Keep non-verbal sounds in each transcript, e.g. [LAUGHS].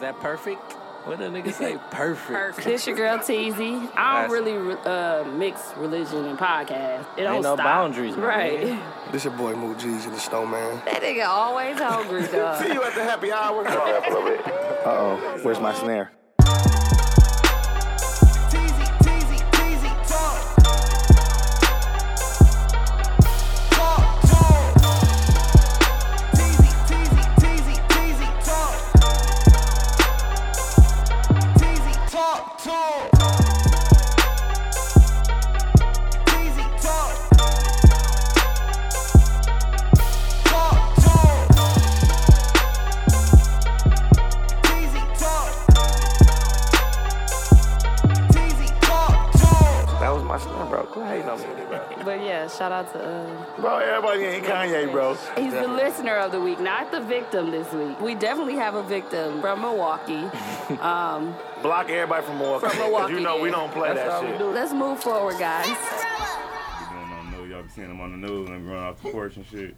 that perfect? What the nigga [LAUGHS] say? Perfect. Perfect. This your girl Teasy. I Nice. don't really uh, mix religion and podcast. It don't Ain't no stop. boundaries, my right? nigga. [LAUGHS] This your boy Moot G's and the Snowman. That nigga always hungry, dog. [LAUGHS] See you at the happy hour. Uh-oh, where's my [LAUGHS] snare? Teasy, teasy, teasy, talk. Talk, talk. Teasy, teasy, teasy, teasy, talk. Teasy, talk, talk. Teasy, talk. Talk, talk. Teasy, talk. Teasy talk, talk. That was my son, bro. Quit hating on me, bro. [LAUGHS] But yeah, shout out to. Uh, Bro, everybody ain't Kanye, bro. he's the listener of the week, not the victim this week. We definitely have a victim [LAUGHS] from Milwaukee. Um, Block everybody from Milwaukee. From 'cause Milwaukee, you know we yeah. don't play That's that all we shit. do. Let's move forward, guys. going on the news. Y'all be seeing them on the news and them running off the porch and shit.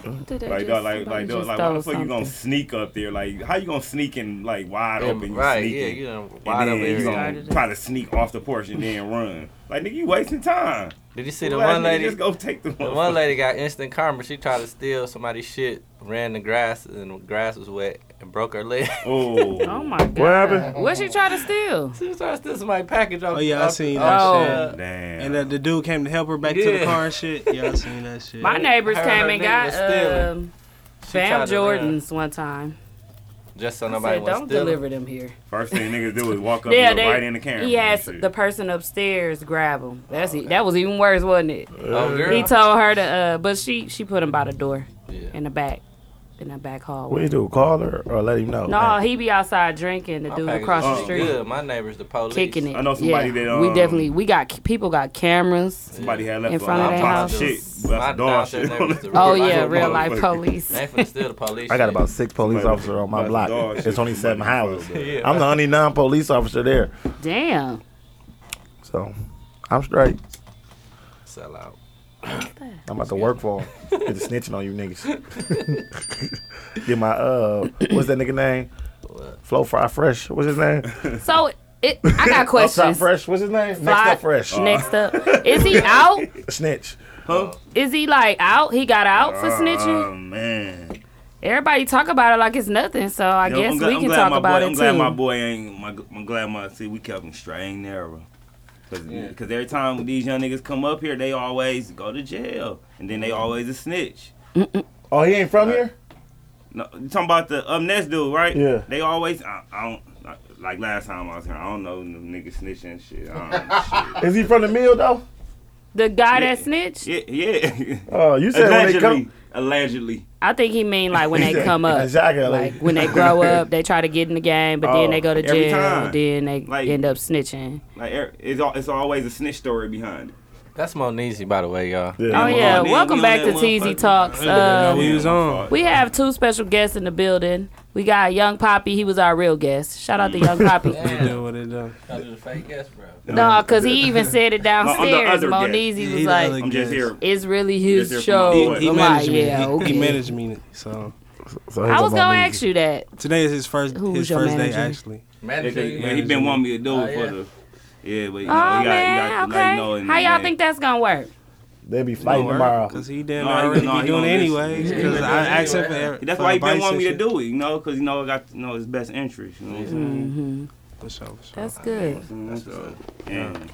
Like, dog, like, like, dog, like, why the fuck you gonna sneak up there? Like, how you gonna sneak in, like, wide Yeah, open? You right, sneaking, yeah, you done and wide then open you area. gonna try to sneak off the porch and then run. Like, nigga, you wasting time. Did you see the Like, one nigga, lady? Just go take the The one. one lady got instant karma. She tried to steal somebody's shit, ran the grass, and the grass was wet and broke her leg. [LAUGHS] Oh, Oh my god. What happened? What you trying to steal? she was trying to steal somebody's package off. Oh yeah, I off- seen that Oh. shit. Uh, damn. And uh, the dude came to help her back to the Yeah. car and shit. Yeah, I seen that shit. [LAUGHS] My neighbors Her- came her and nigga got was stealing. um, tried Bam uh, to run. Jordans one time. Just so I nobody said, was don't stealing. deliver them here. First thing niggas do is walk up Yeah, and look they- right in the camera. He and asked shit. the person upstairs grab him. That's Oh, e that was even worse, wasn't it? Oh, girl. He told her to, uh, but she she put him by the door yeah. in the back, in the back What hallway. you do? Call her or let him know? No, he be outside drinking. The My dude package across was the Oh, street Good. My neighbor's the police. kicking it. I know somebody yeah. that, we um, definitely we got people got cameras. Somebody had left In a- front of a their pile house. shit. My Well, That's dog downstairs shit. neighbor [LAUGHS] was the Oh real- yeah, life real life motherfucker. police. They ain't finna steal the police. I got shit. about six police Somebody- officers on my somebody- block. dog shit, It's only seven somebody- houses. Yeah. I'm the only non-police officer there, Damn. so I'm straight. Sell out. I'm about to work for [LAUGHS] him. Get to snitching on you niggas. [LAUGHS] Get my uh, what's that nigga name? What? Flow Fry Fresh. What's his name? So it, [LAUGHS] I got Upside questions. Fresh. What's his name? Next Fly- up Fresh. Uh. Uh-huh. Next up, is he out? Snitch. Is he like out? He got out for snitching. Oh man. Everybody talk about it like it's nothing. So I Yo, guess I'm glad- we I'm can glad talk my about boy, it I'm too. glad my boy ain't. My, I'm glad my see we kept him straight and narrow. Cause, 'cause every time these young niggas come up here, they always go to jail, and then they always a snitch. Oh, he ain't from here. No, you talking about the up next dude, right? Yeah. They always. I, I don't like- like last time I was here. I don't know no niggas snitching and shit. [LAUGHS] I don't, Is he from the mill though? the guy Yeah. that snitched, shit. Yeah, [LAUGHS] yeah. Oh, you said when they allegedly, come. allegedly. I think he mean like [LAUGHS] when they come up, Exactly. like when they [LAUGHS] grow up, they try to get in the game, but Oh, then they go to every jail, time. then they Like- end up snitching. Like er- it's al- it's always a snitch story behind it. That's Monizy, by the way, y'all. Oh Come yeah, on, man, welcome we back on to that TZ motherfucker. Talks. know Uh, we was [LAUGHS] on. we have two special guests in the building. We got Young Poppy. He was our real guest. Shout out to Young [LAUGHS] [LAUGHS] Poppy. It do what it do. Y'all do the fake guess, bro. no, cause he even [LAUGHS] said it the downstairs. other guest. Monizy was the like, other I'm just guest. here. "It's really Yes, they're his from show." Detroit. He I'm managed like, me. yeah, He- he, okay." Oh, managed me. So I was gonna ask you that. today is his first Who's his your first day manager? actually. Yeah, 'cause, Manager, man, he been wanting me to do Oh, it yeah. for the. Yeah, but you know, Oh he got, he man, got to let okay. you know. and- How y'all and- think that's gonna work? They'll be fighting tomorrow. Cause he didn't No, he- already no, he be doing gonna it listen. anyways. Yeah, he Cause gonna I do it asked him for anyway. every- That's for why he been advice wanting and me to shit. do it, you know, because you know I got you know his best interest. You know what I'm saying? For sure, for sure. Mm-hmm. That's good. That's so, and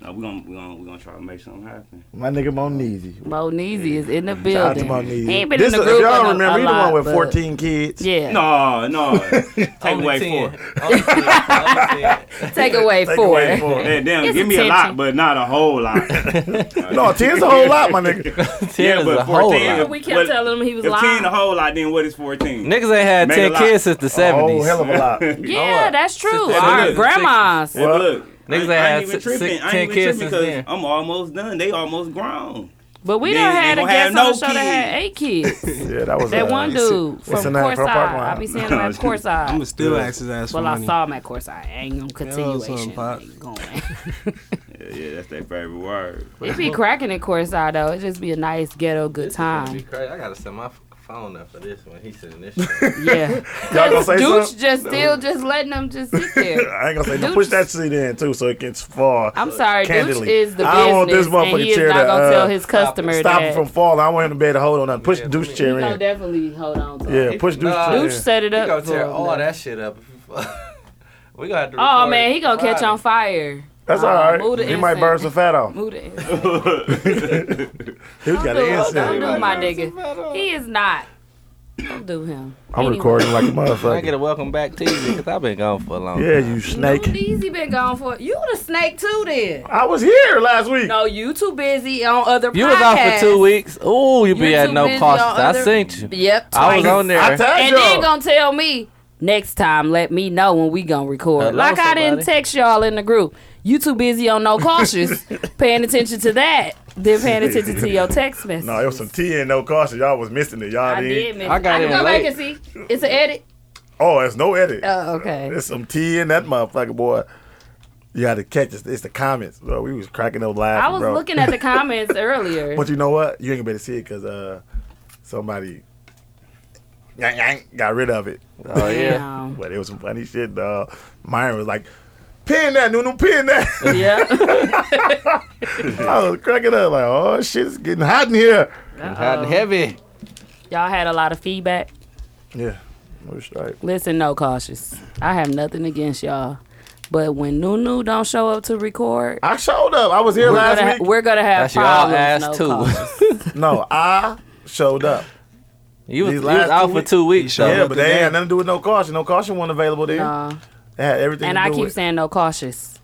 no, we gonna we gonna we gonna try to make something happen. My nigga Monizy. Monizy is in the Shout out to building. Monizy. He ain't been this in the if group. y'all in a- remember, a he the one lot, with but- 14 kids. Yeah. No, [LAUGHS] no, take Only away 10. four. Only 10. Only 10. Take away [LAUGHS] Take four. away four. Hey, damn, It's give me a lot, attention. but not a whole lot. [LAUGHS] No, 10's a whole lot, my nigga. 10 Yeah, is but a whole 14 lot. is- Oh, We kept What- telling him [LAUGHS] he was If ten lying. a whole lot, then what is fourteen? Niggas ain't had Made a 10 lot. kids since the 70s. Oh, hell of [LAUGHS] a lot. yeah, Lord. that's true. Since Our then. grandmas. Hey, look, I, Niggas ain't- that I had ain't even six- tripping. six- I ten ain't kids even tripping since then. because I'm almost done. They almost grown. But we Then done they had a gonna have guest on the no show that had kids. eight kids. [LAUGHS] Yeah, that was that uh, one dude what's from the name? From Courtside. Parkland. I be seeing him at Courtside. I'ma still ask his ass for well, I money. saw him at Courtside. I ain't gonna something, continuation. Pop. Ain't going. [LAUGHS] Yeah, yeah, that's [LAUGHS] their favorite word. it be cracking at Courtside though. It just be a nice ghetto good This is gonna be time. crazy. I gotta send my f- phone up for this one. He sitting this shit. [LAUGHS] Yeah. Y'all gonna say Dooch something? just still just letting them just [LAUGHS] sit there. I ain't gonna say no. Dooch- Push that seat in too, so it gets far. I'm sorry, Dooch Candidly. is the business, I don't want this and motherfucking he is chair not to, gonna uh, tell his customer Stop that. him from falling. I want him to be able to hold on. nothing. Push Yeah, the douche put chair He gonna in. definitely hold on. To Yeah, He- push douche Nah. chair Dooch in. set it He up. gonna for tear him, all though. that shit up. [LAUGHS] we gonna have to. [LAUGHS] Oh record man, it he gonna catch Friday. on fire. That's Uh, all right. move the He might incense. burn some fat off. Move it. [LAUGHS] He got an Don't do, incense. don't do my nigga. He is not. Don't do him. I'm recording like a Can I get motherfucker. a welcome back teaser because I've been gone for a long. Yeah, you Snake. snake. Easy been gone for you. The snake too then. I was here last week. No, you too busy on other. You was off for podcasts. two weeks. Ooh, you You be at too no busy cost. on I other- seen you. Yep. I was on there. I and then told y'all. gonna tell me next time. Let me know when we gonna record. Hello, like I didn't somebody. text y'all in the group. You too busy on [LAUGHS] no cautious, paying attention to that, then paying attention to [LAUGHS] your text message. No, it was some tea and no caution. Y'all was missing it. Y'all I did. did. Miss. I got can in go late. back and see. It's an edit. Oh, it's no edit. Oh, okay. There's some tea in that motherfucker, boy. You got to catch it. It's the comments, bro. We was cracking up laughing, I was bro. [LAUGHS] looking at the comments earlier. But you know what? You ain't gonna better see it because uh, somebody yank, yank, got rid of it. Oh [LAUGHS] yeah. Damn. But it was some funny shit, dog. Myron was like, pin that, Nunu, pin that. Yeah. [LAUGHS] I was cracking up, like, oh, shit, it's getting hot in here. Hot and heavy. Y'all had a lot of feedback. Yeah. It was straight. Listen, no cautious. I have nothing against y'all. But when Nunu don't show up to record, I showed up. I was here we're last gonna, ha- week. we're gonna have That's your all problems. ass no too. [LAUGHS] Cautious. No, I showed up. You was, These you last was out two for weeks- two weeks though. yeah, but they had nothing to do with no caution. No caution wasn't available there. Nah. It had everything and to I do keep with- saying no cautious.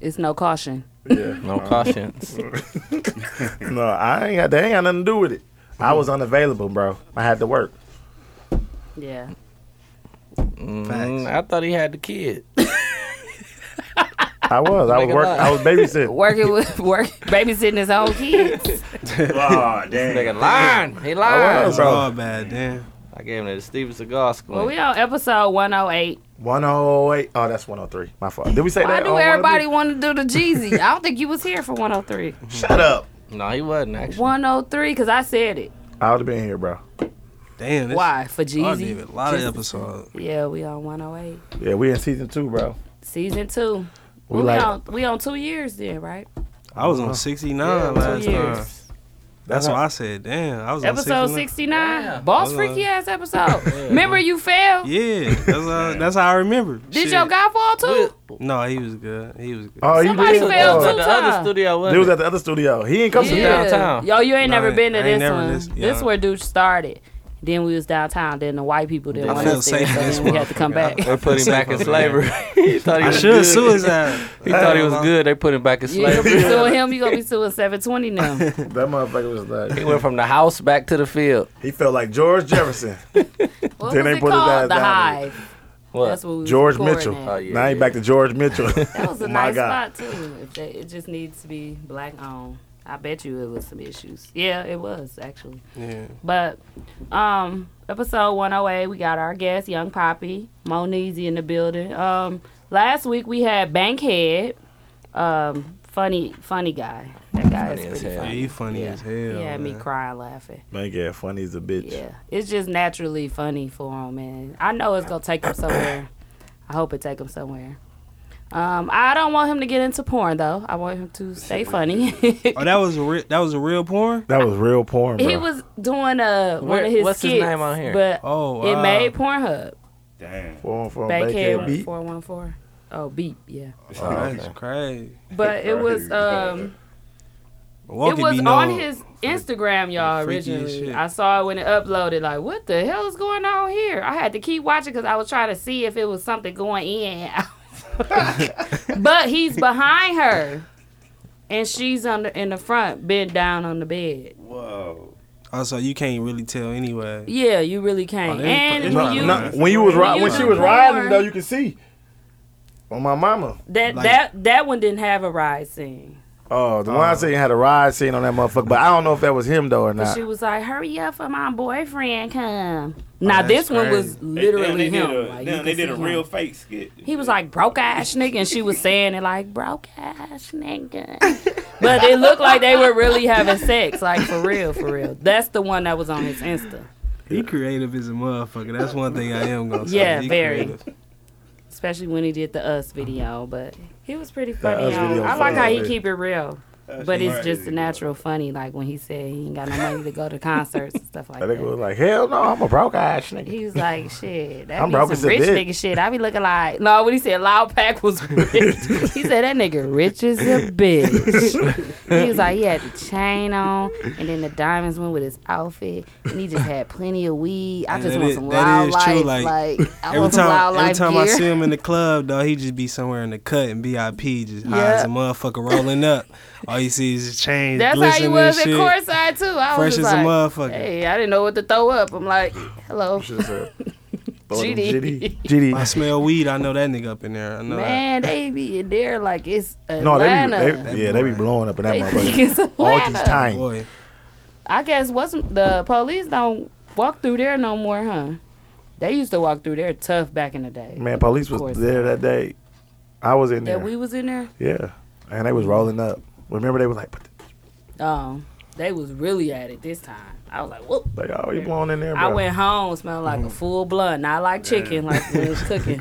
It's no caution. no cautions. [LAUGHS] [LAUGHS] No, I ain't got that ain't got nothing to do with it. I Mm-hmm. was unavailable, bro. I had to work. Yeah. Mm-hmm. Mm, I thought he had the kid. I was. [LAUGHS] I was Nigga work. lie. I was [LAUGHS] babysitting. [LAUGHS] Working with work babysitting his own kids. [LAUGHS] Oh, dang. Nigga lying. He I lying. was, That's bro. Oh, all bad, damn. I gave him the Steven Cigar School. well, we on episode one oh eight. One oh eight. Oh, that's one oh three. My fault. Did we say Why that? do on everybody want to do the Jeezy? I don't think you was here for one oh three. 103? [LAUGHS] Shut up. no, he wasn't actually. One oh three, cause I said it. I would have been here, bro. Damn. this- Why? For I Jeezy? did a lot of episodes. Yeah, we on 108. Yeah, we in season two, bro. Season two. We We, like- on we on two years then, right? I was on 69 two last time. years. Uh-huh. That's why I said, damn. I was Episode on 69. 69. Boss Hold freaky on. [LAUGHS] ass episode. Remember you fell? Yeah, that's, how, [LAUGHS] that's how I remember. Did your guy fall too? No, he was good. He was good. Oh, Somebody he did. failed But Oh, too. the Two other times. studio [LAUGHS] They was wasn't. at the other studio. He ain't come to Yeah. down. downtown. Yo, you ain't No, never I- been to I ain't this never one. listened, This [LAUGHS] yeah. where dude started. Then we was downtown. Then the white people didn't I want feel us there, safe so in this then we had to come back. They put him back [LAUGHS] in slavery. [LAUGHS] he thought he I was should good. suicide. [LAUGHS] He thought he was good. They put him back [LAUGHS] in You gonna be slavery. [LAUGHS] suing him? You gonna be suing [LAUGHS] 720 now? That motherfucker was like, He went from the house back to the field. he felt like George [LAUGHS] Jefferson. What Then was they it put it down called? The down. Hive. What? That's what we was George recording Mitchell. at. Oh, yeah, now he yeah. back to George Mitchell. That was [LAUGHS] a My nice God. spot too. If they, it just needs to be black owned. I bet you it was some issues. Yeah, it was actually. Yeah. But um episode 108, we got our guest, Young Poppy, Monizy in the building. Um last week we had Bankhead. Um funny funny guy. That guy Funny is as pretty hell. Yeah, funny. you funny as hell. He had me man. crying laughing. Man, yeah, funny as a bitch. Yeah. It's just naturally funny for him, man. I know it's gonna take him somewhere. I hope it take him somewhere. Um, I don't want him to get into porn though. I want him to stay funny. Oh, that was a re- that was a real porn. That was real porn, bro. [LAUGHS] he was doing uh, one Where- of his what's his skits, name on here? But Oh, it wow. made Pornhub. Damn. Porn from Bankhead Bankhead Beat. four one four. Oh, beep, yeah. That's crazy. But it was um, it Milwaukee was be on known- his Instagram, y'all. freaky as Originally, shit. I saw it when it uploaded. Like, what the hell is going on here? I had to keep watching because I was trying to see if it was something going in. [LAUGHS] but he's behind her, and she's on the, in the front, bent down on the bed. Whoa. Also, you can't really tell anyway. Yeah, you really can't. Oh, they- and it's No, when not- you no, when you was when riding, you when was she was born. riding though, you can see on my mama. that like- that that one didn't have a ride scene. Oh, the one I seen had a ride scene on that motherfucker, but I don't know if that was him though or But not. she was like, "Hurry up for my boyfriend come." Now Oh, that's this one was crazy. literally they, damn, they Did him. a, Like, you damn, could they did see a him. real fake skit. He was like broke ass nigga, and she was saying it like broke ass nigga. But it looked like they were really having sex, like for real, for real. That's the one that was on his Insta. He creative as a motherfucker. That's one thing I am gonna say. Yeah, He very. creative. Especially when he did the Us video, but he was pretty That funny. Us on- video I was like funny, how he man. keep it real, That's but it's crazy, just a natural funny. Like when he said he ain't got no money to go to concerts [LAUGHS] and stuff like That nigga was that. like, hell no, I'm a broke ass nigga. He was like, "Shit, that I'm be broke some as a rich bitch. nigga shit." I be looking like, no, when he said Loud Pack was [LAUGHS] rich, he said that nigga [LAUGHS] rich as a [LAUGHS] bitch. he was like, he had the chain on, and then the diamonds went with his outfit, and he just had plenty of weed. I Yeah, just that want is- some that loud is true, life, like, like, I Every want some loud time, every life time I see gear. him in the club, though, he just be somewhere in the cut and BIP just high Yeah. as a motherfucker rolling up. All you see is his chains. That's how he glistening was and at shit. courtside too. I Fresh was as just a like, motherfucker. Hey, I didn't know what to throw up. I'm like, hello, Should've said, throw them GD. GD. [LAUGHS] GD. I smell weed. I know that nigga up in there. I know. that. Man, they be in there like it's No, they Atlanta. be, they, yeah, they be blowing up in that They motherfucker think it's all this Atlanta. time. Boy, I guess wasn't the police don't walk through there no more, huh? They used to walk through there tough back in the day. Man, police Of was course. there that day. I was in That there. we was in there. Mm-hmm. Yeah, and they was rolling up. Remember, they was like, "Put the-" Um, they was really at it this time. I was like, whoop. like, oh, you blowing in there, bro? Mm-hmm. I went home smelling like a full blunt, not like chicken, like when it was [LAUGHS] cooking.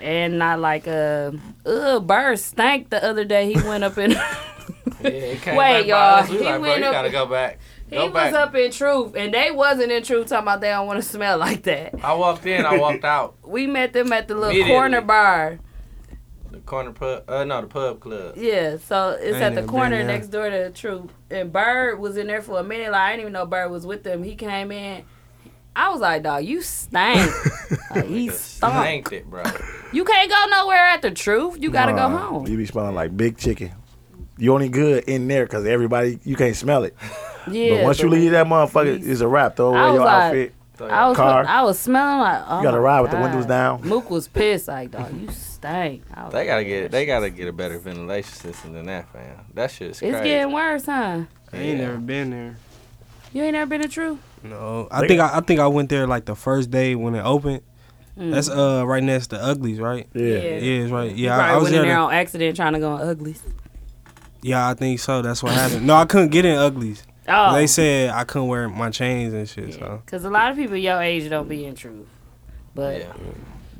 and not like a ugh, bird stank the other day. He went [LAUGHS] up in [LAUGHS] Yeah, it came Wait, back by y'all, us. We he like, bro, went you up- gotta go back. he Go was back. up in truth, and they wasn't in truth talking about they don't want to smell like that. I walked in. I walked out. We met them at the little Immediately. corner bar. The corner pub. Uh, no, the pub club. Yeah, so it's Ain't at the never corner been there. next door to Troop. And Bird was in there for a minute. Like, I didn't even know Bird was with them. He came in. I was like, dog, [LAUGHS] you stank. like, he Just stunk. Yanked it, bro. You can't go nowhere at the truth. You gotta Nah, go home. You be smelling like big chicken. You only good in there because everybody you can't smell [LAUGHS] it. yeah. but once you but leave that motherfucker, it's a wrap. Throw I away was your like- outfit. I was car. I was smelling like oh You gotta my ride with the God. windows down. Mook was pissed like dog, you stank. I was They like, gotta get. They gotta get a better ventilation system than that, fam. That shit's It's crazy. getting worse, huh? I ain't Yeah. never been there. You ain't never been to truth? No, I They think I, I think I went there like the first day when it opened. Mm. That's uh right next to Uglies, right? Yeah. Yeah. Yeah, it's right. You Yeah, I, probably I was went there. in there the- on accident trying to go on uglies. yeah, I think so. That's what happened. no, I couldn't get in Uglies. Oh, They said I couldn't wear my chains and shit. So because a lot of people your age don't be in truth, but Yeah.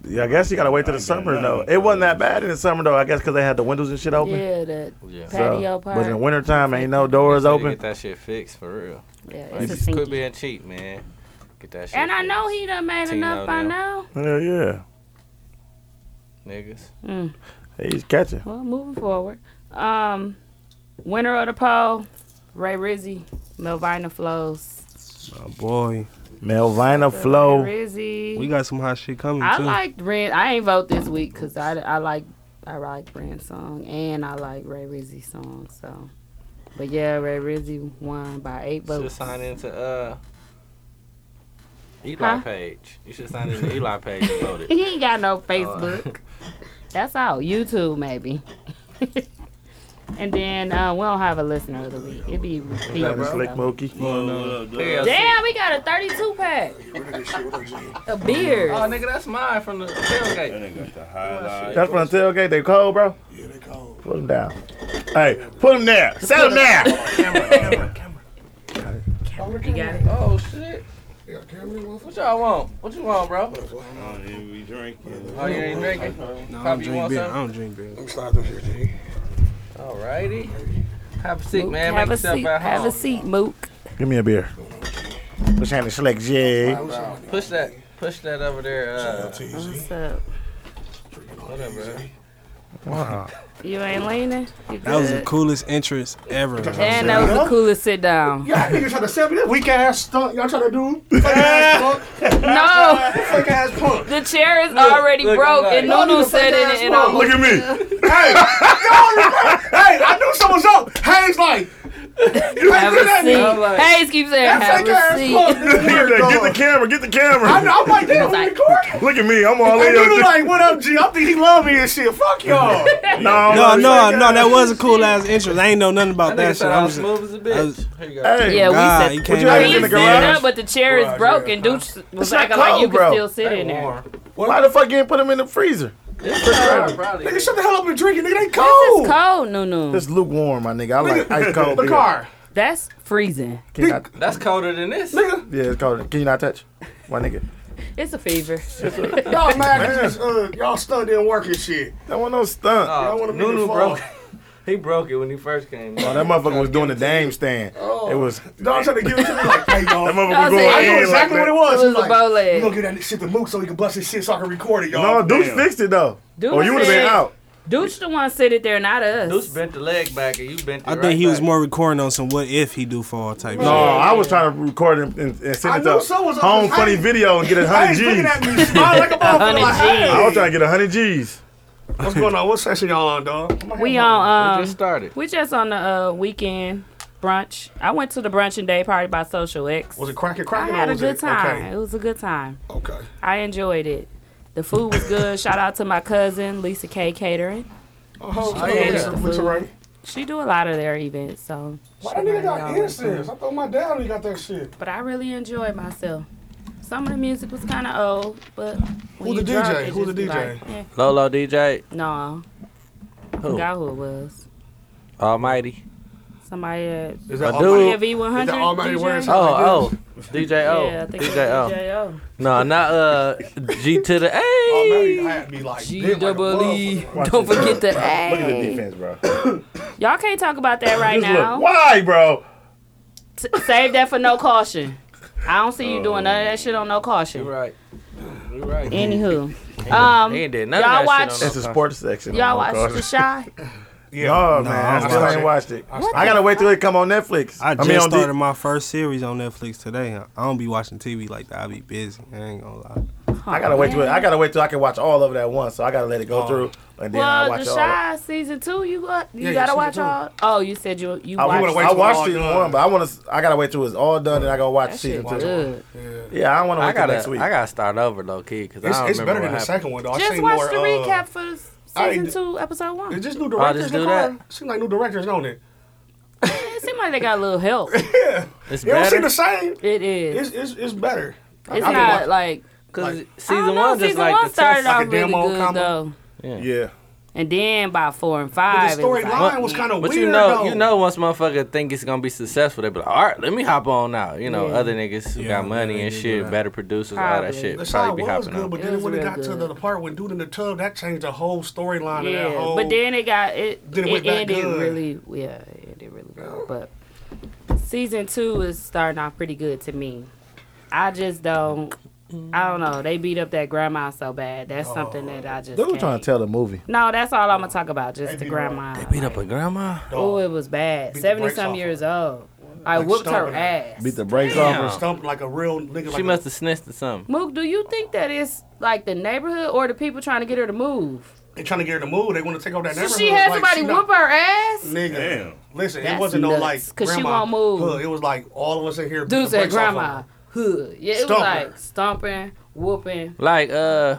Yeah, I guess you gotta wait till the summer though. It wasn't that bad in the summer though. I guess because they had the windows and shit open. yeah, that Yeah. So, patio part. but in the wintertime, ain't no doors Need to open. Get that shit fixed for real. yeah, Like, it's a just quit stinky. being cheap, man. Get that shit. [LAUGHS] And I fixed, know he done made Tino enough by now. Yeah, yeah. niggas. Mm. He's catching. Well, moving forward. Um, winner of the poll, Ray Rizzy, Melvina Flows. oh boy, Melvina Flow. Ray Rizzy. we got some hot shit coming I too. liked Ren. I ain't vote this week because I, I like I like Ren's song and I like Ray Rizzy's song. So, but yeah, Ray Rizzy won by eight You should votes. sign into uh Eli Huh? page. You should sign into Eli page and Uh, load it. [LAUGHS] He ain't got no Facebook. Oh. [LAUGHS] That's all. YouTube maybe. [LAUGHS] and then uh, we don't have a listener of the week. It'd be That is Slick Damn, Mookie. Whoa, whoa, whoa, Yeah. whoa. we got a 32 pack, [LAUGHS] What a beer. Oh nigga, that's mine from the That tailgate. nigga got the highlight. That's from the tailgate. They cold, bro. Yeah, they cold. Put them down. Hey, put them there. Set [LAUGHS] them there. Camera, camera, camera. You got it. [LAUGHS] Oh shit. They got camera in What y'all want? What you want, bro? I don't even be drinking. Oh, you ain't drinking? no, I don't Poppy, you drink want beer. I some? don't drink beer. Let me slide them here, G. Alrighty. Have a seat, Mook, man. have Make a yourself seat. at Have home. a seat, Mook. Give me a beer. Push hand to Slick J. Push that push that over there, uh TZ. What's up? whatever. Wow. You ain't leaning. You [LAUGHS] That was the good? coolest entrance ever. And that was the coolest sit down. Y'all niggas trying to sell me that weak ass stunt. Y'all trying to do fake ass punk. No, Fake ass punk. the chair is already look, broke, I'm and like- Nunu Y'all need said to it, fake and ass I'm mom. Look at me. [LAUGHS] Hey, y'all regret- hey, I knew someone's up. Hayes like, you ain't have do that. a seat. I'm like- Hayes keeps saying, That have fake ass a punk. seat. is weird, [LAUGHS] Get the dog. camera. Get the I camera. know. I'm like, damn, we like- recording. Look at me. I'm all And in Nunu your. like, what up, G? I think he love me and shit. Fuck y'all. No, No, no, no, that was a cool ass entrance. I ain't know nothing about That nigga that shit. said I I was was smooth as a was- bitch. Here you go. Hey, Yeah, God, we he said. came you out in We the stood garage? up, but the chair is Right, broke, yeah. and Dooch was It's not acting like you cold, could bro. still sit in there. Warm. why the fuck you ain't put them in the freezer? Probably. Nigga, shut the hell up and drink it. Nigga, they This cold. is cold, Nunu. It's lukewarm, my nigga. I like ice cold. The beer. car. That's freezing. Can you not, That's colder than this. yeah, it's called. Can you not touch? My nigga. It's a fever. [LAUGHS] Y'all mad 'cause, uh, y'all stunt didn't work and shit. That one no stunt. Oh, Y'all wanna be Nunu the broke. fall. [LAUGHS] he broke it when he first came. [LAUGHS] Oh, that motherfucker was doing the dame stand. It was. [LAUGHS] Y'all trying to give it to me like, hey, y'all. That motherfucker I Oh. I know was going was saying- in like exactly that. what it was. It was Like, a bow leg. We gonna give that shit to Mook so he can bust his shit so I can record it, y'all. No, Deuce Damn. fixed it though. Deuce or you would have said- been out. Dooch the one sitting there, not us. Deuce bent the leg back and you bent it I right think he was back. more recording on some what if he do fall type. No, I was trying to record and, and, and I send it know up. someone's up Home his height. funny video and get a I hundred ain't looking at G's. [LAUGHS] me. Smile like a motherfucker. Like, G's. I hey, was trying to get a hundred G's. what's going on? What session y'all on, dog? We we on um just started. we just on the uh, weekend brunch. I went to the brunch and day party by Social X. Was it cracking, I cracking? had or a was good it- time. It was a good time. Okay. okay. I enjoyed it. The food was [LAUGHS] good. Shout out to my cousin Lisa K Catering. Oh, Oh, okay. yeah. Lisa- Lisa Ray. She do a lot of their events, so. Why shout that nigga out y'all got and incense? food. I thought my dad only got that shit. But I really enjoyed myself. Some of the music was kind of old, but when Who you the drunk, DJ? it Who the just be DJ? like, eh. [LAUGHS] Lolo DJ No, I Who? forgot who it was. Almighty. Somebody at Is that My all dude. my- Yeah, V100 Is that Almighty DJ? wearing something Oh, like oh. DJ O. Yeah, I think DJ O. DJO. No, not uh G to the this? Almighty A. had me like G bent like a double E. motherfucker. Don't forget the Look at the A. defense, bro. Y'all can't talk about that right Just look. now. Why, bro? T- Save that for no caution. I don't Oh. see you doing none of that shit on no You caution. right. You right. Anywho, um, They ain't did none of y'all that watch shit on It's a sports section. y'all on watch Carter. The Shy? Yeah. No, man, I I still watched ain't it. watched it. I gotta wait till it come on Netflix. I just mean, on D- started my first series on Netflix today. I don't be watching TV like that. I be busy. I ain't gonna lie. I gotta wait till it. I gotta wait till I can watch all of it at once. So I gotta let it go Oh. through, [LAUGHS] and then I Well, watch The all. of it. Shy season two, you got you Yeah, yeah, gotta season watch two. all. Oh, you said you you I, watched. I till watched all season done. one, but I want to. I gotta wait till it's all done, and I gotta watch that shit season two. good. Yeah, I want to wait I till next gotta, week. I gotta start over low key because I It's, don't it's remember better what than the happened. second one, though. I Just seen watch more, the uh, recap for the I season did- two, episode one. Is It this new directors? just do in that? car? Seems like new directors on it. seemed like they got a [LAUGHS] little help. It's It don't seem better the same. It is. It's it's it's better. It's I've been not watching- like because I don't season know, one just season like one the started test. like off a really demo good combo. though, yeah, and then by four and five, But the it was like, storyline was kind of weird. But you know, though. you know, once motherfucker think it's gonna be successful, they be like, all right, let me hop on now. You know, Yeah. other niggas who Yeah, got money yeah, and they do shit, that. better producers, all that Probably. shit, The side probably be one was hopping good, on. but It then was when it real got to good. the, the part when dude in the tub, that changed the whole storyline of that yeah. whole. But then it got it. Then it it went back ended good. really, yeah, it ended really good. But season two is starting off pretty good to me. I just don't. I don't know. They beat up that grandma so bad. That's Oh. something that I just. they were can't- trying to tell the movie. No, that's all I'm gonna talk about. Just They the beat her up. grandma. Beat up a grandma. Oh, it was bad. Beat the Seventy brakes some off years old. I Like whooped her stomping her. ass. Beat the brakes Damn. off. her. stumped like a real nigga. She like must have snitched or something. Mook, do you think that it's like the neighborhood or the people trying to get her to move? A, they trying to get her to move. They want to take over that So neighborhood. she had like, somebody she whoop not- her ass? Nigga, Damn. listen, That's it wasn't no nuts, like 'cause she grandma won't move. hood. It was like all of us in here. beat Dude the said brakes off of grandma. her. Hood. Yeah, it Stomp was her. like stomping, whooping. Like, uh,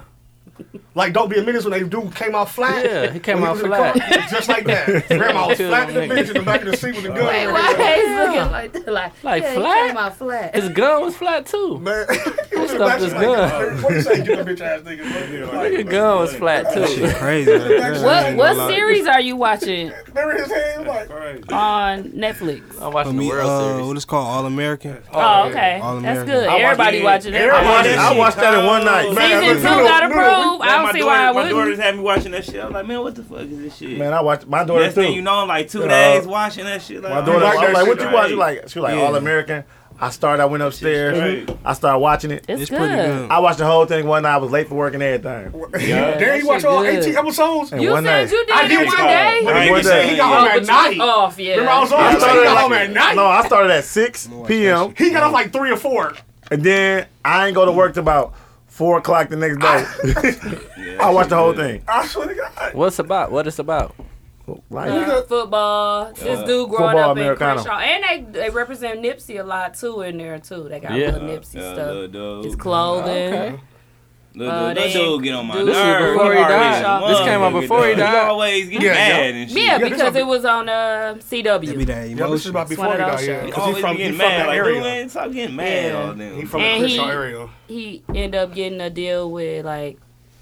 Like, don't be a menace when they dude came out flat. Yeah, he came When out was in the car, flat. just like that. Grandma was Chill, flat in the nigga. bitch in the back of the seat with the gun. Wait, in her why hand. is looking like that? Like, Like yeah, he flat? Came out flat. his gun was flat too. [LAUGHS] Man, what's stuffed his gun? What you say, get a bitch ass nigga? Like, Nigga gun was flat too. Crazy. like that. I What ain't what gonna lie. series are you watching remember his hand? Like, on Netflix? I'm For watching the me, uh, World what Series. is called All American. Oh, okay. All That's American. good. I watch Everybody it. watching it. Everybody I, watch it. I watched that in one night. Man, Season two look, got approved. I my don't see daughter, why I My daughters wouldn't. had me watching that shit. I was like, man, what the fuck is this shit? Man, I watched my daughter Next too. thing you know, I'm like two Yeah. days watching that shit. Like, my daughter, like I was that shit, like, "What you watching?" right? Like she was like Yeah. All American. I started. I went upstairs. straight. I started watching it. It's, It's good. pretty good. I watched the whole thing one night. I was late for work and everything. [LAUGHS] Yeah, that Damn, you watch shit all good. 18 episodes? And You one said night. you did I it did in one call. day? Oh, But Right, he one said day. he got home but at you night. Off, yeah. Remember, I was on. I He said he started got like- home at night. No, I started at six p.m. He got off like three or four. and then I ain't go to work till about four o'clock the next day. I watched the whole thing. I swear to God. What's about? What it's about? Like, Uh, football. This dude growing football up in Americano. Crenshaw, and they they represent Nipsey a lot too in there too. They got Yeah. little Nipsey Yeah, stuff. little dude. His clothing. Little Uh, dude, that they- dude get on my dude, this nerves. is before he Hard as died. a This came out motherfucker, before he dog. died. always get Yeah, mad and shit. Yeah, [LAUGHS] this because is- it was on uh, It be CW. that Yeah, this is emotion. about before one he of got those here. shows. Because Always he's from, be he Oh, getting from mad. that Like, dude, area. man, stop getting mad Yeah. all damn. He from And the Crenshaw he- area. He ended up getting a deal with like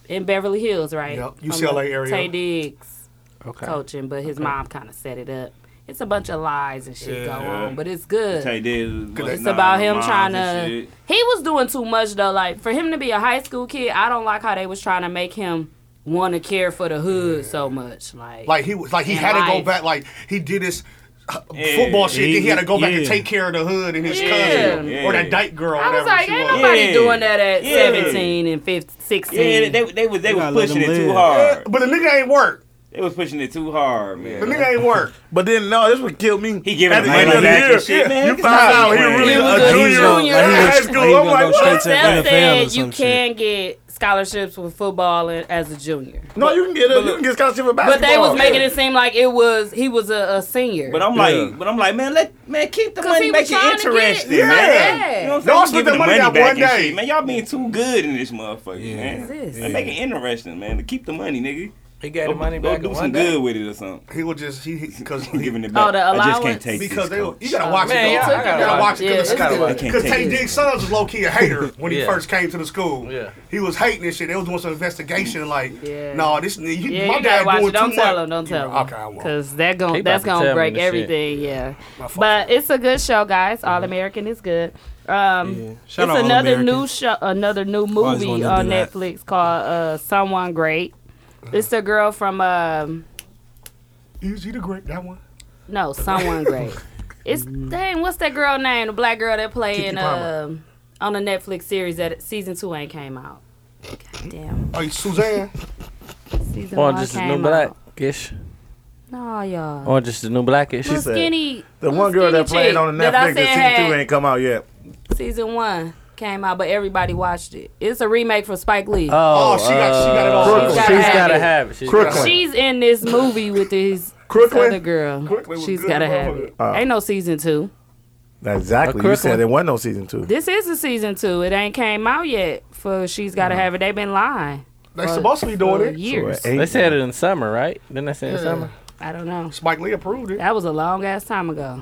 in Beverly Hills, right? Yep, From UCLA area. Tay Diggs Okay. coaching, but his mom kind of set it up. it's a bunch of lies and shit Yeah. go on, but it's good. Tay did It's what's nine about him moms trying and to- shit. He was doing too much though. Like for him to be a high school kid, I don't like how they was trying to make him want to care for the hood so much. Like, Like he was like he In had to go life. back. Like he did his uh, Yeah, football shit. then he had to go back and yeah. take care of the hood and his Yeah. cousin Yeah. or that dyke girl. I was whatever like, she ain't was. nobody Yeah. doing that at Yeah. seventeen and 15, sixteen. Yeah, they, they, they was they was gotta let pushing it them too live. hard. But the nigga ain't work. They was pushing it too hard, The man. nigga ain't [LAUGHS] work. But then no, this would kill me. He giving At the the end money of the back and year, shit, man. You It's find not out he playing. really He was a a junior in junior. high He school. I'm like, what? to NFL Steph or said some you shit. can get scholarships with football and- as a junior, No, you can get a, you can get scholarship for basketball. but they was making it seem like it was he was a, a senior. But I'm like, but I'm like, man, let man keep the 'Cause money, he make was it trying to get- interesting, Yeah. man. Yeah. You know what I'm saying? Don't You split give the money out back one and day. shit. man. Y'all being too good in this motherfucker, Yeah. man. This. Like, Make it interesting, man. To keep the money, nigga. He gave Go, the money go back do in some one day. good with it or something. He was just he because I'm giving it back. Oh, the I just can't allowance? take because this. they coach. you gotta watch Man, it. y'all- though. I gotta you gotta watch watch it. it because Yeah, it's good. because I can't Tay take it. Diggs' son was low key a hater when he Yeah. first came to the school. Yeah. he was hating and shit. They was doing some investigation like, Yeah. no, nah, this you, yeah, my dad you gotta watch doing it. Don't too tell much. him. Don't tell him. Okay, I won't. Cause that He gon' about that's to tell gonna me break the shit. everything, yeah. fault. But it's a good show, guys. All American is good. Um, Yeah. it's Shout out All another new American. show, another new Always movie wanted to on do that. Netflix called uh, "Someone Great." It's the girl from um, Is he the great that one? no, "Someone Great." It's dang, what's that girl name? The black girl that Keke playing Mm-hmm. Palmer. um on the Netflix series that season two ain't came out. God damn, Hey, Oh, Suzanne. season one Orange is the came new out. blackish. No, y'all. Orange is the new blackish. Little said- skinny. The little one girl that skinny played chick on the that I Netflix that said season had- two ain't come out yet. season one came out, but everybody watched it. It's a remake from Spike Lee. Oh, she got- she got it all. uh, She's She's gotta have gotta it. have it. She's Crooklyn. gotta- She's in this movie with this, this Crooklyn? other girl. Crooklyn was She's good, gotta have motherfucker. it. ain't no season two. Exactly. A You said Kirkland. there wasn't no season two. This is a season two. It ain't came out yet. For she's gotta have it. They've been lying They supposed to be doing for it. years. So it ain't- They said it in summer, right? Didn't they say in Yeah. summer? I don't know. Spike Lee approved it. That was a long ass time ago.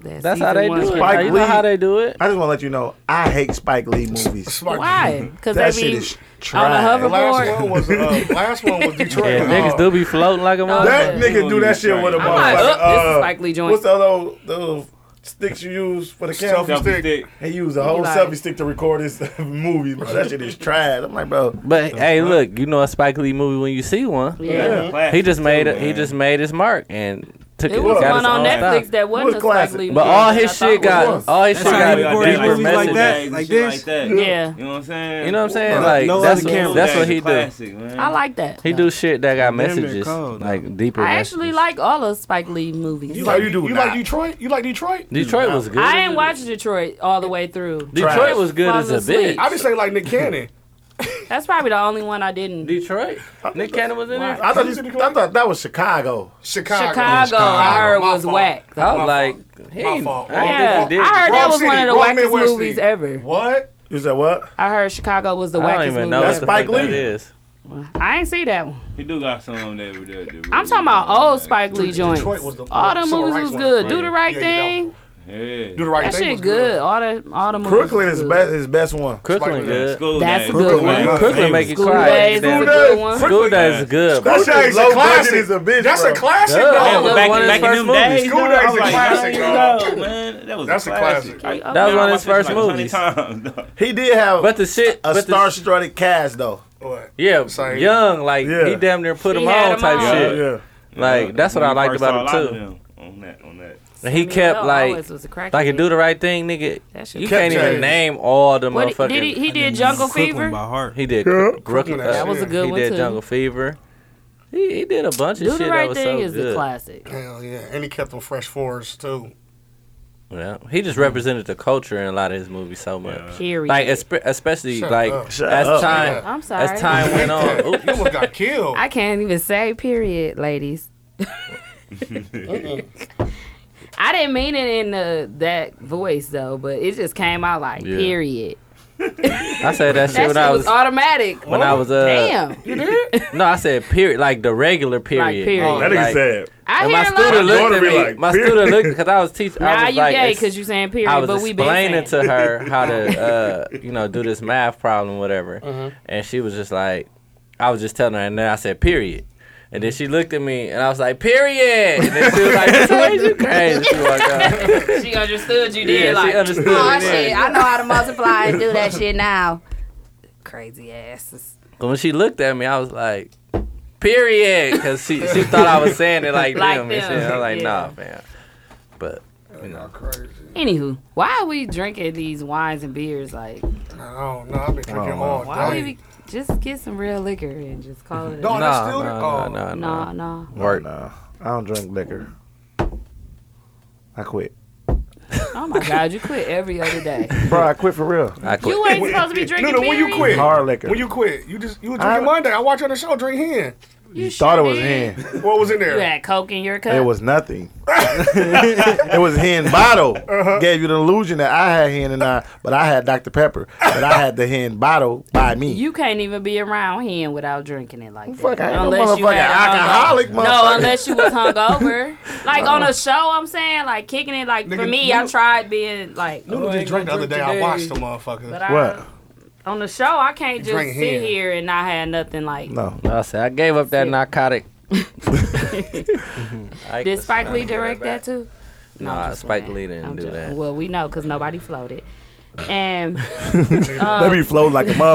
That That's season how they do one it. came Spike Like, out. you Lee. know how they do it. I just want to let you know, I hate Spike Lee movies. [LAUGHS] [LAUGHS] Spike Why? Because That they shit be is on trash. a The last hoverboard. one was [LAUGHS] uh, last one was [LAUGHS] Detroit. Yeah, Uh, niggas do be floating like a That motherfucker. Yeah. nigga do that shit with a I'm motherfucker. like, oh, this is uh, Spike Lee joint. What's the other those sticks you use for the camera? Selfie Selfie stick. stick. He used a whole like- selfie stick to record his [LAUGHS] movie. Bro. That shit is trash. I'm like, bro, But hey, look, you know a Spike Lee movie when you see one. Yeah. He just made it. He just made his mark and took It was got one his on own Netflix stuff. that was wasn't a classic. Spike Lee. But movie, all which I his thought shit was got one. all his shit That's how got you deeper record messages. movies like that. Like like this. this. Yeah. You know what I'm saying? You know what I'm saying? No Like other that's camera. what, that's what he do. Classic, man. I like that. He though. do shit that got Damn near messages, cold, like deeper. I actually messages. like all of Spike Lee movies. you like you do You not. like Detroit? You like Detroit? Detroit was good. I ain't watched Detroit all the way through. Detroit was good Falls as a asleep. bitch. I just say like Nick Cannon. That's probably the only one I didn't. Detroit. Nick Cannon was in there. I thought, you, I thought that was Chicago. Chicago. Chicago, I heard My was fault. whack. I was like, he, My ain't- fault. I My Yeah, ain't I think heard he did. that. that Wrong was city, one of the wrong wackest Midwest movies city. ever. What? You said what? I heard Chicago was the I don't wackest even movie. know what That's the ever. Spike fuck that Lee. is. I ain't see that one. He do got some that we do. I'm talking about old Spike Lee joints. Detroit was the- All the the civil movies rights was one. good. Do the right Yeah, you thing. Do Yeah. the right That thing. shit was good. All the all the movies. Crooklyn was is good. best. Is best one. Crooklyn Spike good. School That's days. a good Crooklyn. one. Crooklyn make you School cry. days Damn. is a good one. School days is good. bro. That's Crooklyn a is low budget classic. is a bitch. That's bro. a classic. Yeah. though. Yeah, Back, One of his back in first them movies. days, School though, days I was is like, classic, "Yo, man, that was That's a a classic. classic. I- That man, was one I of his watched first it like 20 movies. times, though. He did have But the shit, a but the- star-studded cast though. What? yeah, Same. young, like Yeah. he damn near put He him had on 'em type on. shit. Like that's what I When liked first about saw a lot him of too. them On that, on that. And he Samuel kept L. like, Owens was a crackhead. like can do the right thing, nigga. That shit You was- can't Kept even saying. name all the What motherfucking. did he, he did? Jungle Fever. By heart. He did Brooklyn. That uh, was a good he one, did too. Jungle Fever. He, he did a bunch of Do shit the right that was thing so is good. the classic. Hell yeah, and he kept them fresh fours too. Yeah, he Mm-hmm. just represented the culture in a lot of his movies so much. Period. Like espe- especially Shut like up. as Shut up. time I'm sorry. as time went [LAUGHS] on. He Oops. almost got killed. I can't even say period, [LAUGHS] ladies. I didn't mean it in the, that voice though, but it just came out like Yeah. period. I said that shit That when shit I was, was automatic. when I was uh [LAUGHS] Damn, you did? no I said period like the regular period. period. Oh, That nigga Like, said. I And hear my student like, looked daughter at be me. like, my period. student looked because I was teaching. I nah, was you like, gay ex- because you saying period, I was but we been explaining saying. to her [LAUGHS] how to, uh, you know, do this Mm-hmm. math problem, whatever. And she was just like, I was just telling her, and then I said, period. And then she looked at me, and I was like, "Period." And then she was like, "This way you crazy." She walked out. She [LAUGHS] understood you did. Yeah, like, she understood. Oh it shit! then. I know how to multiply and do [LAUGHS] [LAUGHS] that shit now. Crazy asses. But when she looked at me, I was like, "Period," because she she thought I was saying it like, [LAUGHS] Like them. And shit. them, I was like, yeah. "Nah, man." But you know, Anywho, why are we drinking these wines and beers? Like, Oh, I don't know. I've been drinking know. all why day. would we just get some real liquor and just call it? No, that's A- nah, still nah, nah, oh, nah, nah. nah, nah. Work. Nah, I don't drink liquor. I quit. Oh my god, you quit every other day. Bro, I quit for real. [LAUGHS] I quit. You ain't supposed to be drinking No, no. When you beer quit, either. Hard liquor. when you quit, you just you were I- drinking Monday. I watched you on the show drink hen. You, thought it sure was did. hen. What was in You there? had coke in your cup. It was nothing. [LAUGHS] it was hen bottle. Uh-huh. Gave you the illusion that I had hen and I, but I had Dr Pepper. But I had the hen bottle by me. You can't even be around him without drinking it like Fuck, I that. ain't no motherfucking had a hungover. alcoholic, No, motherfucker. Uh-uh. unless you was [LAUGHS] hungover. like on a show, I'm saying, like kicking it. Like for Nigga, me, I Noodle- tried being like. Noodle oh, I just ain't drank the gonna other day. drink I today. watched the motherfucker. But I- What? on the show, I can't just drank sit here. here and not have nothing like. no. I said I gave up that [LAUGHS] narcotic. [LAUGHS] I- Did Spike Lee direct that too? No, Nah, I'm just Spike playing. Lee didn't I'm do just- that. Well, we know because nobody floated. And [LAUGHS] um, Let me float like a I swear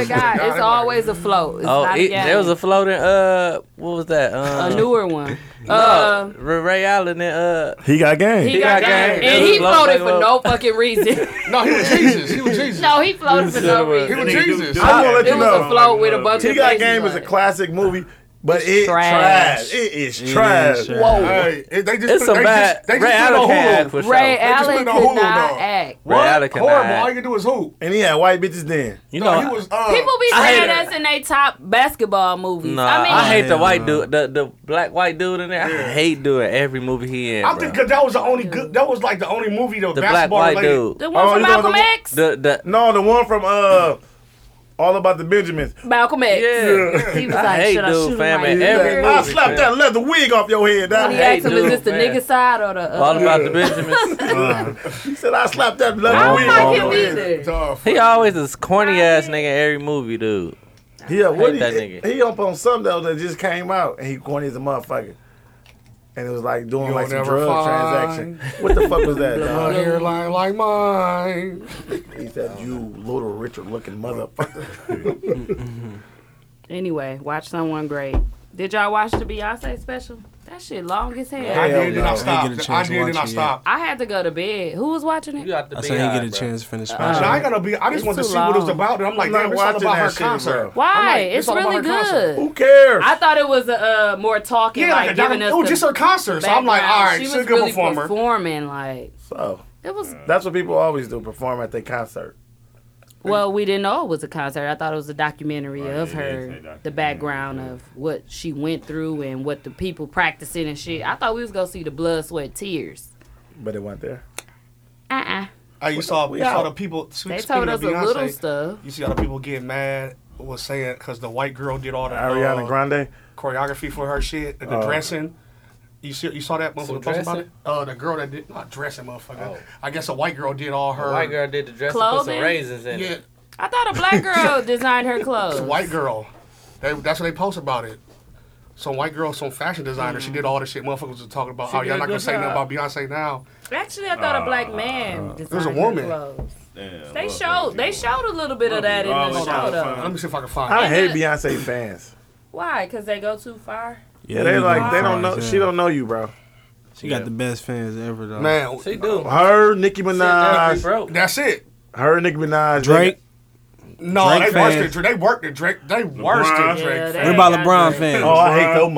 to motherfucker. God, it's always a float. It's Oh, not it, a gallon. there was a floating. Uh, what was that? Um, a newer one. uh, Uh, Ray Ray Allen and uh, he got game. he got got game. game. And It he was floated float, for no fucking [LAUGHS] reason. No, he was Jesus. He was Jesus. no, he floated for no He reason. was Jesus. I want to let It you was a know. float with a bunch He of got faces game on is a it. classic movie, but it's trash. trash. It is trash. trash. Whoa. Hey, it- they just it's put, a they bad. Just, they Ray just put Allen on can act Hulu. for sure. Ray just put Allen it on could Hulu, not dog. act. Ray Allen can Horrible. All act. you can do is hoop. And he had white bitches then. You No, know, he was. Uh, People be I hate saying it. that's in their top basketball movies. Nah, I I, mean, hate the Hell white no. dude, the, the black white dude in there. I hate doing every movie he in. I bro. think cause that was the only good. That was like the only movie though. the black basketball white related. dude. the one Oh, from you know the Malcolm one- X. The the No, the one from uh, All About the Benjamins. Malcolm X. yeah. He was I like, hate should I dude, shoot him fam, right and here? every I movie, slapped man. that leather wig off your head. When Doc. he asked him, dude, is this the man. nigga side or the? All Uh, about the Benjamins. He said, I slapped that I leather don't wig like off him your head. either. Duh, he always this corny ass nigga in every movie, dude. Yeah, what he, that nigga. he up on something though that just came out and he corny as a motherfucker. And it was like doing You'll like some never drug find- transaction. What the fuck was that? A dog? hairline like mine. He said, "You little Richard looking motherfucker." [LAUGHS] Anyway, watch someone great. Did y'all watch the Beyonce special? That shit long as hell. I did, then I no. I didn't stopped. get a I chance did, to then I watch it stopped. I had to go to bed. Who was watching it? got I said he get a chance to finish watching. Now, I it. gotta be. I just Uh, wanted It's to too see what it was long. about. And I'm like, I'm not damn, it's all watching about her that shit, bro. concert. I'm Why? like, it's all about really her concert. good. Who cares? I thought it was a uh, more talking, Yeah, like, like a giving document. us. It was the just her concert. So I'm like, background. all right, she she's a was good really performer. performing. Like so it was. that's what people always do: perform at their concert. Well, we didn't know it was a concert. I thought it was a documentary of it is a her, the documentary, background of what she went through and what the people practicing and shit. I thought we was gonna see the blood, sweat, tears. But it went there. Uh uh Hey, you saw, you Yeah. saw the people. They speaking told of us a Beyonce, little stuff. You see how the people get mad was saying because the white girl did all the Ariana uh, Grande. Oh. choreography for her shit and the dressing. You see, you saw that motherfucker post about it. Uh, the girl that did not dressing, motherfucker. Oh. I guess a white girl did all her. White girl did the dress and put Clothing? some raisins in Yeah, it. I thought a black girl designed her clothes. white girl. They, that's what they post about it. Some white girl, some fashion designer. She did all this shit. Motherfuckers was talking about. Mm-hmm. She oh, did y'all a not gonna good say nothing job. about Beyonce now. Actually, I thought a black man designed was a her woman. clothes. Damn, They what showed they was it? showed a little bit of that in the Hold show on, though. fine. Let me see if I can find. I it. hate Beyonce fans. Why? Because they go too far. Yeah, they you like got they the don't know. fans, She yeah. don't know you, bro. She got the best fans ever though. Man, She do. Her Nicki Nah, Minaj. broke. that's it. Her Nicki Minaj. Drake. No, Drake they worse fan. than Drake. They worked than Drake. They worse than LeBron. Drake. Yeah, fan. What about They got LeBron the- fans? Oh, I hate those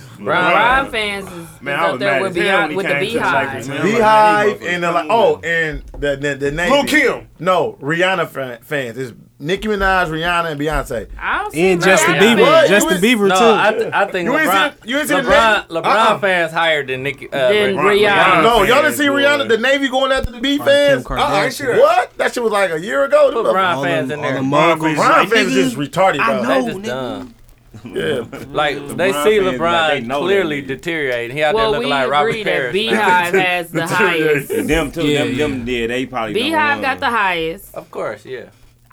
motherfuckers. Brian fans is, Man, is I up was there mad with, as hell when beyond, he with the came to the beehive. Lakers, man. Beehive Like, and the like, come oh, on. and the the, the name. Lil Kim. No, Rihanna fan, fans. It's Nicki Minaj, Rihanna, and Beyonce. I don't see And Brian Justin Allen. Bieber. What? Justin You Bieber No, too. I, th- I think You ain't LeBron, seen- you ain't seen the LeBron, Navy? LeBron Uh-uh. fans higher than Nicki. Uh, Then Ray- Rihanna. Rihanna. No, y'all fans, didn't see boy. Rihanna, the Navy going after the B Or fans? Kim Uh, Uh-uh, I ain't see that. What? That shit was like a year ago. Put The Brian All fans them- in all there. them Marvel. Marvel. Brian Like, fans is nigga, just retarded, bro. know. They Oh, just nigga. dumb. Yeah. Like they see LeBron fans, like, they LeBron know that clearly nigga. deteriorating. He out there Well, looking we like agree Robert that Parrish. man. [LAUGHS] Beehive has the highest. Them too. Yeah, them, yeah. them did. They probably. Beehive number got the one. highest. Of course, yeah.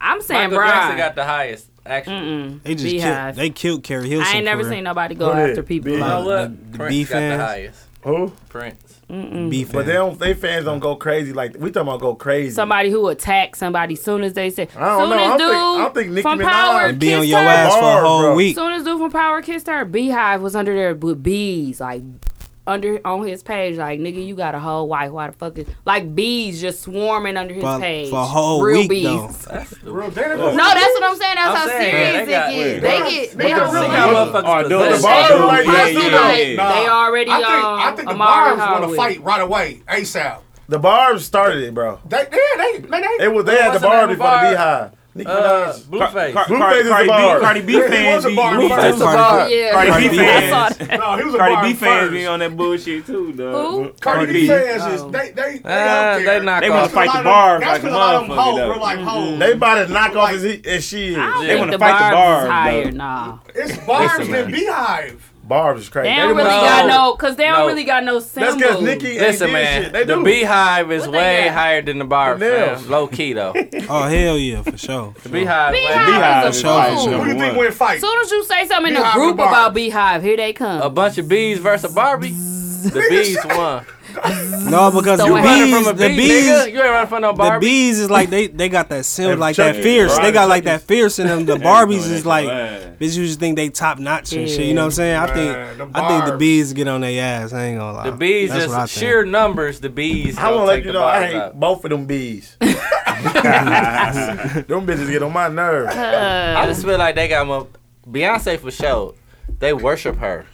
I'm saying Michael Jackson Brian. got the highest. Actually, Mm-mm. They just Beehive. killed, they killed Carrie Hilson. I ain't never for seen nobody go Go ahead, after people. bitch. you know No, Uh, look. the- what? the Prince beef got the ass. highest. Who? Prince. beef. But they don't. They fans don't go crazy like we talking about. Go crazy. Somebody who attacked somebody soon as they said. I don't soon know. I As don't dude think- I don't think Nicki from Minaj Power be on kissed your her- ass for a Hard, whole bro. week. Soon as dude from Power kissed her, Beehive was under there with bees, like under on his page, like nigga, you got a whole wife. Why the fuck is like bees just swarming under his For, page for a whole Real week bees. though. Real damn. No, that's what I'm saying. That's I'm how saying, serious they got- it gets. They get they got don't real See really- how Nah. motherfuckers Or doing the possess- bar- They Barbara were Lee, pressing, yeah, yeah, like, yeah. They already I think, I um, think the Amari Barb's want to Hardwick. fight right away, ASAP. the barbs started it, bro. They, yeah, they, man, they. It was they What's had the the bar name of before the Barb? beehive. Nicki Uh, Minaj. Blueface. Car- Car- Blueface is Cardi, a B, bar. Cardi B [LAUGHS] Yeah, he fans, was a be- bar. Blueface Blueface fans, Cardi- Cardi Yeah, Cardi B Cardi B fans, I saw that. no, Oh, he was a Barb Cardi B fans first. be on that bullshit too, though. Who? Oh. Cardi B fans is they they they Uh, out there. they knock Ah, They wanna off. fight the bars like a lot of them motherfucker, hoes. though. We're like hoes. They about to knock off his he- his shit. I don't They think wanna the fight the barbs, barbs is though. higher, nah. It's bars Listen, man. than beehive. Barbs is crazy. They They don't didn't- really No. got no, cause they don't No. really got no symbol. That's because Nicki ain't Listen, did man. shit. They the do. beehive is What they way got? higher than the bar, The nails. fam. Low key [LAUGHS] though. The Oh hell yeah, for sure. beehive. way Beehive higher. Beehive is is a always fool. Who number do you think one. win fight? Soon as you say something in the Beehive group and Barb. about Beehive, here they come. A bunch of bees versus [LAUGHS] Barbie. The bees won. No, because So the it Running bees, from a the bee, bees, nigga. You ain't running from no the Barbie. bees [LAUGHS] is like they they got that sim, And like Chuck- that fierce. They Brian got like Chuck that fierce in them. The Barbies is like, Right. bitch, you just think they top notch and shit. Yeah. You know what I'm saying? I Man, think them I think the barbs. bees get on their ass. I ain't gonna lie. The bees That's what I just think. sheer numbers. The bees. I gonna want to take let you the know I Barbie hate out. both of them bees. [LAUGHS] them bitches get on my nerves. Uh, I just feel like they got more. Beyonce for sure. They worship her.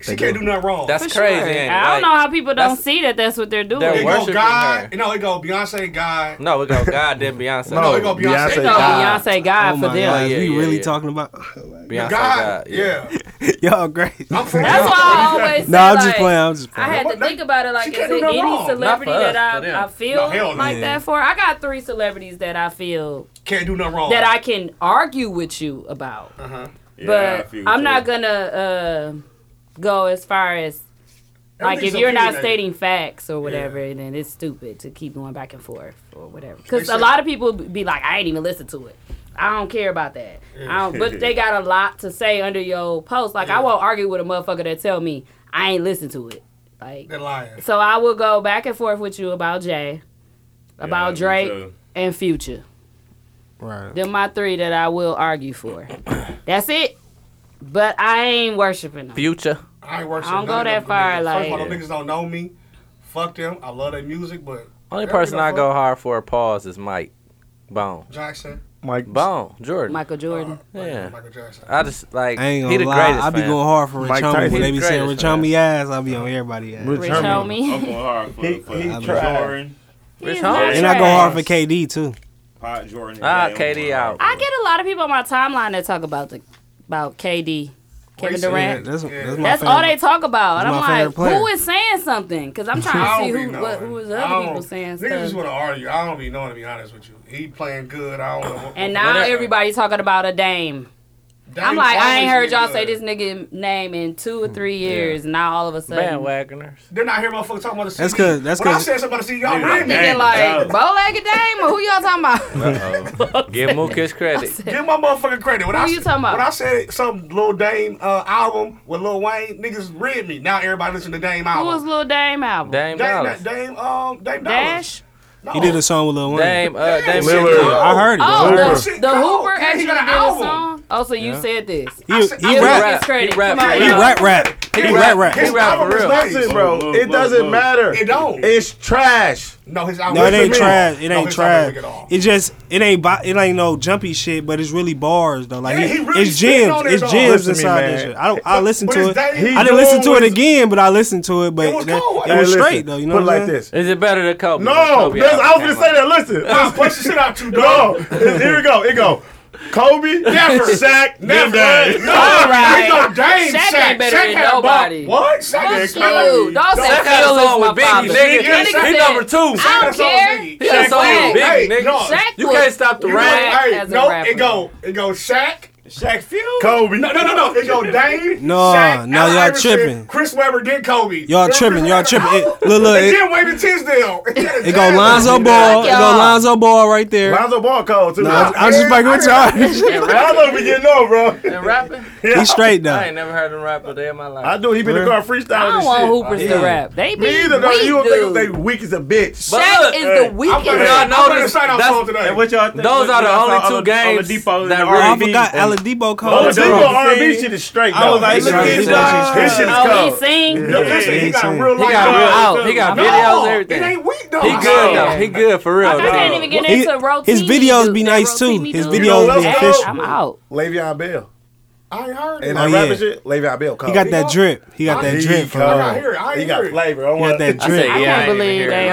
She can't do nothing wrong. That's For crazy. sure. ain't it? I don't Like, know how people don't that's- see that that's what they're it They're working doing. go worshiping Oh, God. her. No, it go Beyonce God. No, we go God then Beyonce. No, it go Beyonce. They It know God. Beyonce Oh God my for god, them. Yeah, we yeah, really yeah. talking about [LAUGHS] Beyonce God. God. Yeah. y'all great. [LAUGHS] I'm for That's real. why I always say, No, I'm just like, playing. I'm just I playing. had to What? think about it like, She is can't it do no any wrong. celebrity Not for us, for that them. I, I feel No, hell no. like Yeah. that for? I got three celebrities that I feel Can't do nothing wrong. Uh-huh. that I can argue with you about. Yeah, I but feel you I'm too. not gonna uh, go as far as like if Everything's you're not opinionated. stating facts or whatever, then it's stupid to keep going back and forth or whatever. Because They a say- lot of people be like, I ain't even listen to it. I don't care about that. I don't, but they got a lot to say under your post. Like I won't argue with a motherfucker that tell me I ain't listen to it. Like They're lying. so, I will go back and forth with you about Jay, Yeah, about me Drake, too. and Future. Right. Them my three that I will argue for. That's it. But I ain't worshiping them. Future. I ain't worship I don't none go of that them far, niggas. First of all, like- them niggas don't know me. Fuck them. I love their music, but Only Everybody person I fuck- go hard for a pause is Mike. Bone. Jackson. Mike, Bone. Jordan. Michael Uh, Jordan. Yeah. Michael Jackson. I just like I ain't he gonna the lie. greatest. I be fan. going hard for Rich Mike Homie Tyson. when they be He the saying Rich greatest, man. Homie ass. I be on everybody's ass. Rich Rich Herman. I'm homie. going hard for, He- for, he for tried. Jordan, He is Rich homie. not And I go trash. hard for KD too. Pop Jordan. and Ah, Dame KD Jordan. out. I get a lot of people on my timeline that talk about the about KD, Kevin Reese, Yeah, Durant. that's, that's my That's favorite. all they talk about. He's I'm my favorite like, player. who is saying something? Because I'm I trying to don't see be who knowing. what, who is I other don't- people saying Niggas just stuff. want to argue. I don't be knowing to be honest with you. He playing good. I don't know. And now Whatever. everybody's talking about a dame. They I'm like, I ain't heard always y'all been say good. this nigga name in two or three years. Now all of a sudden, Bandwagoners. They're not here, motherfucker, talking about the CD. That's 'cause- that's when I 'cause- said something about the CD, y'all Niggas ran like, me. Nigga, Dang, like dog. bow legged dame or who y'all talking [LAUGHS] about? Give Mook his credit. Give my motherfucking credit. When Who I you s- talking about? When I said some Lil Dame uh, album with Lil Wayne, niggas read me. Now everybody listen to Dame Who was album. Lil Dame album? Dame Dallas. Dame, Dame, um, Dame Dash. Dollars. No. He did a song with Lil Wayne. Dame. Uh, Dame. Lillard. Shit. I heard it. Oh, I heard the, it. Shit, the go. Hooper Yeah, he actually did got an a album. song. Oh, so you said this. He, I he said- rap. rap. credit. He rap. Come on, He He y'all. rap rap. He He rap rap. rap. His He rap album for is real. nice. Listen, bro. Look, look, it look, doesn't look. matter. It don't. It's trash. no, his album No, it is ain't amazing. No, trash. It ain't his album is trash. wicked at all. It just it ain't bo- it ain't no jumpy shit, but it's really bars though. Like Yeah, he- he really it's spitting jams, on it it's though. jams Listen to me, inside man. that shit. I don't I listen but to it's it. that- I didn't he listen doing to it what- again, but I listened to it. But It was cool. it was Hey, listen, straight though. You know Put it what I'm like saying? this. Is it better than Kobe? No, Kobe that's, I was album gonna came say that. Listen, [LAUGHS] Nah, punch the shit out you, dog. no. Here we go. It go. Kobe, Never. [LAUGHS] Shaq, Never. never. Dame. No, right. ain't no Dame. Shaq Shaq ain't better Shaq than had a ball. nobody. What? Shaq Fuck ain't you. Kobe. Don't Don't- say That had a Phil is song my with Biggie, father. nigga. That nigga He said- number two. I don't Shaq care. is He had a song Shaq- with Biggie, Hey, no. nigga. Shaq You was can't stop the You whack rap. know, hey, as a no, rapper. it go, it go Shaq, Shaq Few. Kobe. No, no, no, no. It [LAUGHS] go Dame. No, Shaq, no, Allen y'all Iverson, tripping. Chris Webber dent Kobe. Y'all Then tripping. Chris Y'all Webber- tripping. It, look, look. And It, then Wayman Tisdale. [LAUGHS] it go Lonzo Ball. It go Lonzo Ball right there. Lonzo Ball called too. No, I'm, I'm just fucking with y'all. They rap- Lonzo be getting on, bro. they [LAUGHS] rapping? He straight I though. ain't never heard them rap a day in my life. I do. He been in the car I freestyling don't and want shit. hoopers to Yeah. rap. They be Me either. Though. weak, You don't dude. think they weak as a bitch? But Shaq look, is hey, the weakest. I'm Y'all gonna know this- sign off that's- song today. And what y'all think? Those are the Y'all saw only two Ola- games Oladipo in that the really- I R&B. forgot Aladipo Oh, called. this Oladipo. bro. R&B shit is straight. I was though. like, This look at shit this is- dog. This shit is Oh, he cold. sing. Yo, listen, he got real He life. got real out. He got No, videos and It everything. ain't weak though. He good though. He good for real. I can't dog. even get He- into rotate. his videos dude. be That nice, too. Rotini His dude. videos be Hey, official. I'm out. Le'Veon Bell. I ain't heard And it. Oh, that yeah. rapping shit, Le'Veon Bell called. He got that drip. He got that He drip for cold. real. I hear it. I He hear got it. flavor. I He got want that I said, drip. yeah, I I can't ain't even believe hear they it.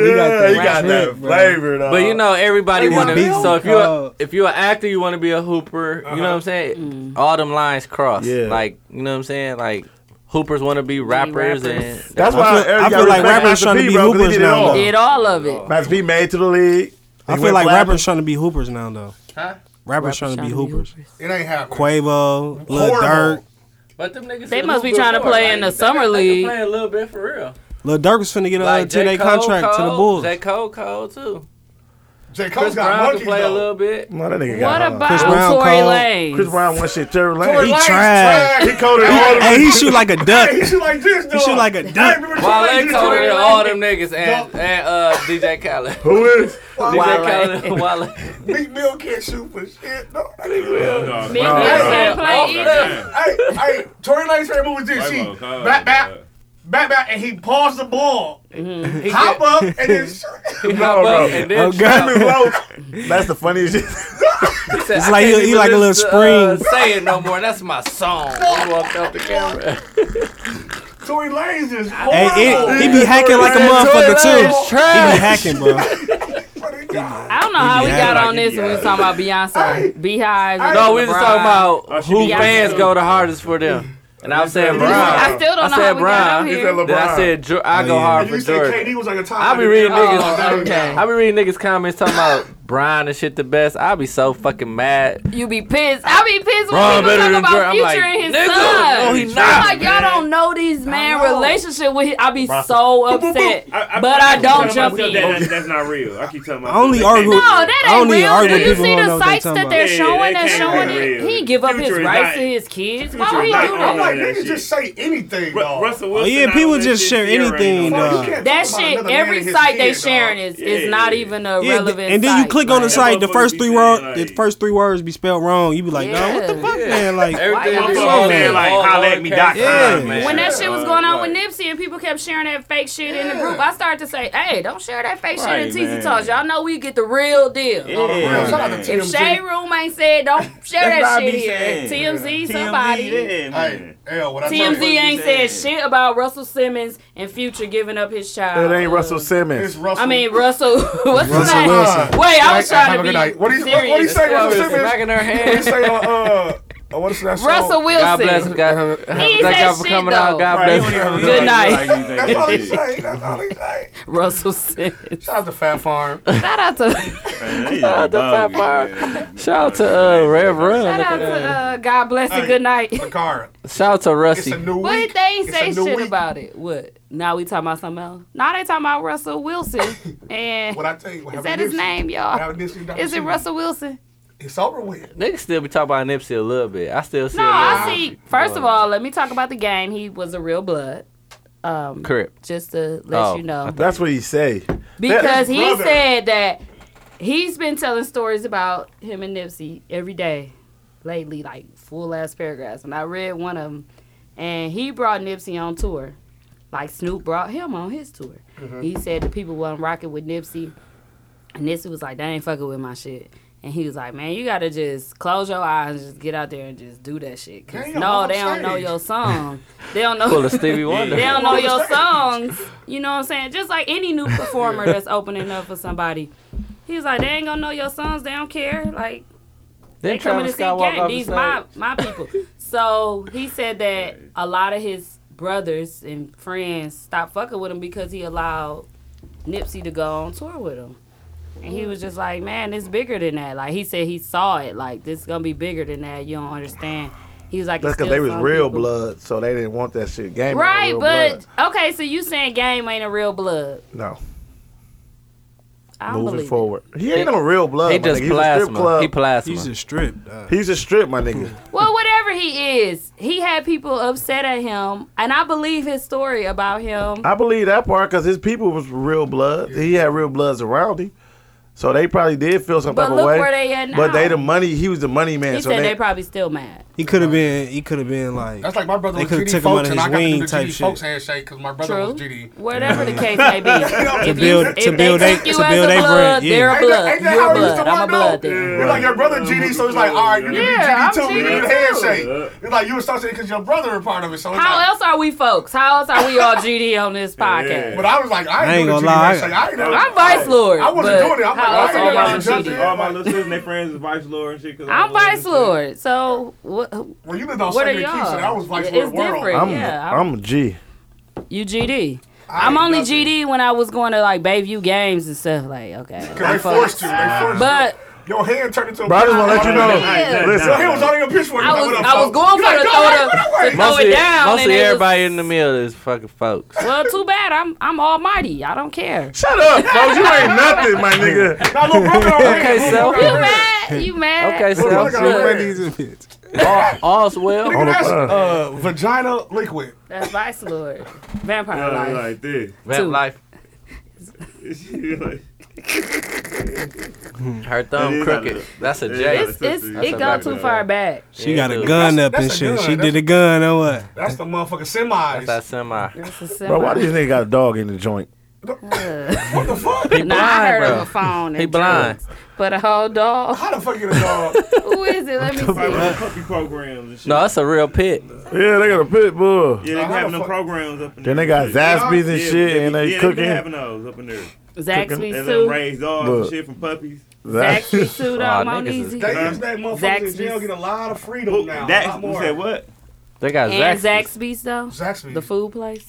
Yeah, he got that, drip, bro. flavor, though. But you know, everybody They want to want be. to So if be you're called. if you're an actor, you want to be a hooper. You know what I'm saying? Mm-hmm. All them lines cross. Yeah. Like you know what I'm saying? Like hoopers want to be rappers, rappers. and that's I why feel- Eric I got feel like respect for rappers Master tryna P, be bro, 'cause he hoopers did it now, all. though. Did all of it. Master P made it to the league. I He feel went like platinum. rappers trying to be hoopers now though. Huh? Rappers trying to be hoopers. It ain't happening. Quavo, Lil Horrible. Durk. But them niggas They still must be hoop trying to before, play like, in the they- summer they can league. Plil a little bit for real. Lil Durk was finna get a Like 10 J. day Cole, Uh, contract to the Cole, Bulls. J. Cole, Cole too. J. Cole's Chris got Brown can monkeys play a though. little bit. No, that nigga What got hung. about Chris Brown Tory called- Lanez? Chris Brown one shit, Terry Tory Lane. He Lanez tried. trash. He coded all the Hey, he shoot like [LAUGHS] a duck. He shoot like this though. shoot like a duck. While they told Wale. it all them niggas and, and uh, DJ Khaled. Who is? DJ Khaled, [LAUGHS] Wale. Big Bill can't shoot for shit. No, that nigga- Hell no, Big bro. Bill can't bro. play Oh, either. Damn. hey, hey, Tory Lane's favorite movie did she Quavo, Cole, back back bro. back back and he paused the ball, Mm-hmm. He hop get- up and then shoot. he hop bro. up and then Oh, God. shout. [LAUGHS] That's the funniest shit. He said, It's "I like can't he- he even like a little listen to, Uh, spring. say it no more. That's my song. He walked off the camera. Tory Lanez is Hey, horrible. it, he be hacking like a motherfucker too. He be hacking, bro. I don't know how we Yeah, got like on this when we was talking about Beyonce, Beehive. [LAUGHS] and No, we just LeBron. talking about who Yeah. fans go the hardest for them. And I was saying I Brown. still don't I know said how we got Brown. on He here. Then I said Dr- I Oh, go yeah. hard You for said Jordan. KD was like a top. I be reading Oh, niggas. okay. I be reading niggas comments talking about Brian and shit the best. I be so fucking mad. You be pissed. I be pissed when Bro, better people talk than Dre. about I'm Future like, and his nigga, son. no, he I'm not, like, y'all don't know these man know. relationship with. His, I be so upset, I- I- but I, keep don't telling jump myself in. that- that- That's not real. I keep telling I myself. only that argue. can't be No, real. that I ain't only real. argue Do with you people see who don't know the what they sites talking that they're about. Yeah, showing that that showing can't be it? real. He give up his Future is rights to not- his kids. Why Future would he is do not I'm on that? like, that niggas shit. just say anything, Ru- dog. Russell Wilson. yeah, I don't people let just this share shit around anything, no dog. more. Nah. you can't That talk about shit, another man every and his site they kid, dog. sharing is Yeah. is not even a Yeah, relevant. and then you site, click on the like- site. The motherfucker first be three saying, words, like- the first three words be spelled wrong. You be like, no, what the Yeah. fuck, man? Like, Everything y'all be so all mad, over like, all holla at over me, Case dot Shit, com, man. When that Yeah. shit was going on with Right. Nipsey and people kept sharing that fake shit in the group, I started to say, hey, don't share that fake Right, shit in man. TZ Talks. Y'all know we get the real deal. Yeah, Shout out to man. TMZ. If Shade Room ain't said, don't share That's that what I shit be here. saying. TMZ, TMZ, somebody. yeah, man. Hey, hell, what I tell TMZ you, ain't saying. said shit about Russell Simmons and Future giving up his child. It ain't Russell Uh, it's Simmons. Russell. I mean, Russell. [LAUGHS] what's his Russell name? Wilson. Wait, I Right, was trying have to a be good night. What do you- serious. what do you say, That Russell was Simmons? back in her What you hand. say on, uh, uh, what is that song? Russell Wilson. God bless. God, God, He thank said y'all for shit, coming though. out. God Right, bless. you don't even Good realize you night. like you think That's all he shit. say. That's all he say. Russell Simmons. Shout out to Fat Farm. Shout out to. Man, they Shout out to bug me, Fire. man. Shout out to uh, Rev Run. Shout Look out at to that. uh, God bless and Hey. good night. Sakara. Shout out to It's a Rusty. new [LAUGHS] What week. they ain't It's say a new shit week. about it? What? Now we talking about something else. Now they talking about [LAUGHS] Russell Wilson and What I tell you. what is that happened his this- name, what y'all? happened this week, Dr. Is it Seuss? Russell Wilson? It's over with. Niggas still be talking about Nipsey a little bit. I still see. No, a I little see. First of all, let me talk about the game. He was a real blood. Um, Crip. just to let Oh, you know, That's what he say. because he brother. said that he's been telling stories about him and Nipsey every day lately, like full ass paragraphs. And I read one of them, and he brought Nipsey on tour, like Snoop brought him on his tour. He said the people wasn't rocking with Nipsey, and Nipsey was like, "They ain't fucking with my shit." And he was like, "Man, you gotta just close your eyes and just get out there and just do that shit. 'Cause Damn, no, I'm they don't know saying. your song. they don't know [LAUGHS] Full of [LAUGHS] Stevie Wonder. they don't know What was your that? songs. You know what I'm saying? Just like any new [LAUGHS] performer that's opening up for somebody. He was like, they ain't gonna know your songs. They don't care. Like Then they coming to Travis see Scott walk game. off These the my stage. my [LAUGHS] people. so he said that a lot of his brothers and friends stopped fucking with him because he allowed Nipsey to go on tour with him. And he was just like, man, it's bigger than that. Like he said, he saw it. Like this is gonna be bigger than that. You don't understand. He was like, That's "It's because still they was some real people." blood, so they didn't want that shit. Game ain't Right, real but blood. okay, so you saying game ain't a real blood? no. I don't Moving believe forward, he ain't no real blood. He my just nigga. He's a strip plasma. club. He plasma. He's a strip. dog. He's a strip, my [LAUGHS] nigga. it. Well, whatever he is, he had people upset at him, and I believe his story about him. I believe that part because his people was real blood. He had real bloods around him, so they probably did feel some But type of look way. where they at But now. they the money. He was the money man. He so said they, they probably still mad. He could have been. He could have been like. That's like my brother They was could've GD took him under Folks, and his I got to wing do the type GD shit. Folks handshake because my brother True. was GD. Whatever [LAUGHS] the [LAUGHS] case may be. if build- you, to if build they they- took you to as build a they blood, brand, they're a yeah. blood. You're a he used blood. to I'm a work, blood though? then. It's like your brother GD, so it's like, all right, you can Yeah, be GD I'm too. You need GD a too. handshake. It's like you associated because your brother a part of it. So it's How like, else are we folks? How else are we all GD on this podcast? But I was like, I ain't, I ain't doing gonna the GD lie, I- handshake. I ain't never. Oh, I'm Vice Lord. I wasn't but doing it. I'm like, how else I are ain't y'all gonna jump GD? in. All my little sisters and their friends is Vice Lord and shit. 'cause I'm all of them Vice shit. Lord. So what? Well, you lived on What are Sunday y'all? Key, so that was Vice it's Lord World. different. I'm, yeah, I'm a G. you GD. I I'm ain't only nothing. GD when I was going to like Bayview games and stuff. Like okay, Because they forced you. They forced but you. Your hand turned into a Bro, I just want to let you know. Yeah. Listen, Your hand was on your pitch for you. I Like, was what up, I was folks? going You for like, the go throw away, to go away. to throw it down. Most of and it was- everybody in the middle is fucking folks. Well, too bad. I'm I'm almighty. I don't care. Shut [LAUGHS] up, folks. You ain't nothing, my nigga. Now, little brother over here. Okay, so You mad? You mad? okay, so Look, look, all, look. Ladies and bitch. all's well. On the- That's, uh, uh, vagina liquid. That's Vice Lord. Vampire Yeah, life. Like this. Vamp Two. life. She like- Her It thumb is crooked. like That's a It J. is. It's, it's, That's it a go Vampire too Life. far back. She Yeah, got dude. a gun That's- up and that's a shit. gun. She That's- did a gun or what? That's the motherfucking semis. That's that semi. That's a semi. bro, why [LAUGHS] these niggas got a dog in the joint? what the fuck? Nah, I heard blind, of a bro. phone. He and blind. drugs. But a whole dog. How the fuck you a [LAUGHS] dog? [LAUGHS] Who is it? Let me Like see. with the puppy programs and shit. No, that's a real pit. Yeah, they got a pit bull. Yeah, they Nah, be how having the them fuck- programs up in Then there. they got Zaxby's and Yeah, shit, they be- and they yeah, They be having cooking. those up in there. Zaxby's And them too. raised dogs Look. and shit from puppies. Zaxby's [LAUGHS] too, though. Aw, I'm on niggas is easy. They use that motherfucker in Zaxby's. jail, get a lot of freedom Who- now. a Zax- lot you more. said what? They got And Zaxby's. Zaxby's, though. Zaxby's. The food place.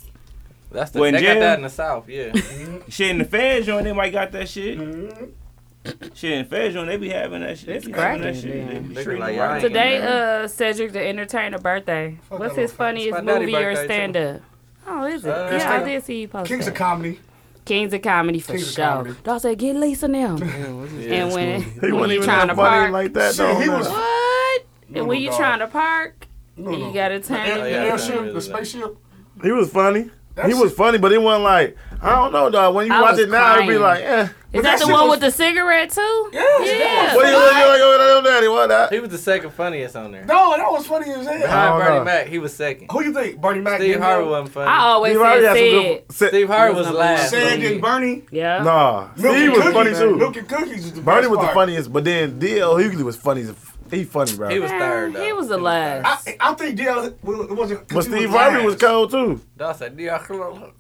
That's the, Well, in they got jail? that in the south. Yeah. Mm-hmm. Shit in the feds joint, they might got that shit. Mm-hmm. Shit in the feds joint, they be having that shit. They be having that cracking, shit. They man. be They treating like, like, y'all ain't right. Today, uh, Cedric the Entertainer birthday. Fuck What's that his motherfucker. funniest It's my daddy movie or birthday, too. stand up? Oh, is it? Uh, yeah, I stand-up. did see you post Kings that. of comedy. Kings of Comedy for Kings of sure. Comedy. Dawg said, get Lisa now. and when, He wasn't when you even trying that to funny park. like that, Shit, though. he was- what? No, and when no, you dawg. trying to park, No, and you no. got to turn. Air- yeah, airship, yeah. the spaceship. He was funny. That he was shit- funny, but it wasn't like I don't know, dog. When you I watch was it now, it'd be crying. like, eh. Is that that the shit one was- with the cigarette, too? Yeah. Yeah. What you looking like over there, daddy? What that? He was the second funniest on there. No, that was funny as hell. Behind don't know. Bernie Mac, he was second. Who you think? Bernie Mac. Steve didn't Harvey know? wasn't funny. I always Steve said Harvey had some Sid. good. Se- Steve Harvey was He was last. number Sand and Bernie. Yeah. Nah, Milk Steve and was cookies, funny too. Milk and cookies is the Bernie best was the part. funniest, but then D.L. Hughley was funny. as a f- He funny, bro. He was third. He though. was the last. I, I think DL well, it wasn't. but Steve Harvey was cold too. Dawg said, "Yeah, come [LAUGHS] on."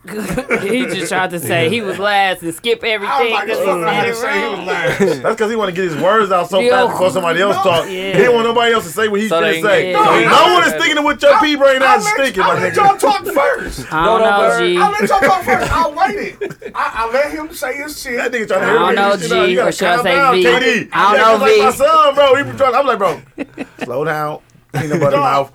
he just tried to say he was last and skip I was everything. like, this 'cause fucker he had to said it say he was wrong. lying. That's because he want to get his words out so Yo. fast before somebody else No. talk. Yeah. He didn't want nobody else to say what he So finna they ain't say. get- No, Yeah. one is thinking of what your pee brain I out let, thinking. I My let y'all nigga. talk first. I don't know, G. I let [LAUGHS] y'all talk first. I waited. I, I let him say his shit. That nigga trying to I don't know, hit me. You G, you gotta or should I calm say down, V? KD. I That don't was know, like V. My son, bro, he was trying. I'm like, [LAUGHS] bro, slow down. Peanut butter mouth.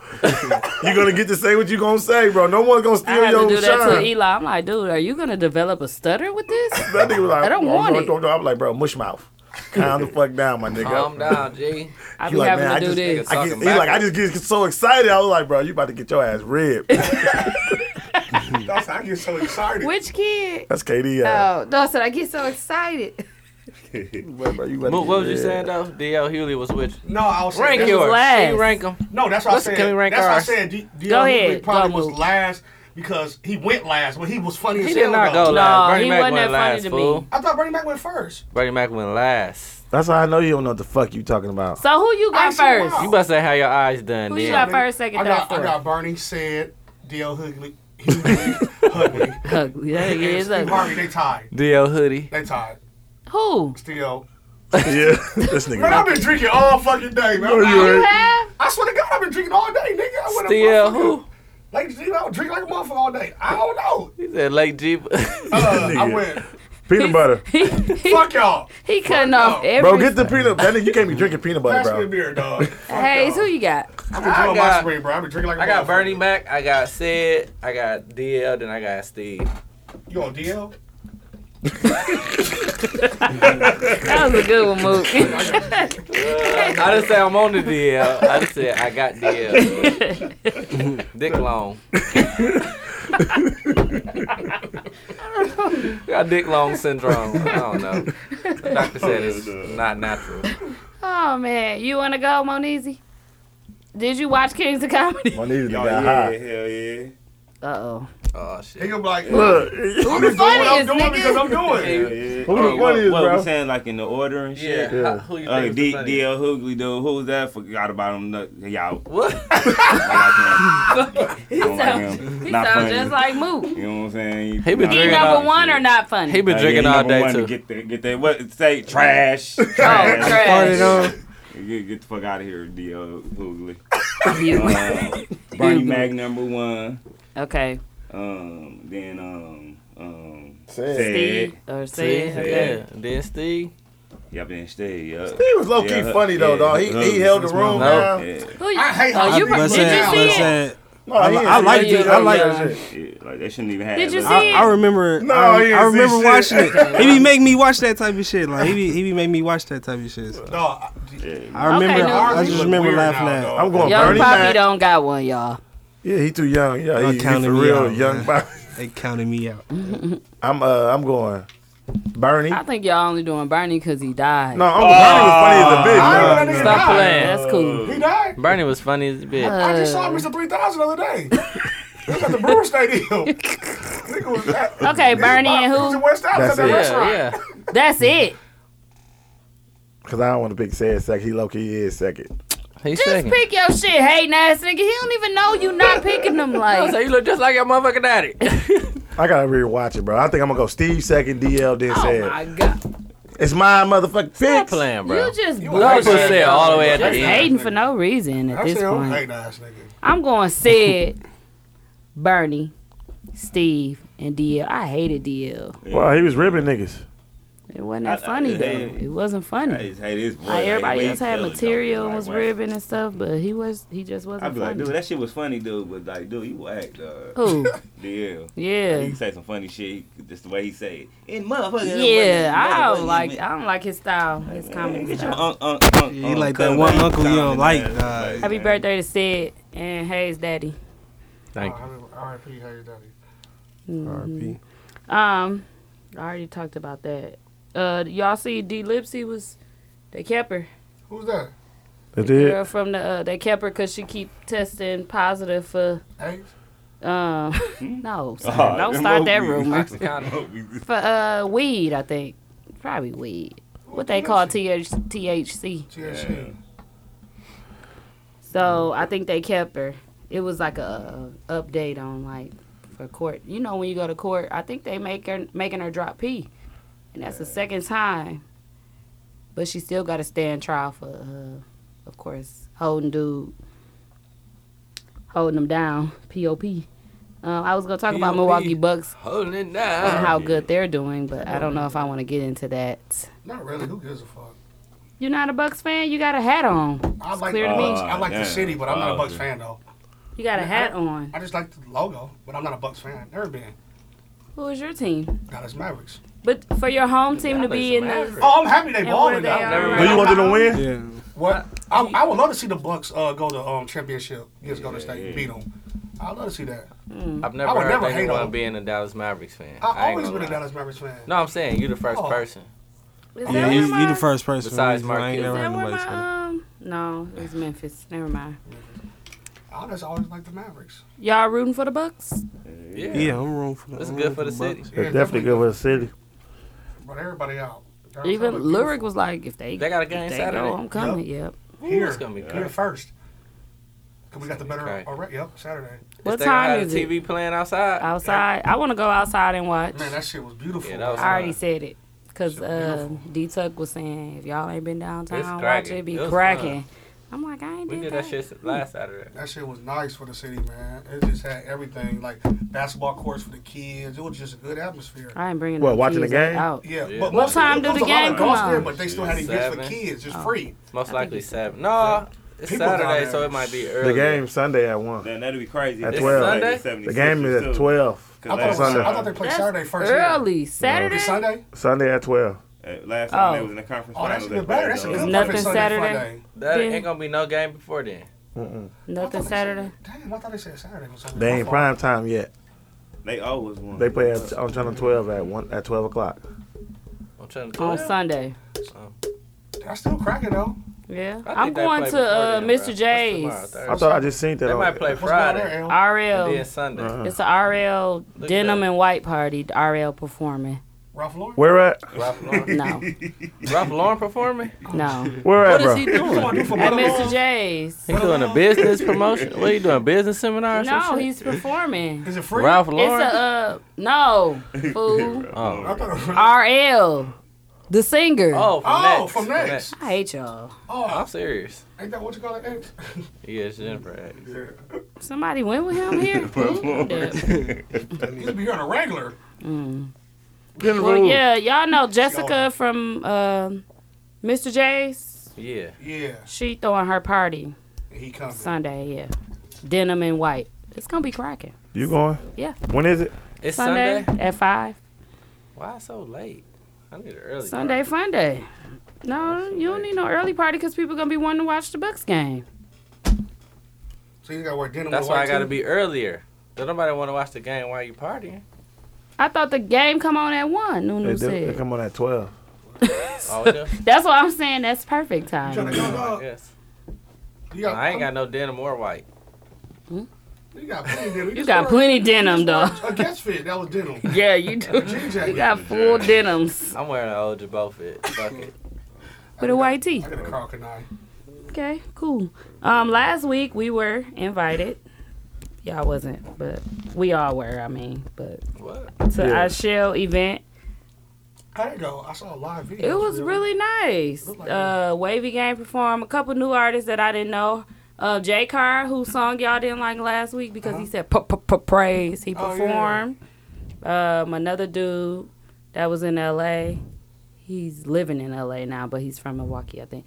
[LAUGHS] you gonna get to say what you gonna say, bro. No one's gonna I steal had to your do that to shine. Eli. I'm like, dude, are you gonna develop a stutter with this? [LAUGHS] That nigga was like, I don't "Oh, want no, it." no, no." I'm like, bro, mush mouth. Calm the fuck down, my nigga. Calm down, G. I He be like, having "Man, I to do just- this. I Talking get, he like, I just get so excited. I was like, bro, you about to get your ass ripped. [LAUGHS] [LAUGHS] That's- I get so excited. Which kid? That's KD. ass. Oh, Dawson, I get so excited. [LAUGHS] Bro, bro, you about Mo- to get What was you ripped. saying though? D.L. Hewley was with you. no, I was saying Rank that's- yours. last. She rank him. No, that's what Listen, I said. can we rank that's ours? what I said. D- D- Go D- ahead, Lee probably go was Mook. last because he went last, but he was funny as He hell. did not though. go No, last. Bernie he Mac wasn't went that funny last. to me. Fool. I thought Bernie Mac went first. Bernie Mac went last. That's how I know you don't know what the fuck [LAUGHS] you talking about. So who you I got see first? why. You must say how your eyes done. Who you Then. [LAUGHS] got first, second, I got, I third, got fourth? Bernie said, D.L. Hughley, Hughley, Hughley, Hug- yeah, and yeah, it's Steve ugly. Harvey. They tied. D.L. Hoodie. They tied. Who? Still. yeah, [LAUGHS] this Man, I've nigga. been drinking all fucking day, man. Oh, you I, ain't. You have? I swear to God, I've been drinking all day, nigga. I went D.L. Who? [LAUGHS] [LAUGHS] Like, you know, drink like a motherfucker all day. I don't know. He said late G. Uh, I went Peanut [LAUGHS] butter. Fuck y'all. He cutting off every. Bro, get the peanut. That nigga, you [LAUGHS] can't be drinking peanut butter, Pass me a bro. beer, dog. Fuck Hayes, y'all. who you got? I've been doing my got- spring, bro. I've been drinking like a I got motherfucker. Bernie Mac, I got Sid, I got DL, then I got Steve. You on DL? That was a good one, Mook. I didn't say I'm on the DL. I just said I got DL. [LAUGHS] Dick Long. got Dick Long syndrome. I don't know. [LAUGHS] The doctor said it's not natural. oh man, you wanna go, Monizy? Did you watch Kings of Comedy? One of these Oh, got yeah, high. hell yeah. Uh oh. Oh He shit. gonna be like, Look, I'm just doing what I'm funniest, doing nigga. because I'm doing Hell it. yeah. Who the Oh, funniest, what, what bro? we saying, like in the order and Yeah. shit? How- Who you think Uh, was D- the funny? DL Hoogley, dude. Who was that? Forgot about him. Look, Y'all. What? [LAUGHS] I got him. Don't like him. He Not sounds funny. just like Mook. you know what I'm saying? He been Not He drinking funny number and one shit. or not funny? He been Uh, drinking yeah, he all number day one to too. Get the, get that. What say? [LAUGHS] Trash. oh, trash. Party trash. on. Get, get the fuck out of here, DL Hoogley. [LAUGHS] You. Uh, Bernie Mac number one. Okay. Um, then um um Said. Steve or Sid. Yeah. Okay. yeah. Then Steve. Yep, and Steve. Yeah. He was low key Yeah, funny though, yeah, dog. He, he Hoogley. held the No. room down. Yeah, Who you? I hate how oh, you I pro- But did mess said, up. but you see it? said, No, I, I like it. I like it. yeah, like they shouldn't even have. Did it, you but- see I, [LAUGHS] I remember. No, I, he didn't I see remember shit. watching [LAUGHS] it. He be make me watch that type of shit. Like he be, he be make me watch that type of shit. So. No, I- Yeah. I remember. no. I just Look remember weird laughing now, at. dog. I'm going Young Bernie Poppy Mac. don't got one, y'all. Yeah, he too young. [LAUGHS] Yeah, Y'all he, he counting for me real out, young. man. Bobby. They counted me out. [LAUGHS] I'm uh, I'm going [LAUGHS] Bernie. I think y'all only doing Bernie because he died. No, Uncle Bernie was funny as a I bitch. dog. ain't gonna Stop Nah, playing. That's cool. He died. Bernie was funny as a Uh, bitch. I just saw Mr. 3000 the other day. He was at the Brewer Stadium. [LAUGHS] Nigga [LAUGHS] was at, [LAUGHS] [LAUGHS] Okay, Bernie and He was in who? West Dallas That's at that it. restaurant. Yeah, yeah. That's it. Cause I don't want to pick Sad second. He low key is second. He's Just second. pick your shit, hating ass nigga. He don't even know you not picking them. So [LAUGHS] Like, you look just like your motherfucking daddy. I gotta rewatch it, bro. I think I'm gonna go Steve second, DL then oh Sad. my god, It's my motherfucking Stop pick. playing, bro. you just you I put Sid all the way at the just end. hating for no reason at I this said, I'm point. hating ass nigga. I'm going Sid, Bernie, Steve, and DL. I hated DL. Wow, he was ribbing niggas. It wasn't I- that I- funny I- though. It wasn't funny. I just hate this boy. Like everybody Like, else had Wade material Kelly, and was like, ribbing and stuff, but he was he just wasn't I'd be like, funny. dude, that shit was funny, dude, but like, dude, you whack, dog. [LAUGHS] Who? DL. He Yeah. say some funny shit, just the way he say it. And motherfucker. Yeah, I motherfucker, don't like man. I don't like his style, his Man, comedy Get your style. un- un- un- He un- like cousin that one ass uncle you down don't in like, there. dog. [LAUGHS] Like, Happy man. birthday to Sid and Hayes daddy. Thank you. R.I.P. How you doing? RP. Um, I already talked about that. Uh, y'all see D Lipsy was they kept her. Who's that? It The did. girl from the uh, they kept her because she keep testing positive for Hey, um [LAUGHS] [LAUGHS] no son, Ah, Oh, don't them start that old [LAUGHS] rumor weeds. [LAUGHS] for uh weed I think probably weed what they call th THC. THC. So I think they kept her. It was like a, uh update on like for court. You know when you go to court, I think they make her making her drop P, and that's the second time. But she still got to stand trial for, uh, of course, holding dude, holding them down. Pop. Um, I was gonna talk about POP. Milwaukee Bucks Holding it and down. how good they're doing, but I don't know if I want to get into that. Not really. Who gives a fuck? You're not a Bucks fan. You got a hat on. I like, clear to me. I like Ah, Yeah. the city, but I'm not a Bucks Oh, fan though. You got a hat on. I just like the logo, but I'm not a Bucks fan. Never been. Who is your team? Dallas Mavericks. But for your home team to be in the Oh, I'm happy they where balling. they though. are right Do you want them to win? Yeah. What? I, I would love to see the Bucks uh, go to um, championship. Just go to state, and beat them. I'd love to see that. Mm. I've I never would heard never of hate on anyone him. being a Dallas Mavericks fan. I've ain't always gonna been a lie. Dallas Mavericks fan. No, I'm saying you the first Oh. person. Is Yeah, that you, where my, you the first person. Besides I ain't Marquise. never Is heard that where nobody say that. my um? No, it was Memphis. Never mind. I just always like the Mavericks. Y'all rooting for the Bucks? Yeah. Yeah, I'm wrong for the. It's I'm good wrong for the city. Bucks. It's definitely good for the city. But everybody out. Dallas Even Mavericks Lyric was like, if they They got a game if they Saturday. go, I'm coming. Yep. here. It's gonna be Here good. first. Cause we got the better Okay. already. Yep, Saturday. What they gonna time have is the it? TV playing outside? Outside. I want to go outside and watch. Man, that shit was beautiful. Yeah, that was- I already said it. Cause Shit was uh, D Tuck was saying if y'all ain't been downtown, watch cracking. it be It was cracking. I I'm like, I ain't We did, did that. that shit last Saturday. That shit was nice for the city, man. It just had everything, like basketball courts for the kids. It was just a good atmosphere. I ain't bringing What, no watching the kids like game? out. Yeah. Yeah. But What most- time there do was the a lot game of come cost on? Oh. There, but they still had it gifts for Seven. kids. It's free. Most I think likely it's- seven. No, it's People down Saturday, there. so it might be early. The game Sunday at one. Man, that'd be crazy. At This 12. Sunday? The game is at 76ers, too. twelve. 'Cause I thought, it last was, Sunday. I time- thought they played That's Saturday first. year. early Saturday. It's Sunday? Sunday at twelve. Uh, Last time they Oh. was in the conference Oh, that's finals. even they better. That's a played good those. fucking Nothing Sunday, Saturday? Friday. That Yeah. ain't gonna be no game before then. I thought Nothing they Saturday. Said, Damn, I thought they said Saturday was Sunday. They My ain't fault. prime time yet. They always won. They play at, on channel twelve at one at twelve o'clock. I'm trying to On tell you. Sunday. That's still cracking, though. Yeah. I I'm think they going play to before uh, then, Mr. bruh. That's J's. tomorrow, I thought I just seen Uh-huh. that. They on, might play What's down Friday there, L? and then RL. Sunday. It's a RL at denim that. and white party. RL performing. Ralph Lauren? Where at? [LAUGHS] Ralph Lauren, No, Ralph Lauren performing? no. Where at, What is bro? he doing? At Mr. J's. He doing a business promotion? What are you doing? Business seminar? Or some No, shit? he's performing. Is it free? Ralph It's Lauren. a uh, no [LAUGHS] fool. oh. I thought it was- RL, the singer. Oh, from Oh, next. from next. next. I hate y'all. I'm Oh, serious. ain't that what you call it? X? Yeah, it's Jennifer. Aniston. Somebody went with [LAUGHS] [LAUGHS] him here. Ooh. You'll be here on a regular. well, yeah, y'all know Jessica from um Mr. J's. Yeah. Yeah, She throwing her party he comes. Sunday. Yeah, denim and white. It's gonna be cracking. You going? Yeah. When is it? It's Sunday. Sunday, at five. Why so late? I need an early. Sunday fun day. No, you don't need no early party because people gonna be wanting to watch the Bucks game. So you gotta wear denim. That's with white why I gotta tee. be earlier. Don't nobody want to watch the game while you partying. I thought the game come on at one. They, Nunu do, they said. come on at [LAUGHS] twelve. Oh, yeah. That's why I'm saying that's perfect time. Tryna go, dog. yes. No, You got, I ain't got no denim or white. You got plenty of denim. Hmm? You just got wore plenty denim though. A guest fit. That was denim. [LAUGHS] Yeah, you do. Jean You jacket. [LAUGHS] got full denims I'm wearing an old Jabot fit. Fuck it. with a white tee. I got a Carl Canai. Okay, cool. Um, last week we were invited. Y'all wasn't, but we all were. I mean, but What? to Yeah. our shell event, I didn't go. I saw a live video. It was really nice. Uh, Wavy Gang performed a couple new artists that I didn't know. Uh, J Carr, whose song y'all didn't like last week because he said "P- p- p- praise. He Uh-huh. Oh, yeah. performed. Um, another dude that was in L.A. He's living in L.A. now, but he's from Milwaukee, I think.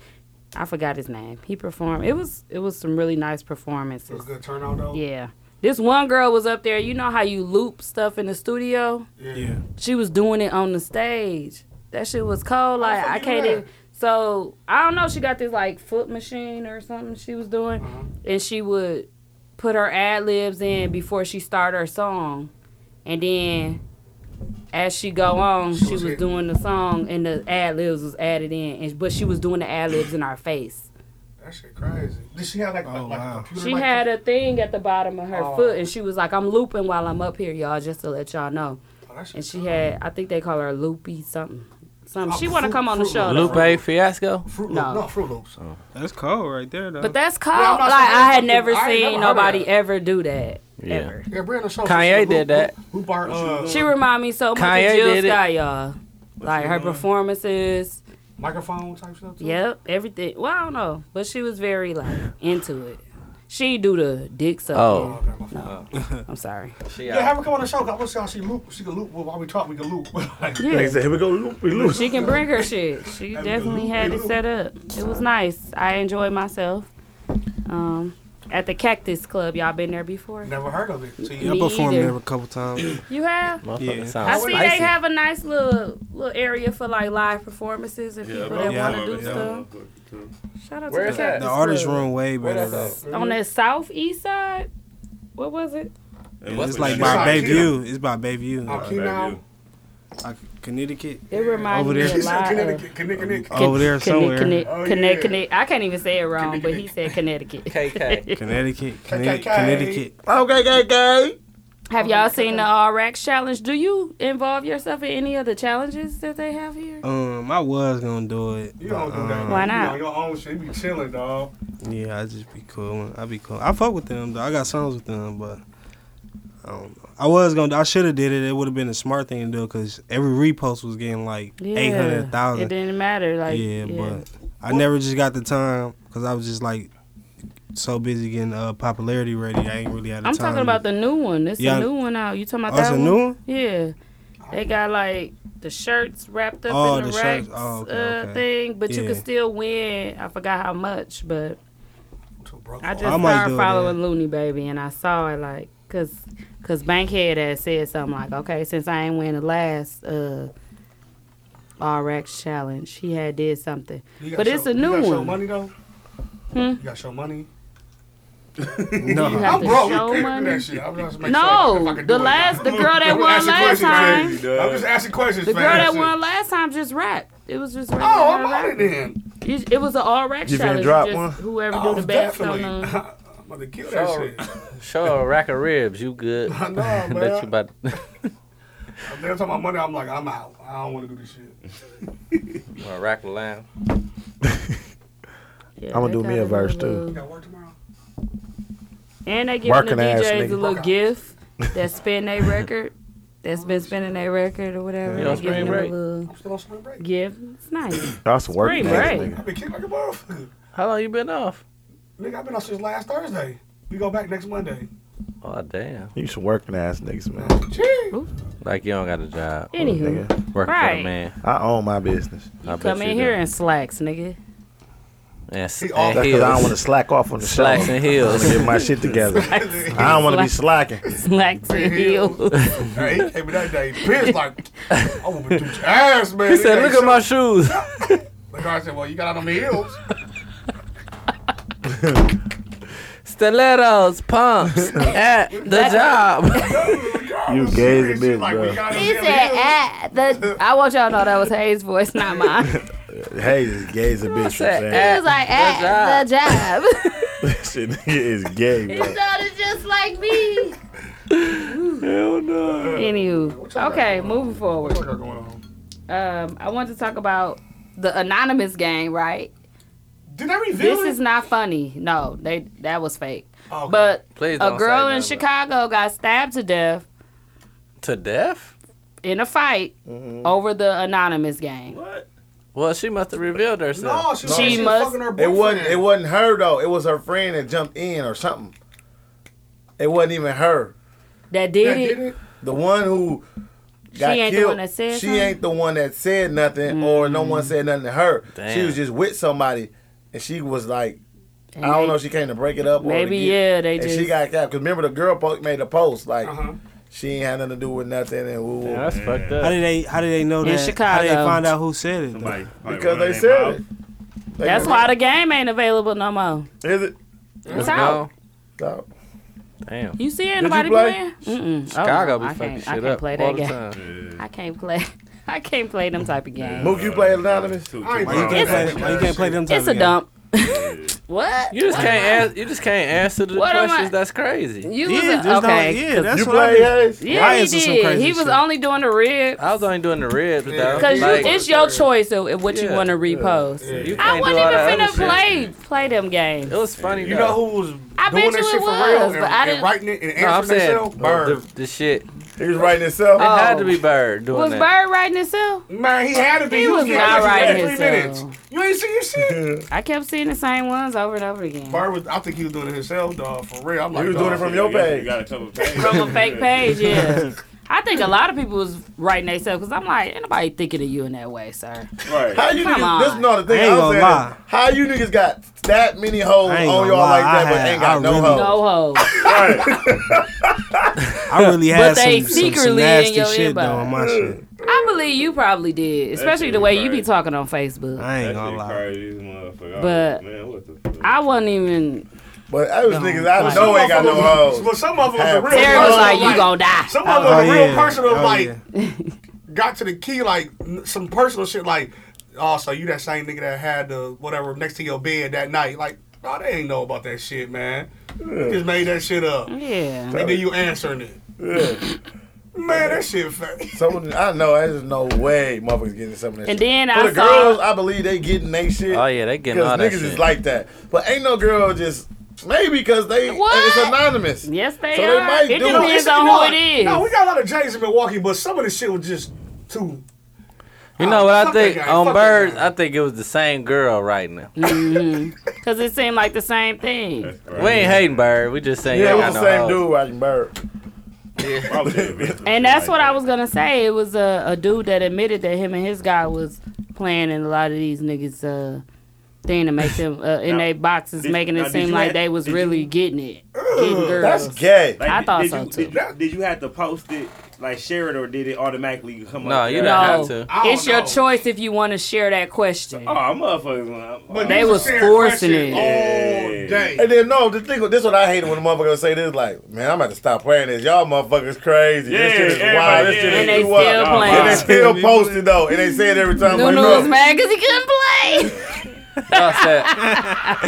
I forgot his name. He performed. It was it was some really nice It was performances. a good turnout though. Yeah. This one girl was up there. You know how you loop stuff in the studio? Yeah. she was doing it on the stage. That shit was cold. Like I Oh, fuck you can't do even. So I don't know. She got this like foot machine or something she was doing, Uh-huh. and she would put her ad libs in before she started her song, and then as she go on, she was was hitting. doing the song and the ad libs was added in, and but she was doing the ad libs in our face. That shit crazy. Did she have like, a, Oh, like a computer? She like had a thing at the bottom of her Oh. foot, and she was like, "I'm looping while I'm up here, y'all, just to let y'all know." Oh, that shit And she had, I think they call her Loopy something. Something. Oh, She want to come on the show. though. Lupe Fiasco. Oh, Fruit No. Loops. No, Fruit Loops. That's cold right there, though. But that's cold. Yeah, I'm like not saying I had something- never I ain't seen never heard of nobody that. ever do that. Yeah. Ever. Yeah, Brandon Schultz. Kanye Who- did that. who- Who bar? Uh, She remind me so much of Kanye Jill did it. Scott, y'all. Like her performances. microphone type stuff. Too? Yep, everything. Well, I don't know, but she was very like into it. She do the dick sucking. Oh. Okay, my fault. [LAUGHS] I'm sorry. She Yeah, have out. her come on the show. 'cause I want to see how she loop. She can loop while we talk. We can loop. [LAUGHS] like, They Yeah. said, "Here we go, loop, we loop." She can bring her shit. She definitely had it set up. It was nice. I enjoyed myself. Um, at the Cactus Club, y'all been there before? never heard of it. See, yeah, I me performed either. there a couple times. You have? Motherfucker Yeah. sounds I see spicy. they have a nice little little area for like live performances and people that yeah, want to do yeah. stuff. Shout out Where to is the that? Cactus The artist Club. room way Where better. though. that's at? Mm-hmm. on the southeast side. What was it? It's It's like Yeah. by Yeah. Bayview. It's by Bayview, I'm now. like Connecticut. It reminds Over me there. a lot of. Connecticut, Connecticut. Over there somewhere. Connecticut, Oh, yeah. Connecticut. I can't even say it wrong, but he said Connecticut. [LAUGHS] KK. Connecticut. Connecticut. KKK. Connecticut. Okay, okay, okay. Have y'all seen the All Racks Challenge? Do you involve yourself in any of the challenges that they have here? Um, I was gonna do it. You don't but, do that. um, Why You not? on your own shit. You be chilling, dog. Yeah, I just be cool. I be cool. I fuck with them though. I got songs with them, but I don't know. I was gonna. I should have did it. It would have been a smart thing to do because every repost was getting like eight hundred It thousand. didn't matter. Like Yeah, but I never just got the time because I was just like so busy getting uh, popularity ready, I ain't really had the I'm time. talking about the new one. It's Yeah. a new one out. You talking about Oh, that it's a one? new one? Yeah. They got like the shirts wrapped up Oh, in the, the racks shirts. Oh, okay, uh, okay. thing, but you Yeah. can still win. I forgot how much, but I just I might started do it following then. Looney Baby, and I saw it like, cause, cause Bankhead had said something like, okay, since I ain't win the last uh, RX challenge, he had did something, You but gotta it's show- a new You gotta show one. Hmm? money though. You gotta [LAUGHS] show money. Mm-hmm. You no. have I'm to broke. show That money. shit. I'm just making sure if I No, can the do it. last, the [LAUGHS] girl that I'm won asking last questions, time. man. I'm just asking questions. The man. girl that That's it. won last time just rapped. It was just regular Oh, I'm rap. out of then. You- It was an all rap You finna challenge. drop just one? Whoever Oh, do the best on definitely. [LAUGHS] them. I'm about to kill that Sure. shit. Show her a rack of ribs. You [LAUGHS] good? I know, [LAUGHS] Bet man. you about. Every time I'm money, I'm like, I'm out. I don't want to do this shit. [LAUGHS] Want a rack of lamb? Yeah, I'ma they do me got a verse, little- You got work tomorrow? And they giving Working the ass DJs a nigga. Oh, little gift that spin their record. That's been spinning their record or whatever. You on They spring giving them a break? little I'm still on spring break. gift. [CLEARS THROAT] It's nice. That's working. Spring ass break. nigga. I've been kicked like a motherfucker. How long you been off? Nigga, I've been on since last Thursday. We go back next Monday. Oh damn! You some working ass niggas, man. Like you don't got a job. Anywho, Nigga, Working for Right. the man. I own my business. I bet come you in do. here in slacks, nigga. and, s- He and all- That's because heels. I don't want to slack off on the show. Slacks and I want heels. to get my shit together. I don't want to be slacking. Oh Slacks and heels. [LAUGHS] hey, he came in that day pissed like, I want to your ass, man. He said, "Look at [LAUGHS] my [LAUGHS] shoes." The guy said, well, you got out on the heels. Stilettos, [LAUGHS] pumps at the job. [LAUGHS] You gay as a bitch, like, bro. we got out on He them said, heels. ah, [LAUGHS] the, I want y'all to know that was Hayes' voice, [LAUGHS] not mine. He Hey, this Uh, gay as a bitch. for said saying [LAUGHS] was like, ah, the job. This shit nigga is gay, bro. Y'all just like me. Hell no. Anywho, okay, moving forward. What y'all got going on? Um, I want to talk about the anonymous gang, right? Did I reveal This it? is not funny. No, they that was fake. Oh, okay. But Please a don't girl say in nothing. Chicago got stabbed to death To death? in a fight Mm-hmm. over the anonymous gang. What? Well, she must have revealed herself. no, she, was She she must- was fucking her It boyfriend. wasn't. It wasn't her though. It was her friend that jumped in or something. It wasn't even her. That did Yeah, it. did it? The one who got ain't the killed. one that said she something? Mm. ain't the one that said nothing, or no one said nothing to her. She Damn. was just with somebody, and she was like, And I don't they- know. if She came to break it up. or to Maybe, get- yeah, they and just- she got capped because remember the girl po- made a post like Uh-huh. she ain't had nothing to do with nothing and woo, woo. that's fucked How up. did they? How did they know In that? How did they Chicago. find out who said it? though? Somebody, probably because running they their mouth. said it. They That's just- why the game ain't available no more. Is it? It's out. No. Damn. You see you anybody play? playing? Mm-mm. Chicago oh, no, be I fucking can't, shit I can't up play all that the game. time. I can't play. [LAUGHS] I can't play them type of games. Mook, you play anonymous. Two, two, I ain't Why you bro. can't play? Why you can't play them? type It's a of games? dump. what? You just can't ask. You just can't answer the What am I- questions. That's crazy. You Yeah, was just don't- okay. yeah, that's You what I play did. Hayes? Yeah, Riots he is some did. crazy he was shit. only doing the ribs. I was only doing the ribs though. Yeah. Cause you, Like, it's your choice of of what you Yeah. want to repost. you can't I do wasn't all that even other finna shit. play play them games. It was funny. You though. know who was I doing bet this you shit it for real and, was, but I and didn't. writing it and No, I'm answering saying themselves? Bird. the, the shit. It He was writing himself. Oh. had to be Bird doing Was that. Bird writing himself? Man, he had to be. He was getting not questions riding every himself. minute. You ain't seen your [LAUGHS] shit. I kept seeing the same ones over and over again. Bird was. I think he was doing it himself, dog. For real. I'm like, was doing it from You your got- page. You got a couple pages. From a fake page, yeah. I think a lot of people was writing themselves because I'm like, ain't nobody thinking of you in that way, sir. How Right. you Come niggas? on. This is not the thing. I ain't I'm gonna saying. lie. How you niggas got that many hoes I on ain't y'all gonna lie. like that, I but had- ain't got I no really- hoes? No hoes. I [LAUGHS] really had some, they some, some secretly in nasty your shit though inbox. on my shit. I believe you probably did, especially the way you be crazy. talking on Facebook. I That ain't shit gonna lie. crazy, motherfucker. But- man, what the fuck? I wasn't even. But I was No. niggas I Like- know ain't got no hoes. But some of them was Have the real. Terry was personal, like, you gonna die. Some I of was them Oh, was the real yeah. personal. Oh, like, yeah. got to the key. Like, n- some personal shit. Like, oh, so you that same nigga that had the whatever next to your bed that night? Like, no, they ain't know about that shit, man. You [LAUGHS] just made that shit up, and like, yeah. then you answering it. Man, that shit. Fa- Some I know there's no way motherfuckers getting some of that shit. And then For I the saw. girls, I believe they getting they shit. Oh yeah, they getting all Because that niggas is shit. like that. But ain't no girl just maybe because they What? it's anonymous. Yes, [LAUGHS] they So they are. might It do it. No, depends it's- on no, who it is. No, we got a lot of Jays in Milwaukee, but some of the shit was just too. You know what I fuck that think? guy, On fuck that birds, guy. I think it was the same girl right now. Because it seemed like the same thing. We ain't hating bird. We just saying Yeah, it y'all was the got no same hoes. dude riding bird. [LAUGHS] And that's what I was going to say. It was a, a dude that admitted that him and his guy was playing in a lot of these niggas' uh, thing to make them, uh, in Now, their boxes, did- making now, it did seem you like have- they was did really you- getting it. Getting girls. That's gay. I thought did so, you, too. Did you, did you have to post it, like share it, or did it automatically come No, up? you there? don't have to. I don't It's your know. choice if you want to share that question. Oh, motherfuckers. But oh, They you was sharing questions forcing it. all Yeah. day. And then no, the thing this what I hate when a motherfucker say this like, man, I'm about to stop playing this. Y'all motherfuckers crazy. Yeah, this shit is everybody- wild. This shit yeah. is And they too wild. still Nah, playing. And they nah. still posted though, and they say it every time. like, Nunu no, was mad because he couldn't play. Y'all said,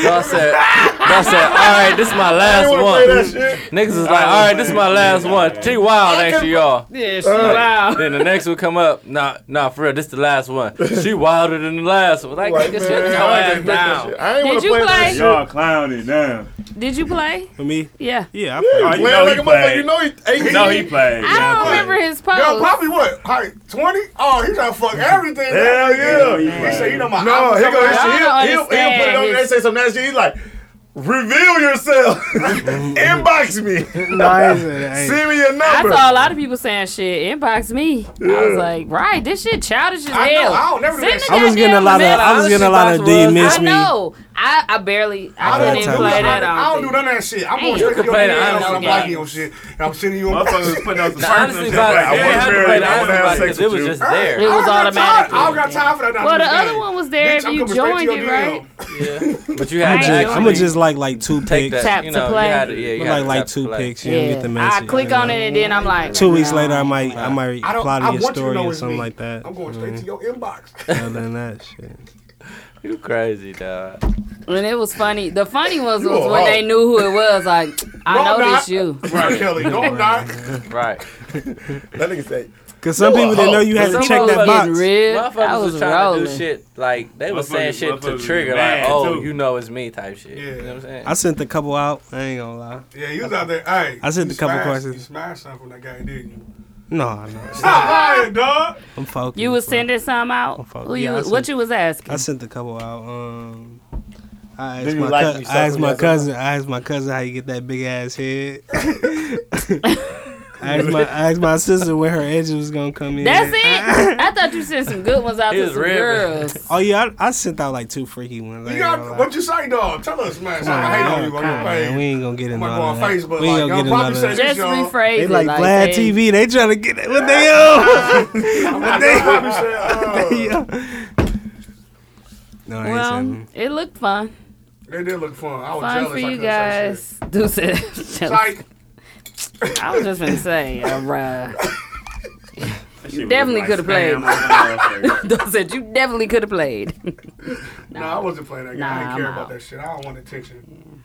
y'all said, y'all said, all right, this is my I last didn't one. want to play that shit. Niggas is like, all right, this is my last one. T Wild, thanks to y'all. Yeah, she wow. Then the next would come up. Nah, nah, for real, this the last one. She wilder than the last one. Like, Like, nigga, man, shit, I your like ass that down. shit. I ain't Did want you to play play? that shit. Y'all clowning now. Did you play? For me, Yeah. yeah, I You fuck. Oh, you playing know like he a motherfucker. played. You know he 18. No, he played. I don't remember his post. Yo, probably what? Hi, 20? Oh, he trying to fuck everything. Hell yeah. He said, you know, my No, album he go coming his out. shit. He'll, Oh, I don't he'll, he'll put it on understand there and say some nasty shit. He's like, reveal yourself. [LAUGHS] [LAUGHS] Inbox me. [LAUGHS] No, I ain't say that. I ain't- Send me your I number. saw a lot of people saying shit. Inbox me. I was like, right, this shit childish as I know, hell. I don't never do Send that the I was getting a lot goddamn of, I was message. getting a lot of Honestly, D miss I me. know. I, I barely, I, I don't couldn't tell play you. that. I don't do think. none of that shit. I'm Ain't going straight to your complaining, I DMs don't when I'm know, liking guys. your shit. And I'm sending you a Motherfuckers was putting out some Honestly, personal about it, shit, I like, didn't have to I play the wanna marry you, I wanna have antibody sex because it with was you. just there. It I was don't got automatic. time- I don't got time for that. Well, the other one was there if you joined it, right? But you had to I ain't actually doing I'm gonna just like like two take picks. that. Tap you to know, play. You had to, yeah, you had to Like like tap to two play. picks. You didn't get the message. I click on it and then I'm like, Two weeks no. later, I might I might I don't. reply I to your want you to story know or it's something me. like that. Mm-hmm. I'm going straight to your inbox. Other than that shit. You crazy, dog. And it was funny. The funny ones was a when hoe. they knew who it was. Like, I No, know I'm this not. you. Right, Kelly. No, I'm not. Right. [LAUGHS] That nigga say, Cause some people didn't know you had to Some check that Motherfuckers box. getting rid. I Motherfuckers was was trying rolling. to do shit like they was saying Motherfuckers- shit motherfuckers to was trigger like, mad, oh, too. you know it's me type shit. Yeah. You know what I'm saying? I sent a couple out. I ain't gonna lie. Yeah, you was out there. Hey, I sent you a couple smashed- questions. You smashed something from that guy, didn't you? No, no. Stop lying, dog. I'm focused. You was bro. sending some out. fuck. Who Yeah, you, I what sent- you was asking? I sent a couple out. Um, I asked Didn't you my, like cou- me I asked sucking my as a- cousin. I asked my cousin how you get that big ass head. [LAUGHS] I asked my I asked my sister where her edges was gonna come in. [LAUGHS] That's it. I thought you sent some good ones out He to was some ribbing. girls. Oh yeah, I, I sent out like two freaky ones. I You ain't gonna got lie. what you say, dog? Tell us, man. Come on, I hate on man. you, Come but on, I'm man. We paid. ain't gonna get into gonna all go that. on Facebook, we like, ain't gonna y'all get probably into all that. said- Just y'all. rephrase They it. like Vlad they- TV. They trying to get it. What they on? [LAUGHS] I'm not gonna probably say, uh, They on. No, I ain't Well, saying. it looked fun. They did look fun. I was Fun jealous. for I you couldn't say shit. guys. [LAUGHS] Deuce is jealous. Like, I was just [LAUGHS] gonna say, uh, bruh. That shit was definitely like coulda played. spam on the [LAUGHS] motherfucker. Deuce said you definitely could have played. [LAUGHS] nah, I wasn't playing that game. I Nah, didn't I'm care out. about that shit. I don't want attention.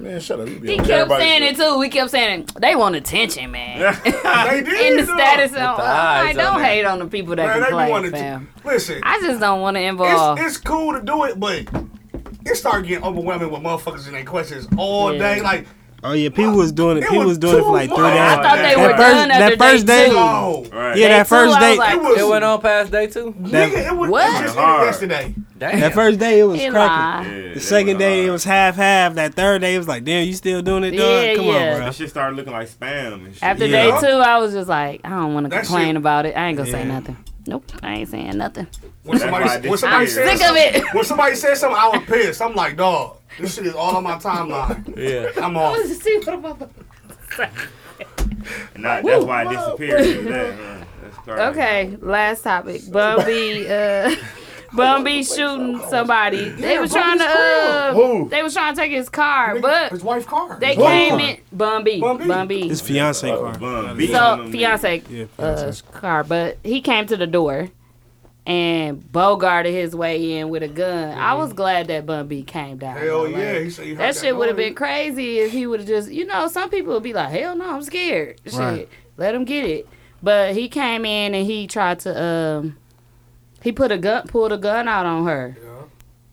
man, shut up. You be He on kept everybody's saying shit. it too. We kept saying it. They want attention, [LAUGHS] man. they did. In the dog. status, of, oh, I eyes don't on it. hate on the people that man, they be can play, wanting fam. to. Listen, I just don't want to involve. it's, it's cool to do it, but it started getting overwhelming with motherfuckers and their questions all Yeah. day. Like, Oh yeah, people was doing it. It People was was doing it for like too three much. days. I thought they That were first- done that after first day day- two. no. Right. Yeah, Day that two, first I was day. like- It was, It went on past day two. that- nigga, it was, What? it was just Hard. yesterday. Damn. That first day it was He cracking. lied. Yeah, The that second was day it hard. was half half. That third day it was like, damn, you still doing it, dog? Yeah, Come yeah. on, bro. That shit started looking like spam and shit. After Yeah. day two, I was just like, I don't want to That complain shit- about it. I ain't gonna say Yeah. nothing. Nope, I ain't saying nothing. [LAUGHS] When why I somebody, when disappeared. somebody said Sick of [LAUGHS] it. When somebody said something, I was pissed. I'm like, dog, this shit is all on [LAUGHS] my timeline. Yeah. I'm off. See what about And that, that's why I disappeared. after that, huh? That's crazy. Okay, last topic. Bumby, [LAUGHS] uh, Bumby shooting oh, somebody. They was trying to, uh, Who? they was trying to take his car, but his wife car. they His wife came car. in. Bumby, Bun B. His Bumby, fiance car. Bun, beat on so them fiance Yeah, uh, fiance. car, but he came to the door and bogarted his way in with a gun. I was glad that Bumby came down. Hell Like, yeah, he said you heard That shit would have noise. been crazy if he would have just, you know, some people would be like, hell no, I'm scared. Shit, Right. let him get it. But he came in and he tried to, um, he put a gun, pulled a gun out on her. Yeah.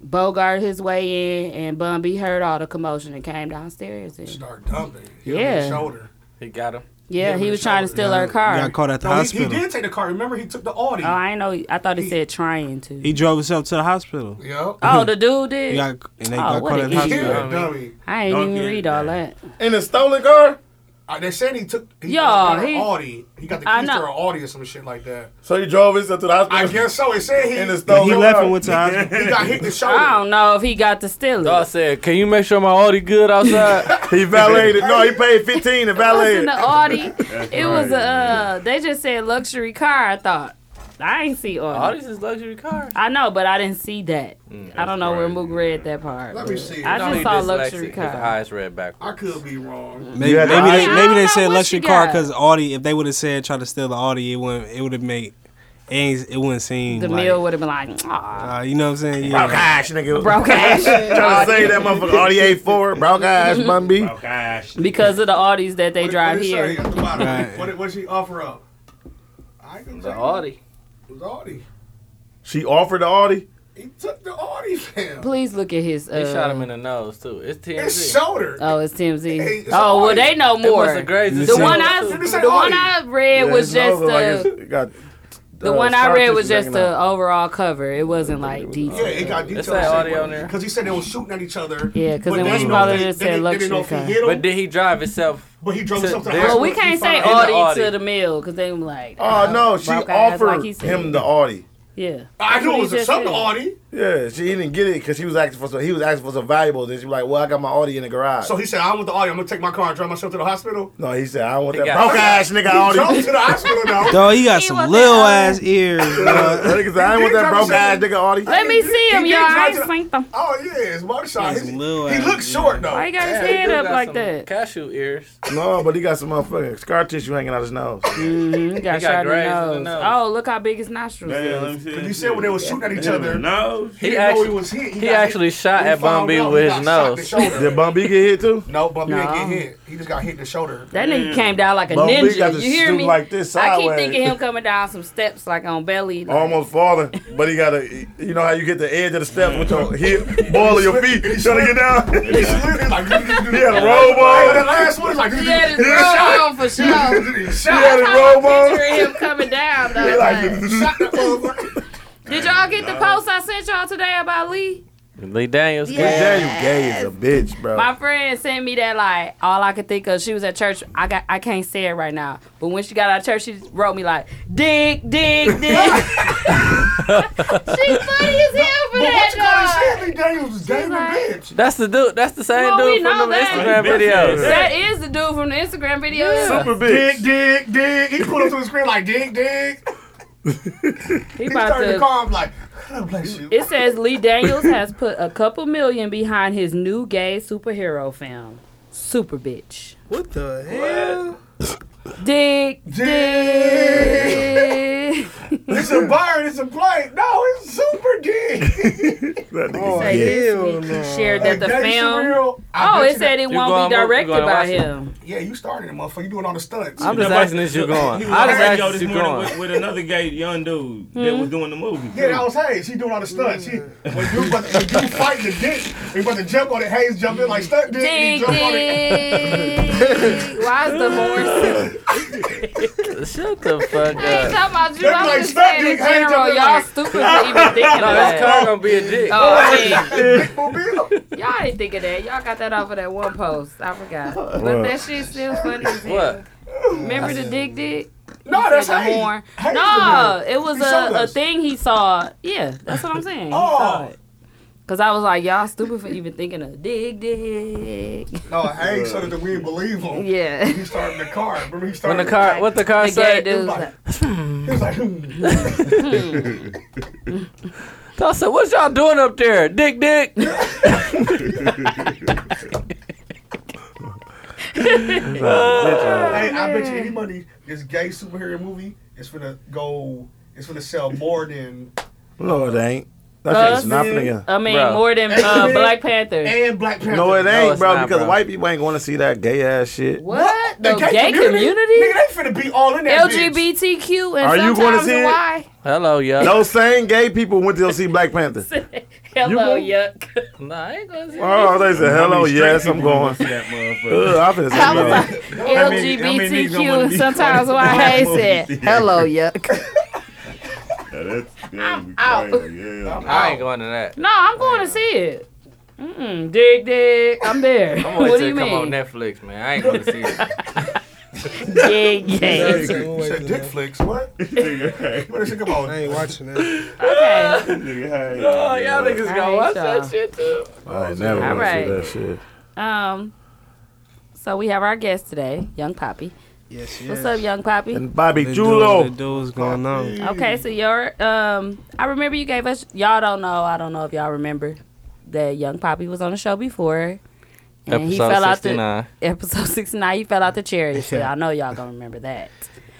Bogart his way in, and Bumby heard all the commotion and came downstairs. And Start dumping. Yeah. Yeah. Shoulder. He got him. Yeah, he was trying to steal her car. Got caught at the No, he, he hospital. did take the car. Remember, he took the Audi. Oh, I ain't know. I thought he said trying to. He drove himself to the hospital. Yup. [LAUGHS] oh, the dude did. He got, and they Oh, got what caught an at the hospital. Yeah, idiot. dummy. I ain't Don't even get read it, all man. that. In a stolen car? Uh, they said he took he Yo, got an he- Audi. He got the I keys to know. an Audi or some shit like that. So you drove himself to the hospital? I guess so. It said he In the store. He Yo, left I- and went to the hospital. He got hit in the I shoulder. don't know if he got to steal Dog it. said, "Can you make sure my Audi good outside?" He valeted. No, he paid 15 to It valet. wasn't it. the Audi. it was a. Uh, they just said luxury car. I thought. I ain't see Audi. Audi's is luxury car. I know, but I didn't see that. I don't know where crazy, Mook read that part. Let me but see. I No, just he saw dyslexic. luxury His car. eyes red back. I could be wrong. Maybe, Yeah, maybe I- they maybe I they don't know said what luxury she car got. because Audi. If they would have said try to steal the Audi, it wouldn't it would have made it, ain't- it wouldn't seem The like, meal would have been like, aw, Uh, you know what I'm saying? Broke Yeah. ass, nigga. [LAUGHS] broke [LAUGHS] ass. Trying to say that [LAUGHS] motherfucker Audi A4. Broke [LAUGHS] ass, bum B. Oh gosh. because of the Audis that they What- drive what it say here. at the bottom? Right. What did what she offer up? I can The Audi. It was Audi. She offered the Audi. He took the Audi fam. Please look at his. Uh, They shot him in the nose too. It's TMZ. His shoulder. Oh, it's Hey, TMZ. it's oh, well, Audi. they know It more. was the craziest. The shit. one I the Did it say one I Audi? read was Yeah, it's just over like the it's- it got, the uh, one I scar read tissue was just hanging out. the overall cover. It wasn't like uh, Yeah, detailed. it got It's details. that Audi on there. Because he said they were shooting at each other. Yeah, 'cause but they it was didn't know probably if they- just they said didn't- they luxury didn't know if he car. hit him, But did he drive himself? but he drove to himself to the there? Well, hospital. we can't say the Audi, Audi. to the mill because they were like, Oh, no. She broke ass, offered like he said. him the Audi. yeah. I knew it was He just something said. Audi. Yeah, she didn't get it because he was asking for some. He was asking for some valuables, and she was like, "Well, I got my Audi in the garage." So he said, "I want the Audi. I'm gonna take my car and drive myself to the hospital." no, he said, "I don't want that got- broke ass nigga He drove Audi." to the [LAUGHS] hospital now. Dog, he got He some wasn't little Audi. ass [LAUGHS] ears. bro. That nigga said, "I don't want that broke ass nigga Audi." Let me see him, He y'all. did I drive ain't to the- seen them. Oh yeah, it's Marshawn. That's He, little he ass, looks short though. Why he got his Damn, he head do up got like some that? Cashew ears. No, but he got some motherfucking scar tissue hanging out his nose. Mm-hmm. Got, got shot in the grays in the nose. nose. Oh, look how big his nostrils Damn, let me is. see. Because that you said shit. when they were shooting at each Him in the other, nose. he, He didn't know actually- he was hit. he got actually hit. shot We at found Bumblebee out with he his got shot in the nose. shoulder. Did Bum B get hit too? no, Bumblebee No. didn't get hit. He just got hit in the shoulder. That nigga came down like a Bum B ninja. got to you hear shoot me? like this I keep sideways. Oh, thinking him coming down some steps like on belly. [LAUGHS] like- Almost falling, but he got a. You know how you get the edge of the steps with your hip, ball of your feet, trying to get down. He slid. He's like, He had a robe Like, that on. last one, he's like, [LAUGHS] Yeah, this girl on for sure. he [LAUGHS] He shot. had a robe on. Picturing him coming down. Though, He [LAUGHS] like, like, uh, Did y'all get the post I sent y'all today about Lee? Lee Daniels. Yeah. Daniel Gay is a bitch, bro. My friend sent me that like all I could think of. She was at church. I got I can't say it right now. But when she got out of church, she wrote me like dig dig dig. she funny [LAUGHS] as hell for But what you that. call this? Lee Daniels was David like- Bitch. That's the dude. That's the same Well, we dude from know the that. Instagram He been videos. dog. said That is the dude from the Instagram video. Super Dig, bitch. dig, dig. He pulled up to the screen like, dig, [LAUGHS] dig. He He about started to to. call him like, God bless you. It says Lee Daniels has put a couple million behind his new gay superhero film, Super Bitch. what the hell? Dig dig. It's a bird. It's a plane. No, it's super [LAUGHS] dig. That nigga Say gay. this week he shared that the Like, that's film. surreal. I Oh, bet you it said that- it You won't going, be Mo? You directed going by watch it? him. Yeah, you started it, motherfucker. You doing all the stunts. I'm just Nobody- asking [LAUGHS] [LAUGHS] this you going. He was I just on radio asked this this you morning going. With, with another gay young dude that Hmm? was doing the movie. Yeah, that was Hayes. She doing all the stunts. She, when you about to, when you fight the dick, he about to jump on it. Hayes jump in like stunt dick. and he Dig jump on it. dig. Why is the Morrison? [LAUGHS] Shut the fuck I ain't up. talking about you. They be I'm like, just "Stop saying in dick, I ain't general, talking y'all about-" [LAUGHS] stupid for even [LAUGHS] thinking No, about this that. car gonna be a dick. Oh, I mean, [LAUGHS] Dick will be up. y'all didn't think of that. Y'all got that off of that one post. I forgot. But that shit still funny as hell. What? Remember the dig dig? [LAUGHS] No, that's the Hayes. horn. Hayes the No, one. it was He showed a, a us. thing he saw. Yeah, that's what I'm saying. He Oh. saw it. Cause I was like, y'all stupid for even thinking of dig dig. No, Hayes said Oh, that we didn't believe him. Yeah. He started in the car. Remember he When started the car, what the car The said? gay dude. He was like, [LAUGHS] hmm. I said, "What y'all doing up there, dick, [LAUGHS] dick?" uh, uh. hey, I bet you any money this gay superhero movie is gonna go. It's gonna sell more than No, it ain't. That Us? shit's not finna I mean, Bruh. more than uh, Black Panther. And Black Panther. No, it ain't, it's bro, not, because bro. white people ain't going to see that gay ass shit. What? The, gay, community? Nigga, they finna be all in that [LAUGHS] bitch. LGBTQ and Are you gonna sometimes see it? why? Hello, yuck. Those same gay people went to go see Black [LAUGHS] Panther. Hello, yuck. Nah, I ain't gonna see Oh, they said, hello, yes, I'm going. See that motherfucker. Ugh, I'm finna I was [LAUGHS] say, like, How many- how many niggas don't LGBTQ wanna and be sometimes part why of the I movie said, theater? Hello, yuck. Yeah, that's, I'm out. Yeah. I ain't going to that. No, I'm going to see it. Mm-mm. Dig, dig. I'm [LAUGHS] there. I'm gonna wait what do till you it come on mean? Netflix, man. I ain't gonna see it. [LAUGHS] Dig, dig. You said dick flicks. What? nigga, hey, What is it? Come I on. ain't watching that. Okay. nigga, hey. [LAUGHS] Oh, y'all niggas gonna All right, watch y'all. that shit too. I ain't never All going right. to see that shit. Um. So we have our guest today, Young Poppy. Yes, yes. What's up, Young Poppy? And Bobby They do what they Julo. do. What's going on? Okay, so your um, I remember you gave us. Y'all don't know. I don't know if y'all remember that Young Poppy was on the show before, and he Episode fell out 69. the episode sixty nine. He fell out the chair. [LAUGHS] So I know y'all gonna remember that.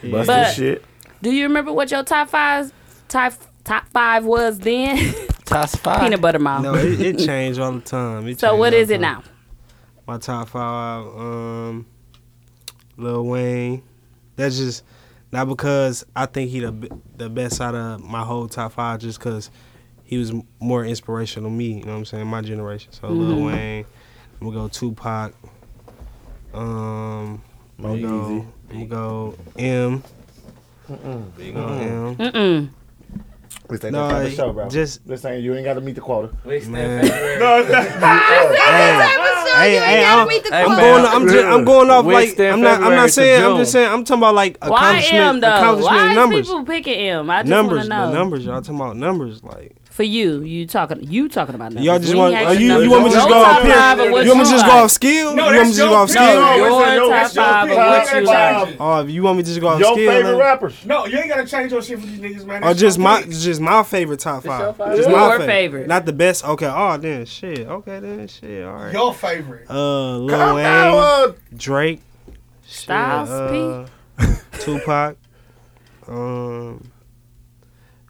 Bust But- this shit. Do you remember what your top five top top five was then? Top five. Peanut butter mouth. No, it, it changed all the time. It [LAUGHS] so changed what all is the it time. now? My top five, um, Lil Wayne. That's just not because I think he the b- the best out of my whole top five, just because he was m- more inspirational to me. You know what I'm saying? My generation. So Lil Wayne. I'm gonna go Tupac. Um, I'm gonna go, I'm gonna go M. Big M. Mm-mm. This ain't No, that type of show, bro. just- this ain't you ain't got to meet the quota. Man. [LAUGHS] [LAUGHS] Hey, Hey, hey, I'm- Hey, I'm man. going. I'm just. I'm going off Wish like. that I'm not. I'm February not to saying. I'm June. just saying. I'm talking about like Why M accomplishment. though? Why Accomplishment is numbers. people picking M? I just Numbers. want to know. The numbers. Y'all talking about numbers. Like For you, you talking you talking about numbers. y'all just We want. ain't Are asking you, numbers. you want me to just Your go off top five of here? what You want me to just like. go off skill? No, you want that's me to just your- go off no, skill? no. Your What's your- top what's your five of pick? what you Your like. top. Oh, if you want me to just go off Your skill? favorite then- rappers. No, you ain't gotta change your shit for these niggas, man. Or That's just your my picks. just my favorite top five. favorite? Just my Your favorite. Not the best. Okay. Oh, then shit. Okay, then shit. All right. Your favorite. Uh, Lil Calm down, Wayne, uh, Drake, shit, Styles uh, [LAUGHS] Tupac. Um,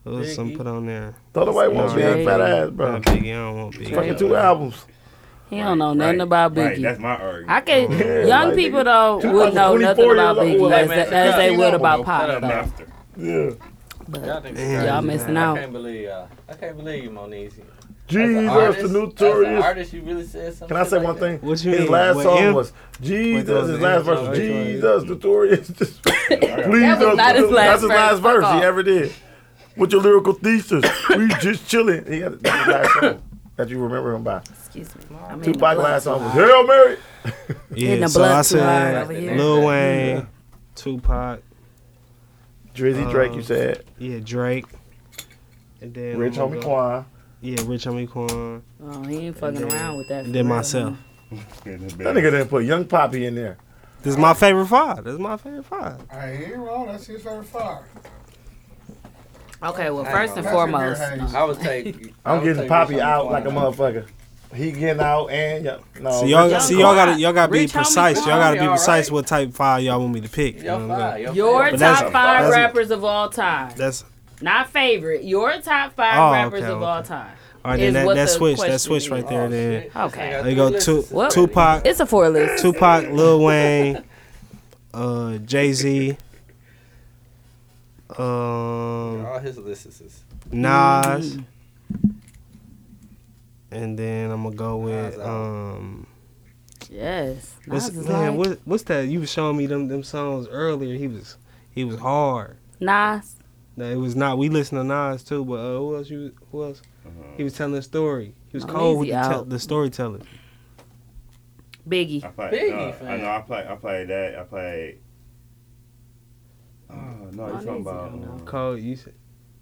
what was some put on there? Throw the white one, Yeah. big fat ass, bro. Not Biggie. I don't want Biggie. Fucking [LAUGHS] two albums. He don't know nothing about Right, Biggie. that's my argument. I can Yeah, young like, people though Tupac would was know 24 nothing about years old. Biggie as, Like, as they man, would shut about up, Pop. though. master. [LAUGHS] Yeah. Y'all niggas Y'all crazy, missing man. out. I can't believe y'all. I can't believe you, Moniz. Jesus, the As an notorious. artist, you really said something. Can I say like one that? thing? What you His mean? last What, song M? was What Jesus. was His it? last verse, Which one? Jesus, notorious. [LAUGHS] Just please, That was not his don't- last that's his verse. last Fuck verse he off. ever did. With your lyrical thesis, we just chilling. He got that's his last song that you remember him by. Excuse me. I'm in the Tupac blood. last song was Hail Mary. Yeah, the so blood I too hard said over here. Lil Wayne, Tupac, Drizzy Drake, you Um, said. yeah, Drake, and then Rich I'ma Homie go- Quan. Yeah, Rich Homie Quan. Oh, he ain't fucking around with that. And for then real. myself. That nigga didn't put Young Poppy in there. This is my favorite five. This is my favorite five. I ain't wrong. That's his favorite five. Okay, well, Hang first on. and That's your foremost, beer haze. I would take. I I'm would getting take Poppy Rich Homie out Quan. like a motherfucker. He getting out and yeah, no. So y'all, Oh, Rich got, see Homie y'all Quan. gotta y'all gotta be Rich Homie precise. Y'all Quan, gotta be y'all precise right. what type five y'all want me to pick. You know Your what I'm five. saying? Your your But favorite. that's- top five that's- rappers of all time, That's not favorite. Your top five Oh, rappers okay, of okay. all time. all right. Is Then that, what that the switch, question that switch right is. there. Then Shit. This Okay. nigga got there you go. three Tu- lists What? Tupac, It's a four list. Tupac, Lil [LAUGHS] Wayne, uh, Jay Z, um, All his lists is. Nas, Mm. and then I'm gonna go with Nas out. um, Yes. what's, Nas is man, like- what, what's that? You was showing me them them songs earlier. He was he was hard. Nas. No, it was not. We listened to Nas too, but uh, who else? You who else? Uh-huh. He was telling a story. He was Oh, cold with easy the, tell out. the storyteller. Biggie. I played. Biggie no, uh, I fan. know. I played. I played that. I played. Oh no, you're talking about. um, Cold, you said,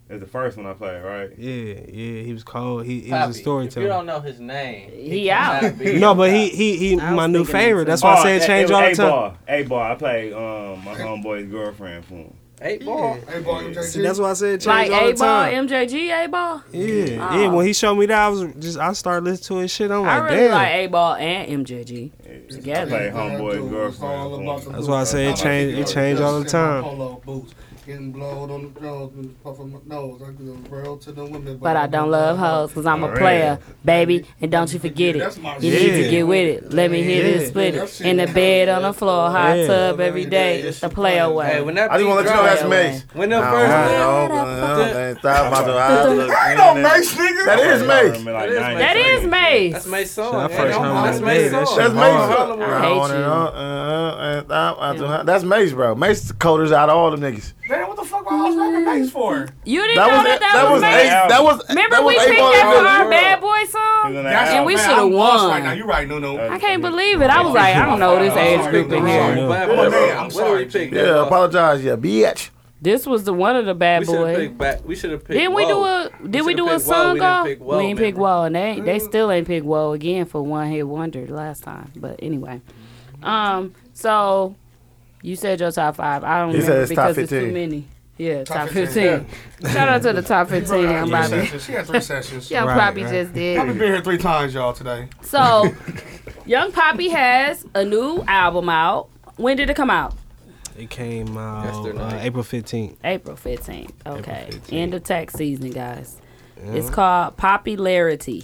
It's the first one I played, right? yeah, yeah. He was cold. He, he was Poppy, a if you storyteller. don't know his name, He cannot out. be No, your but top. he he he I was my new thinking that favorite. too. That's why I said change all the time. Oh, A bar. I played um [LAUGHS] my homeboy's girlfriend for him. eight ball. Hey, boy, MJ. See, that's why I said change Like all A the ball, time. MJG, A ball. Yeah, yeah. When he showed me that, I was just I started listening to his shit. I'm Uh-uh. Ah. I like, really damn. like A ball and MJG I together. played homeboy's girlfriend. for him. That's why I say it change- it change all the time. Polo boots. Getting blowed on the nose, and puff on my nose. I give a world to the women, But I don't love hoes because I'm a player, baby. And don't you forget it. That's my You need to shit. get with it. Let me hit it Yeah. and split That it. shit In the hard. bed, on the floor, hot Yeah. tub every day. It's the play away. Hey, when that I just want to let you know that's Mace. When the Nah, first I one, don't know, man. I ain't thought about the- [LAUGHS] I look- Ain't no mace, nigga. That is Mace. That Like is nine Mace. that years is old. Mace. that's Mace song. Shit, I Hey, first don't- time That's I Mace did that song. shit. That's Mace. I hate On and you. on, uh, uh, and thought about the- That's Mace, bro. Mace is colder than out of all them niggas. Man, what the fuck was I was rapping mace for? Mm. You didn't That know was that that, that was was Mace. eight. That was Remember that was we eight picked ball that in for the- our bad boy song? That's- And we man, shoulda I'm lost won. Right now. You right, Nuno. I can't believe it. I was like, I don't know this age group in here. I'm Yeah, man, I'm sorry. We picked that Yeah, off? apologize, yeah, bitch. This was the one of the bad We should have boys. picked back. We should have picked. Didn't we do Whoa. a did we should've do a picked Woe. song We didn't off? pick Woe, We didn't pick remember? Wall and they Mm. they still ain't pick Woe again for one hit wonder last time. But anyway. Um so you said your top five. I don't He said remember it's top because it's too 15. many. Yeah, top, Top 15. Shout out to the top 15. I'm Three probably, sessions. She had three [LAUGHS] sessions. young Right, Poppy right. just did. I've been here three times, y'all, today. So, Young Poppy has a new album out. When did it come out? It came out Yesterday uh, night. April 15th. April 15th. Okay. 15th. End of tax season, guys. It's called Popularity.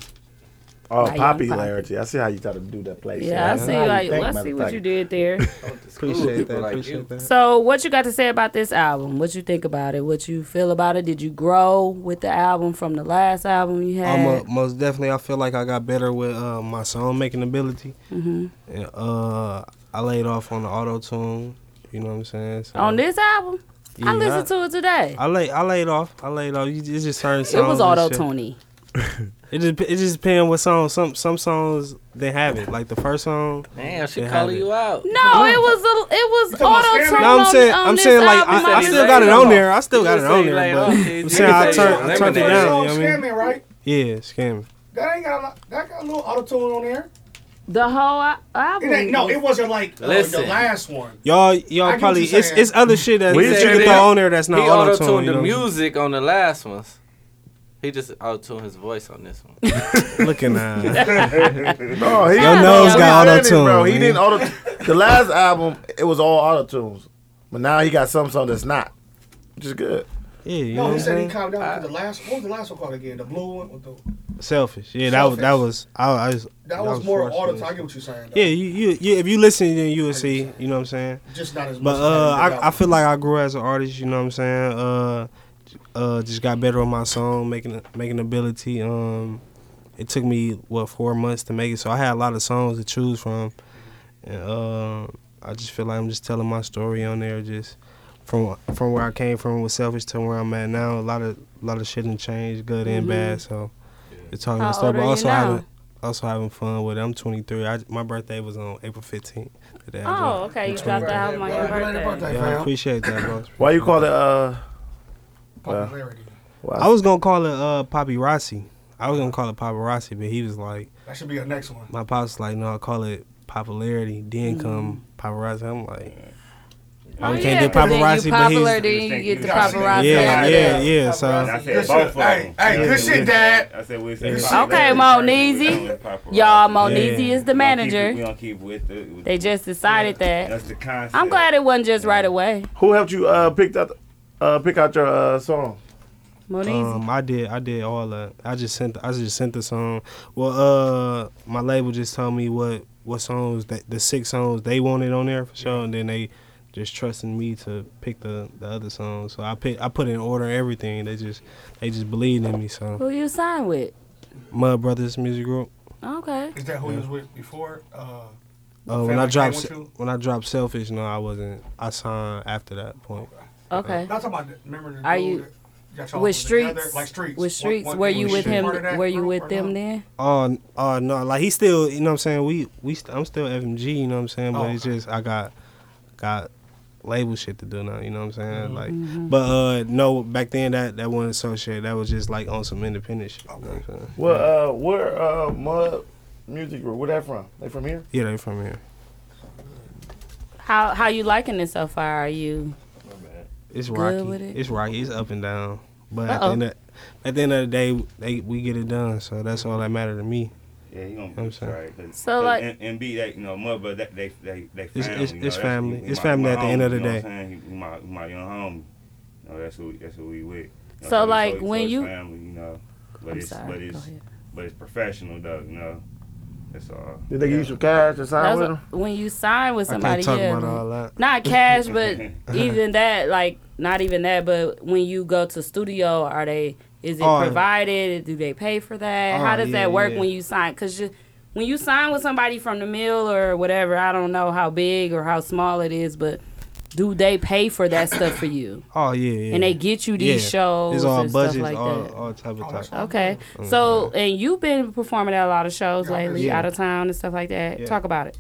Oh, By Young popularity. I see how you try to do that place. Yeah, I see. Like, Think, I see what you motherfucker. did there. [LAUGHS] Appreciate people that. like appreciate you. that. so, what you got to say about this album? What you think about it? What you feel about it? Did you grow with the album from the last album you had? I'm a, most definitely, I feel like I got better with uh, my song making ability. Mm-hmm. And, uh, I laid off on the auto tune. You know what I'm saying? So, On this album, yeah, I listened to it today. I laid, I laid off. I laid off. You, it's just certain songs. it was auto and shit. tuney. It just, it just depends what song. Some, some songs they have it. Like the first song. Damn, she They calling have you out. No, it was a, it was about auto Stanley? tune. No, I'm saying, I'm saying like I, album, I I still just got it laid on off. there. I still You got it just on say laid there. off. But You I'm just saying I say turned, I laid turned it off. down. You know what I mean? scamming, right? Yeah, scamming. That ain't got a lot, that got a little auto tune on there. The whole al- It ain't, album. no, it wasn't like uh, the Listen. last one. Y'all, I get y'all what probably you're it's saying. it's other shit that, We that said you it. thw on there that's He not auto tune. auto-tuned the music on the last ones. He just auto-tuned his voice on this one. [LAUGHS] [LAUGHS] [LAUGHS] Looking at No, he Your nose he got said it, auto-tune, bro. He man. didn't auto. The last album, it was all auto tunes, but now he got some song that's not, which is good. yeah, you No, know what he I'm said he saying. calmed down because the last what was the last one called again? The blue one. Or the, Selfish. Yeah, that was that Selfish. was I, I was that, was, more forced auto to tune. I get what you're saying. though. Yeah, you, you you if you listen, then you will see. You know what I'm saying. Just not as much. But uh, as that I I feel like I grew as an artist. You know what I'm saying. Uh, uh, just got better on my song making making ability. Um, it took me what four months to make it, so I had a lot of songs to choose from. And uh, I just feel like I'm just telling my story on there, just from from where I came from with selfish to where I'm at now. A lot of a lot of shit done changed, good and bad. So it's talking Mm-hmm. How my old story, but are you also now? having also having fun with it. I'm 23. I, my birthday was on April 15th. The day I Oh, dropped. okay. I'm You dropped the 23. album on your Happy birthday. birthday, Yeah, I fam. appreciate that, bro. Why you call it? Uh, Popularity. well, I was gonna call it uh Poppy Rossi. I was gonna call it Papa Rossi, but he was like, That should be our next one. my pops was like, no, I call it popularity. Then come paparazzi. I'm like, Mm-hmm. Oh, we yeah, can't do 'cause then paparazzi, you but popular, he's then you get the paparazzi. yeah, after yeah, that. yeah. So I Good said both shit. of Hey, them. hey, I good said shit, we- Dad. I said we said Okay, Mo Neezy. Y'all, Monizy Yeah. is the We manager. don't keep with the. with- They just decided that. That's the concept. I'm glad it wasn't just right away. who helped you uh, pick out, uh, pick out your uh, song? Monizy. um, I did, I did all that. I just sent, I just sent the song. Well, uh, my label just told me what what songs that the six songs they wanted on there for sure, and then they just trusted me to pick the the other songs. So I pick, I put in order everything. They just they just believed in me. So Who you signed with? Mud Brothers Music Group. Okay. Is that who you was with before? Uh, Uh, when I Family dropped came Se- with you? when I dropped selfish, no, I wasn't. I signed after that point. Okay. not talking about. the- Remember the Are dude you- that got y'all With together? streets, Like streets. with streets, were you was with she him? part of that Were you group with or them not? then? Oh, n- oh no, like he still, you know what I'm saying? We we st- I'm still FMG, you know what I'm saying? But Oh, it's just I got got label shit to do now, you know what I'm saying? Mm-hmm, Like but uh no, back then that that wasn't associated. That was just like on some independent shit. You know what I'm saying? Well, uh, where uh, Mud Music Group? Where that from? They from here? Yeah, they from here. How how you liking it so far? Are you It's Good rocky. with it? It's rocky. It's up and down. But at the, Uh-oh. end of, at the end of the day, they, we get it done. So that's all that mattered to me. Yeah, he gonna I'm be sorry. sorry. Cause, So, cause like- and, and be that you know mother, but that, they they they family. It's- it's- you know, that's- it's family. he It's my- family my at the end homie, of the you know day. what I'm saying? He- he my he my young homie. No, that's who that's who we with. So, it's- it's like, it's when his you- family, you know, but I'm it's but sorry. Go it's ahead. but it's professional though, you know. That's all. Did they use your cash to sign That's with what- them? when you sign with I somebody, can't talk yeah, about all that. not [LAUGHS] cash, but even that, like not even that, but when you go to studio, are they? Is it Oh, yeah. provided? Do they pay for that? Oh, how does yeah, that work yeah. when you sign? Because you, when you sign with somebody from the mill or whatever, I don't know how big or how small it is, but do they pay for that stuff for you? Oh yeah, yeah. And they get you these Yeah. shows It's all and budgets, stuff like all, that. all type Mm. of type. Okay, so and you've been performing at a lot of shows lately, Mm-hmm. Yeah. out of town and stuff like that. Yeah. Talk about it.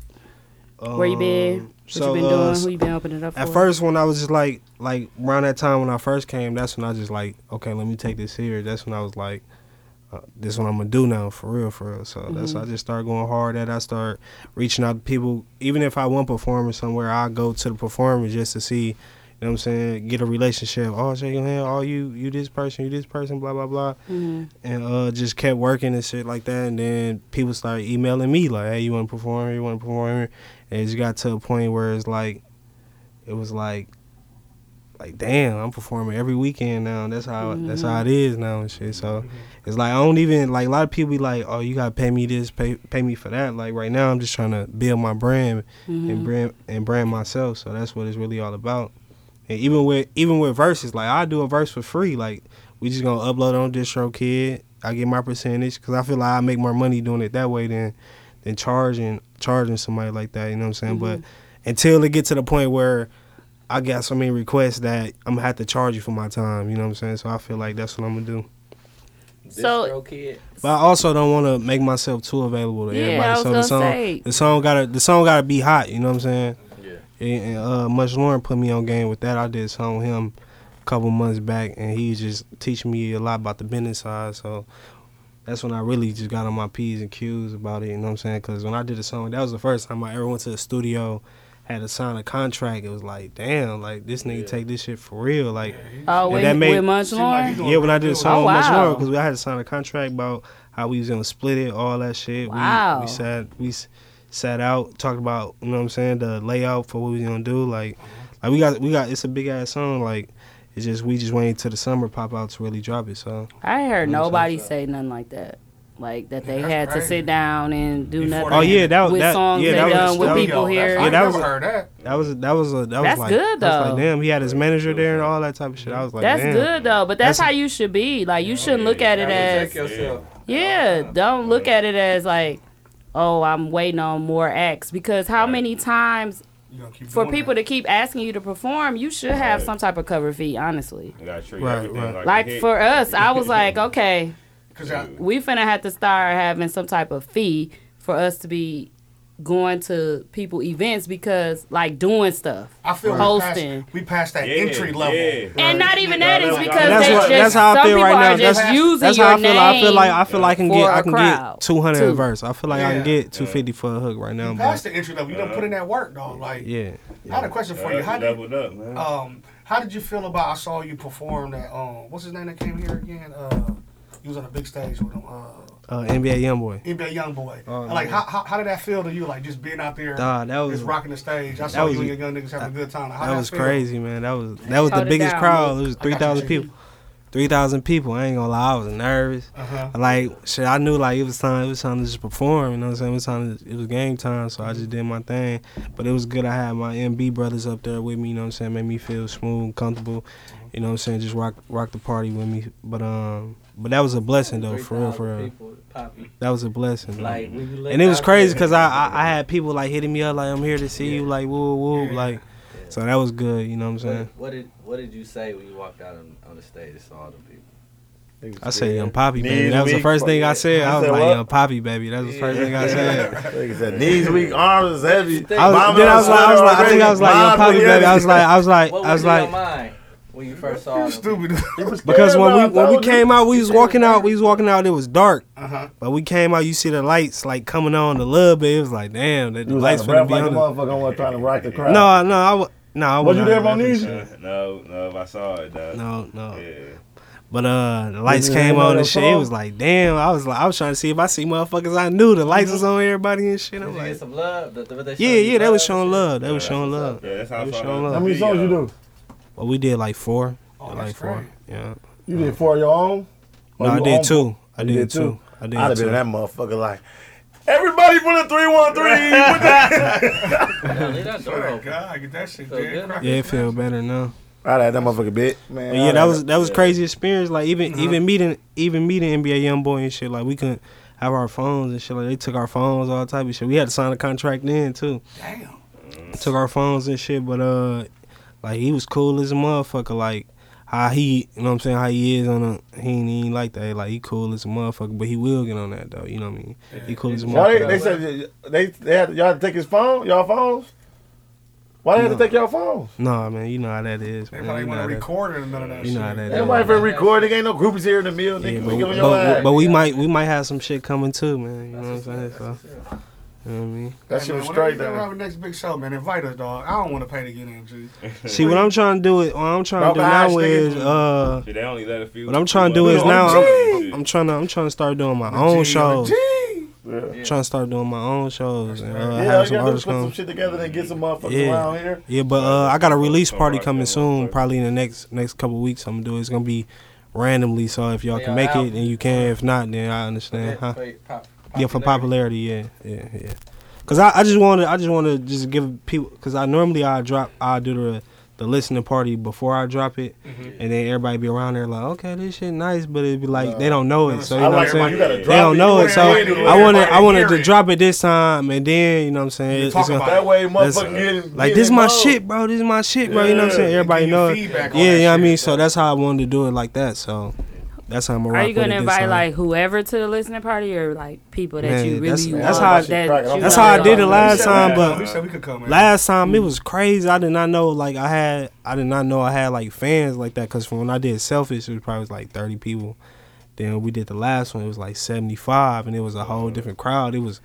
Where you been? Um, What you been uh, doing? Who you been opening up for? At first, when I was just like, like around that time when I first came, that's when I just like, okay, let me take this serious. That's when I was like, uh, this is what I'm gonna do now, for real, for real. So that's Mm-hmm. I just started going hard at. it. I start reaching out to people. Even if I want performing somewhere, I go to the performers just to see, you know what I'm saying, get a relationship. Oh, shake your hand. Oh, you, you this person, you this person, blah blah blah. And uh, just kept working and shit like that. And then people started emailing me like, hey, you want to perform? here? You want to perform? here?" And it just got to a point where it's like it was like like damn i'm performing every weekend now that's how that's how it is now and shit so it's like i don't even like a lot of people be like oh you gotta pay me this pay pay me for that like right now i'm just trying to build my brand and brand and brand myself so that's what it's really all about and even with even with verses like i do a verse for free like we just gonna upload on DistroKid. i get my percentage because i feel like i make more money doing it that way than than charging charging somebody like that you know what i'm saying but until it get to the point where I got so many requests that I'm gonna have to charge you for my time. You know what I'm saying? So I feel like that's what I'm gonna do. So- DistroKid. But I also don't want to make myself too available to Yeah, I everybody. was So the gonna song, say. the song gotta, the song gotta be hot. You know what I'm saying? Yeah. And, and, uh, Much Lauren put me on game with that. I did a song with him a couple months back, and he was just teaching me a lot about the business side. So that's when I really just got on my p's and q's about it. You know what I'm saying? Because when I did a song, that was the first time I ever went to the studio. Had to sign a contract. It was like, damn, like this nigga take this shit for real. Like, oh, and with, that made- with Munch Seem like Lauren. you yeah, when I did a song Oh, with much wow. more because I had to sign a contract about how we was gonna split it, all that shit. Wow. We, we sat we s- sat out, talked about you know what I'm saying, the layout for what we was gonna do. Like, like we got we got it's a big ass song. Like, it's just we just waiting till the summer pop out to really drop it. So I ain't heard Munch nobody say nothing like that. Like that they that's had to crazy. sit down and do Before nothing. oh yeah, that was with that songs yeah they that was, done with that, was- people here. I Yeah, that never was a- heard that. that was that was a that was That's like good, I was though. like damn, he had his manager there and all that type of shit. I was like That's damn. good though, but That's- that's, how you should be. Like you shouldn't look at it Protect as yourself. yeah. Don't look at it as like oh I'm waiting on more acts because how many times You gonna keep for doing people that. to keep asking you to perform, you should have some type of cover fee. Honestly, You gotta treat Right, everything right. like, a like hit. for us, I [LAUGHS] was like okay. 'Cause I- we finna have to start having some type of fee for us to be going to people events because like doing stuff I feel hosting. we passed, we passed that Yeah, entry level. yeah. and not even that is Right. because And that's they what just that's how I some feel people right are now. just that's using that's your how I feel. name. I feel like I feel like I can get for I a can crowd, get 200 too. a verse. I feel like I Yeah. can get 250 for a hook right now. We But passed the entry level. You done put in that work, dog. Like, yeah. I had a question for you. How did, leveled up, man. um, how did you feel about I saw you perform that? Um, what's his name that came here again? Uh, he was on a big stage with him. Uh, uh, NBA Youngboy. NBA YoungBoy. Oh, And, like, yeah. how, how, how did that feel to you? Like, just being out there, Nah, that was just rocking the stage. I that saw was- you and your young niggas having a good time. Like, how that did was feel? crazy, man. That was that was the Hold it biggest down, crowd. It was I got you, 3,000 G. people. 3,000 people. I ain't gonna lie, I was nervous. Uh-huh. Like shit, I knew like it was time. It was time to just perform. You know what I'm saying? It was time. To, it was game time. So I just did my thing. But it was good. I had my MB brothers up there with me. You know what I'm saying? Made me feel smooth and comfortable. You know what I'm saying? Just rock rock the party with me. But um, but that was a blessing though. For 3,000 real, for real. people popping. That was a blessing. though. Like, when you look and it was out crazy there- because I, I I had people like hitting me up like I'm here to see you like woo woo woo, like. So that was good, you know what I'm What, saying? did- what did what did you say when you walked out on, on the stage and saw the people? I said young poppy baby. Knees That was the weak, first thing I said. You I was said like what? young poppy baby. That was the first thing I [LAUGHS] said. Nigga said knees weak, arms is heavy. I was, Mama then I was like, I was like, I think I was like young Mama poppy baby. I was like, I was like, What I was was in your like, mind when you first saw You them? stupid. [LAUGHS] because when we when we came out, we was walking out. We was walking out. It was dark, uh-huh. but we came out. You see the lights like coming on a little bit. It was like, damn, the, the you was like, lights gonna breath be like a on. the- motherfucker. I want to try to rock the crowd. No, no, I wa- no, I was you not there, laughing. Moniz? [LAUGHS] no, no, if I saw it, though. No, no. Yeah. But uh, the lights You came know on that and shit. It song? was like, damn. I was like, I was trying to see if I see motherfuckers I knew. The lights was on everybody and shit. Did I'm you get like, some love? Did- did they show yeah, you yeah, they was and showing shit? love. They was Yeah, showing that's love. Yeah, that's how I It was saw showing it. love. How many songs you do? But we did like four. Oh, like that's four. crazy. Yeah. You did four of your own? Or No, I Oh, you did own- two. I You did two. I I'd did have been in two. that motherfucker like, everybody for the [LAUGHS] 313. What the- Now, leave [LAUGHS] that door Oh, open. God, get that shit So dead good. crack. Yeah, it feel better now. I'd have that motherfucker bit. Man, But I'd yeah, that have- was that was crazy experience. Like even even meeting even meeting NBA young boy and shit. Like we couldn't have our phones and shit. Like they took our phones, all type of shit. We had to sign a contract then too. Damn. took our phones and shit, but uh, like he was cool as a motherfucker. Like how he, you know what I'm saying, how he is on a he ain't even like that. Like he cool as a motherfucker, but he will get on that though. You know what I mean? He cool as a Why they, motherfucker. they said they, they had, y'all had to take his phone, y'all phones? Why they had No. to take y'all phones? nah, man, you know how that is. They Man. probably You know want how to that- record it and none of that you know how shit. that is. Nobody for recording. Ain't no groupies here in the middle. Yeah, nigga. but, We give 'em but, your but, ass. we might we might have some shit coming too, man. You know what I'm saying? So, you know what I mean? that Hey, shit man, was whenever straight you down. around the next big show, man, invite us, dog. I don't want to pay to get in, [LAUGHS] G. See what I'm trying to do it. What I'm trying to do Bro, but I now understand. is uh, Shit, they only let a few. what I'm trying to do is Oh, now gee. I'm, I'm trying to I'm trying to start doing my own G, I'm like, shows. G. trying to start doing my own shows and uh, Yeah, you have some gotta do is artists put some come. shit together and get some motherfuckers Yeah. around here. Yeah, but uh, I got a release party Alright, coming then, soon, alright. probably in the next next couple weeks. I'm gonna do it. It's gonna be randomly, so if y'all Yeah, can make album. it, then you can. If not, then I understand. Huh? Yeah, for popularity, yeah, yeah, yeah. Cause I, I just wanna I just wanna just give people cause I normally I drop I do the the listening party before I drop it, Mm-hmm. and then everybody be around there like okay this shit nice, but it'd be like they don't know it, so you I know what like I'm it when saying. you gotta They drop They don't it. know You it, ain't so ready to I it. wanted I wanted Hear to it. drop it this time, and then you know what I'm saying. You talk gonna- about it. That way, That's- motherfucker, get in, like get this in my mode. shit, bro. This is my shit, bro. You know what I'm Yeah. saying? Everybody Give you know. it. feedback on Yeah, that you know what I shit. mean. So that's how I wanted to do it like that. So that's how I'm gonna. Are rock you with gonna it this invite time. like whoever to the listening party or like people that Man, you really that's- want? that's how I- that you That's how I want? did it last We said time, we- but- we said we could come. in. last time it was crazy. I did not know like I had. I did not know I had like fans like that. Cause from when I did selfish, it was probably like 30 people. Then we did the last one. It was like 75, and it was a whole different crowd. It was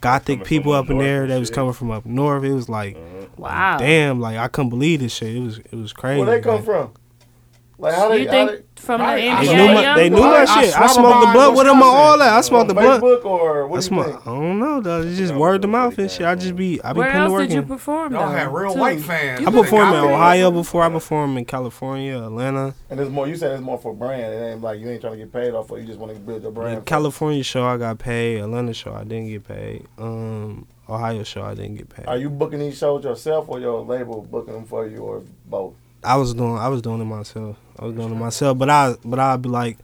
gothic Coming from people up up in north there and that was shit. coming from up north. It was like, Uh-huh. Wow. damn, like I couldn't believe this shit. It was it was crazy. Where they man. come from? Like how they You how think from the I- I NBA? They Yeah, knew my, young they knew my I- I shit. I, swallow smoked the mine, blunt what's with them and cousin? all that. I they on smoked the blunt. Facebook or what I do you smoke. think? I don't know though. It's just Yeah, word of we mouth really and shit. I just be I be Where putting the else work did you in. perform? y'all though, had real too? white fans. I performed in Ohio before. I performed in California, Atlanta. And it's more. You said it's more for brand. It ain't like you ain't trying to get paid off. Or you just want to build your The brand. California show I got paid. Atlanta show I didn't get paid. Um, Ohio show I didn't get Are paid. you booking these shows yourself or your label booking them for you or both? I was doing I was doing it myself. I was doing it myself. But I but I'd be like,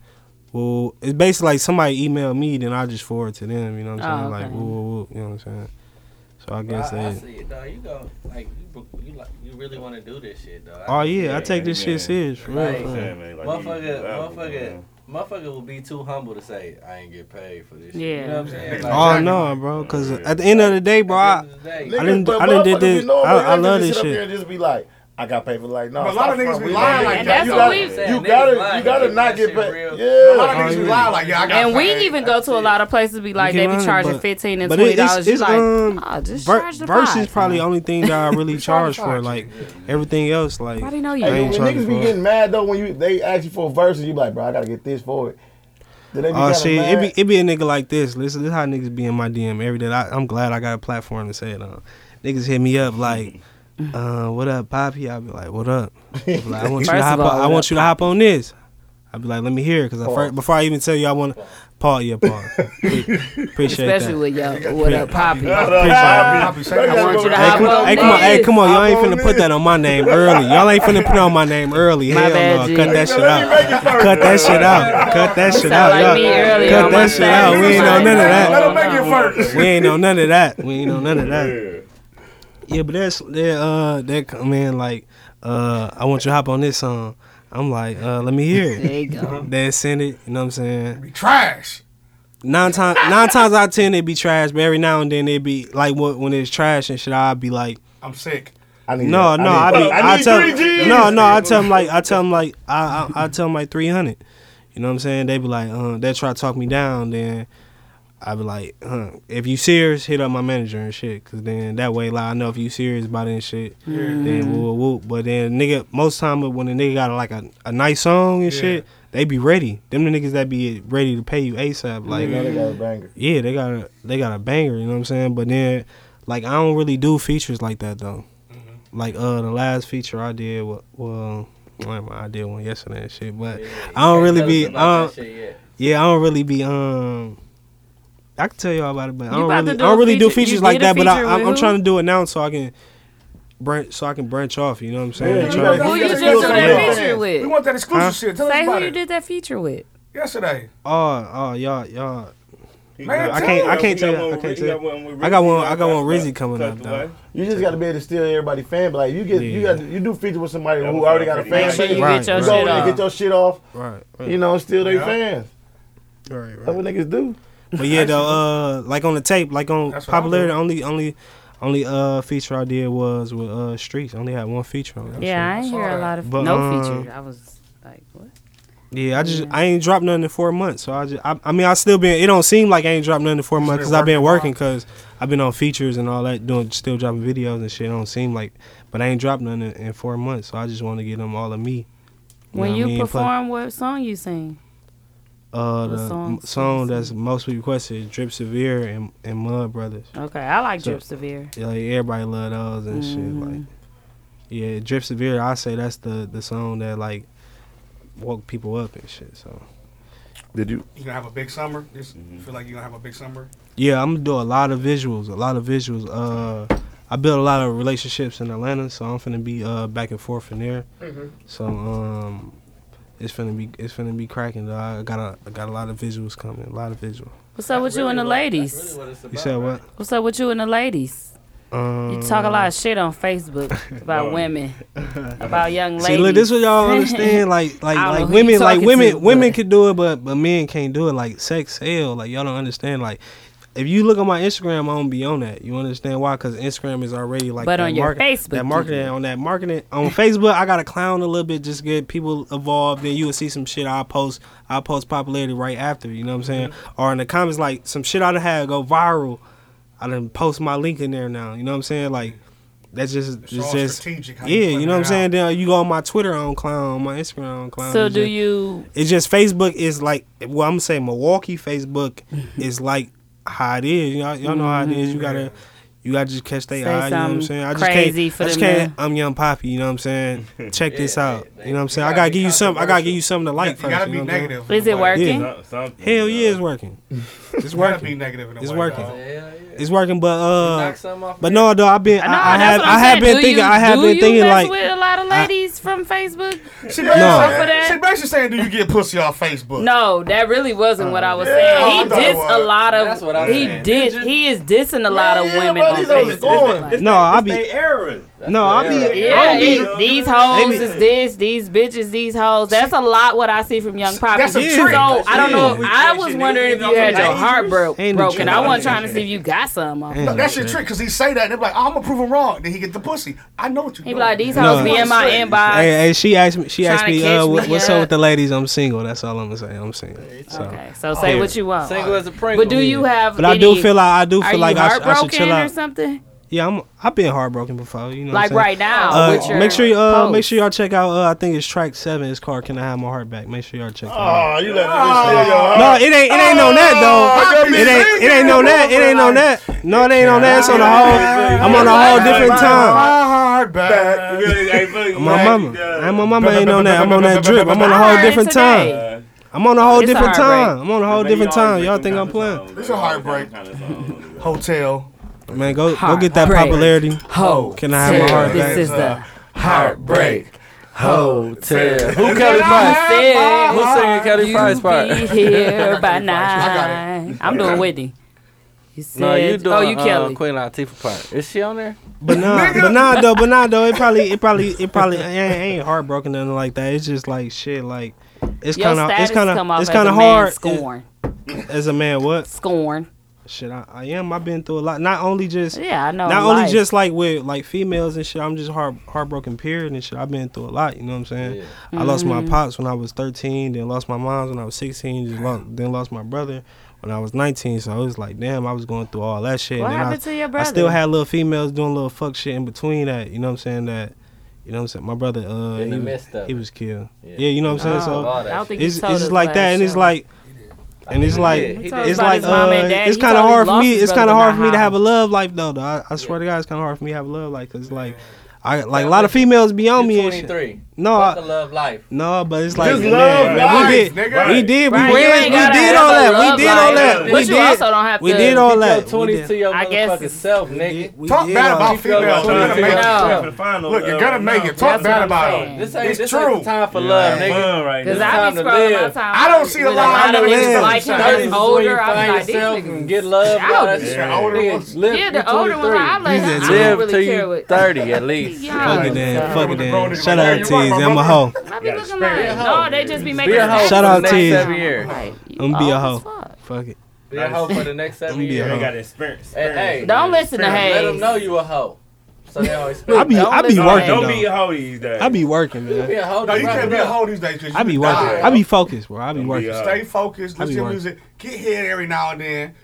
well, it's basically like somebody email me, then I just forward to them. You know what I'm Oh, saying? Like, okay. woo, woo, woo, you know what I'm saying? So I guess I, I they. see it, dog. You go like you, you, like, you really want to do this shit, dog. Oh yeah, I Yeah, take this yeah. shit serious for real. Like, for real. Yeah, man, like, you- Motherfucker, you out, motherfucker, man. motherfucker will be too humble to say I ain't get paid for this. shit. Yeah. You know what I'm saying? [LAUGHS] Oh Like, no, bro. Because at the end of the day, bro, at I, the end of the day, I didn't- but I didn't did motherfuckers this- be knowing, I- but they I love just sit this up shit. here And just be like, I got paid for like, no. But a stop lot of niggas front, be we lying don't like get paid. You that. That's gotta, what we said. you Niggas gotta, lying. you gotta Keep not that get shit paid. real. A lot of Yeah. niggas be Oh, yeah. lying like, yeah, I got And paid. we even go to a lot of places be like You they can be learn, charging but- fifteen and but twenty it- it's- dollars. You it's, like, um, oh, just Ver- charge the verse is price, probably the man." only thing that I [LAUGHS] really charge for. charge. Like everything else, like Why do you know you? I Hey, when ain't niggas be charging for. it. getting mad though when you they ask you for a verse and you be like, bro, I gotta get this for it. Then they be Oh kinda shit, mad. it be it be a nigga like this. Listen, this how niggas be in my DM every day. I, I'm glad I got a platform to say it on. Niggas hit me up like, uh, "What up, Poppy?" I be like, "What up?" They be like, I want you to First hop. of on, all, I what want up, you to hop on this. I be like, "Let me hear," because Pause. first before I even tell you, I want to. Paul, yeah, Paul. [LAUGHS] Appreciate that. Especially with yo, with uh, a poppy. Poppy, Poppy, say I that want word. you to Hey, hop come on, on hey, come on, hey, this. come on. Y'all ain't Hop on finna put that on my name early. Y'all ain't finna put on my name early. My Hell bad, no. G. Cut that shit Let me out. make it first. Cut that shit out. Cut that shit out. like y'all. me earlier Cut on my that shit out. We ain't on none of Let them that. make it first. We ain't on none of that. We ain't on none of that. Yeah, but that's that. Uh, that come in like, uh, I want you to hop on this song. I'm like, uh, let me hear There it. you go. They send it. You know what I'm saying? Be trash. nine times nine times out of ten it be trash, but every now and then it be like when, when it's trash and shit, I'd be like, I'm sick. I need no, that. no, I I need, be I I, need tell three G's. no, no, I tell them like I tell them like I I, I tell them like three hundred. You know what I'm saying? They be like, uh, they try to talk me down. Then I be like, huh, if you serious, hit up my manager and shit, cause then that way like I know if you serious about it and shit. Then woo, woo, woo. But then nigga, most time when a nigga got like a, a nice song and Yeah. shit, they be ready. Them the niggas that be ready to pay you ASAP. Like You know they got a banger. yeah, they got a they got a banger, you know what I'm saying? But then like I Mm-hmm. don't really do features like that though. Like uh the last feature I did was well Well, I did one yesterday and shit, but I don't really be. I don't- yeah, I don't really be. Um, I can tell you all about it, but I You don't about to really, I do don't a really do feature- you features did like a that. But I, feature I'm, with I'm who? trying to do it now so I can branch, so I can branch off. You know what I'm saying? you Try- gotta- Who you gotta just tell us did about that it. feature with? We want that exclusive Huh? shit. Tell us Say who about you it. did that feature with. Yesterday. oh, oh, y'all, y'all. Man, I tell can't- me. I can't tell you- I can't tell you. I got one- I got one Rizzy coming up, though. You just got to be able to steal everybody's fan. But like you get, you Yeah. got, you do features with somebody That who was already got a pretty nice. fan Make sure base. you Right, get your right. Go shit over there, get off. your shit off. Right, right, You know, steal their Yeah. fans. right, right. That's what niggas do. But yeah, though, uh, like on the tape, like on That's what I popularity, only, only, only uh feature I did was with uh Streets. I only had one feature on. it. Yeah, I ain't hear a lot of But, no um, features. I was like, what? Yeah, I just I ain't dropped nothing in four months. So I just I, I mean I still been it don't seem like I ain't dropped nothing in four months because I've been working because I've been on features and all that doing still dropping videos and shit. It don't seem like, but I ain't dropped nothing in, in four months. So I just want to get them all of me. When know you what I mean? Plus, perform, what song you sing? uh, what the songs m- do you song sing? that's mostly requested, Drip Severe and and Mud Brothers. Okay, I like So- Drip Severe. Mm-hmm. Yeah, like everybody love those and shit. Like, yeah, Drip Severe. I say that's the the song that like woke people up and shit. So. Did you? You gonna have a big summer? Just Mm-hmm. feel like you gonna have a big summer? Yeah, I'm gonna do a lot of visuals, a lot of visuals. Uh, I built a lot of relationships in Atlanta, so I'm finna be uh back and forth in there. Mm-hmm. So um, it's finna be it's finna be cracking. though. I got a I got a lot of visuals coming, a lot of visual. What's up with you and the ladies? You said what? What's up with you and the ladies? Um, You talk a lot of shit [LAUGHS] on Facebook about women, about young ladies. See, look, this what y'all understand. [LAUGHS] Like, like, I don't know like who you women, like talking women, to, women but- can do it, but but men can't do it. Like, sex hell. Like, y'all don't understand. Like, if you look on my Instagram, I don't be on that. You understand why? Because Instagram is already like. But that on your market- Facebook, that marketing you- on that marketing on Facebook, I got to clown a little bit, just get people involved. Then you will see some shit I post. I post popularity right after. You know what I'm saying? Mm-hmm. Or in the comments, like some shit I done had go viral. I done post my link in there now. You know what I'm saying? Like. That's just, It's it's all just strategic. how yeah, you know what putting I'm it saying. Then you go on my Twitter on clown, my Instagram on clown. So It's do just- you? It's just Facebook is like well, I'm gonna say Milwaukee Facebook is like how it is. Y'all, y'all know how it is. You gotta you gotta just catch their Say eye. You know what I'm something saying? I just crazy can't. for I just them can't. I'm young poppy. You know what I'm saying? Check this out. You know what I'm saying? I gotta give you something. I gotta give you something to out. like You first. gotta you be know what I'm saying? negative. Is it Yeah. working? Hell yeah, it's working. It's You gotta be working. negative in a It's way, working. dog. It's working, but uh, Knock something off but your- no, though I've been I, No, I that's have what I'm I have saying. been Do thinking you- I have do been you thinking mess like with a lot of ladies from Facebook. She No. For basically, that- she basically saying, "Do you get pussy off Facebook?" [LAUGHS] No, that really wasn't what I was Yeah, I saying. He thought it dissed was. a lot of. That's what I he said. did. He is dissing a lot of Yeah, women bro, on these hoes is going. Facebook. Like, No, I be- errors. no I Yeah. be Yeah, I don't be it- these hoes They be- is this, these bitches, these hoes. That's a lot what I see from young pop. That's a So trick. I don't know. Yeah. I was wondering if you had your heart broke, Ain't no broken. I trick. wasn't trying to see if you got some. on. Ain't He No, that's your trick, cause he say that, and they're like, "I'm gonna prove him wrong." Then he get the pussy. I know what you. be doing. like, these No. hoes be in my inbox. Hey, hey, she asked me. She asked Tryna me, catch uh, what, me what's up up. with the ladies? I'm single. That's all I'm gonna say. I'm single. So, Okay, so say Yeah. what you want. Single as a prank. But do you have? but I do any- feel like I do Are feel you like I, sh- I should heartbroken chill or out. something? Yeah, I'm. I've been heartbroken before. You know, what Like I'm saying? right now. Uh, with your make sure you uh, post. make sure y'all check out. Uh, I think it's track seven. It's called "Can I Have My Heart Back." Make sure y'all check. that Oh, out. you let me steal your heart. No, it ain't. It ain't on that Oh, though. It ain't. It ain't on that. It ain't on that. No, it ain't on that. It's on a whole. I'm on a whole different time. My heart back. My mama. I'm on my mama ain't on that. I'm on that drip. I'm on a I whole heard it different today. time. I'm on a whole It's a different time. heartbreak. I'm on a whole different time. Y'all think I'm playing? It's a heartbreak. Hotel. Man, go go Heart get that break. popularity. Ho, Can I have my tell. heart back? This is the Heartbreak. Hotel. Who cut his Who's singing Kelly Price part? You be here by got nine. I'm doing Whitney. You said, No, you doing oh, you Kelly. uh, Queen Latifah part. Is she on there? But nah, but [LAUGHS] nah though, but nah though. It probably, it probably, it probably it ain't, ain't heartbroken nothing like that. It's just like shit. Like it's Your kind of, status it's kind come off of, it's as a kind of man hard Scorn, as- as a man. What scorn. shit? I, I am. I've been through a lot. Not only just, Yeah, I know. not only life. [LAUGHS] just like with like females and shit. I'm just heart heartbroken. Period and shit. I've been through a lot. You know what I'm saying? I lost Mm-hmm. my pops when I was 13. Then lost my moms when I was 16. Just lost, then lost my brother when I was 19. So it was like, damn, I was going through all that shit. What and then I- happened to your brother? I still had little females doing little fuck shit in between that. You know what I'm saying? That you know what I'm saying. My brother, uh, In he, the was- midst of he it. was killed. Yeah. Yeah. you know what I'm saying. Oh, So I don't think it's you it's told us just like that, last and it's show. like, and it's He like. did. He He did. told us It's about like his mom and uh, dad. it's He kind of told us he hard for lost me. his It's brother kind of but hard not for me to how. have a love life though. though. I, I swear to God, it's kind of hard for me to have a love life because like I like a lot of females be on me. You're And shit. 23. No, Fuck the I, love life. no, but it's like Just man, love man, life, we did, nigga. we did, we Right, you ran, ain't we gotta did have all no that, love we did life. all that, But we you did, also don't have we to- did all Keep your that, we 20s did, to your I guess- motherfucking self, we nigga. did- we Talk did bad all about that. females. You're gonna make it. No. Prep for the finals, Look, you're uh, gonna make no. it. Talk That's what bad I'm about saying. it. This ain't It's this true. ain't the time for love, Have nigga. fun right Cause now. I time be to scrolling my live. time. I don't see a with lot lot of of men. niggas like Thirties him. is when Older, I'm find like these yourself and niggas. get love. and all that childish. shit. Yeah, older Nigga, ones. live Yeah, to the older ones, 23. I'm like, These I is don't live till really care you what. 30 at least. Fuck it Young. then, fuck it then. Brody, Shout yeah, out you to right, T's, my I'm a brother. hoe. I be looking like, no, Oh, they just be making Be a hoe Shout for out the next to you. seven years. Like, you I'm be a old hoe. as fuck. Fuck it. Be a hoe for the next seven Don't be a years. They hoe. got experience. Hey, hey. Don't listen to Let them Hayes. know you a hoe. So they always I be, I be Don't working Don't be though. a hoe these days. I be working, Be man. a hoe. No, to you wrap can't it be a up. hoe these days. 'cause I be you working. die. I be focused, bro. I be uh, working. uh, a- Stay focused. I be Listen to working. music. Get head every now and then.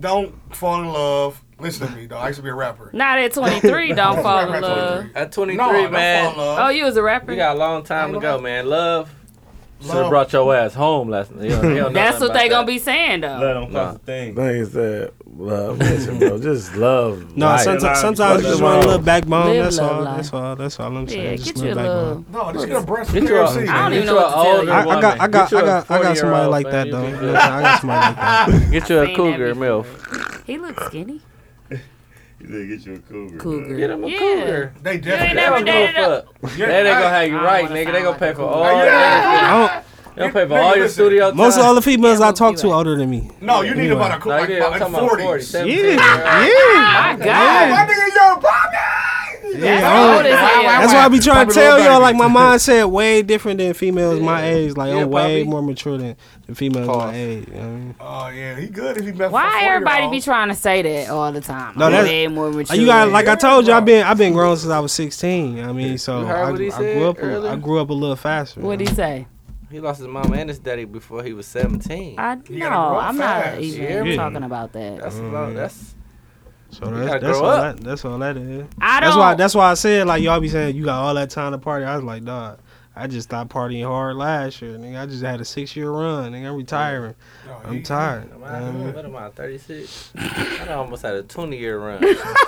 Don't fall in love. Listen to me, though. I used to be a rapper. Not at 23, don't fall in love. At No, 23, don't fall in man. love. Oh, you was a rapper? You got a long time to go, man. Love. Should Love. have brought your ass home last night. That's what they gonna be saying though. Let them Nah. fuck the thing. Things that love, listen, bro. Just love. [LAUGHS] No, life. someti- Life. sometimes you just Life. want a little backbone. Live, that's, love, all, life. that's all. That's all. I'm saying. Yeah, just get a you a little backbone. little. No, just get a breast Get from you a, KFC. I don't get even you know a what to tell older you. I, I got, I woman. got, Get I you a got, I got somebody 40-year-old, like man. that You though. be You know good. what I'm saying? I got somebody like [LAUGHS] that. Get you a Seen that cougar before. milf. He looks skinny. You said get you a cougar. Cougar. Get him a Yeah. cougar. They ain't definitely. They never don't give a dated a- fuck. They ain't gonna have you I right, wanna nigga. They sound gonna like pay a for cougar. all Yeah. your niggas. I don't, They gonna pay for Nigga, all your listen. studio time. most of all the females I talk to Yeah. are older than me. No, you need Anyway. about a cool No, you like, did. I'm talking about 40. forty. 17. Yeah, My God. My nigga, yo, Bobby. yeah. I Old don't- as hell. That's why I be trying Probably to tell little y'all, like baby. [LAUGHS] my mindset way different than females my age. Like Yeah, I'm way Bobby. more mature than the females Pause. my age. You know what I mean? Oh yeah, he good if he met. Why everybody be trying? trying to say that all the time? No, I'm that's- way more mature. Like, you got like I Yeah, told you, I've bro. been I've been grown since I was 16. you know what I mean, so You heard I, what he I said grew up a, earlier? I grew up a little faster. What'd he say? He lost his mama and his daddy before he was 17. I You gotta no, grow I'm fast. not even Yeah. talking about that. That's a lot. That's Mm-hmm. So gotta that's, that's grow all up. that, that's all that is. I That's don't. why that's why I said like y'all be saying you got all that time to party. I was like, dog, I just stopped partying hard last year. Nigga, I just had a six year run. Nigga, I'm retiring. Oh, I'm tired. am I, Um, what am I? [LAUGHS] 36. I done almost had a 20 year run.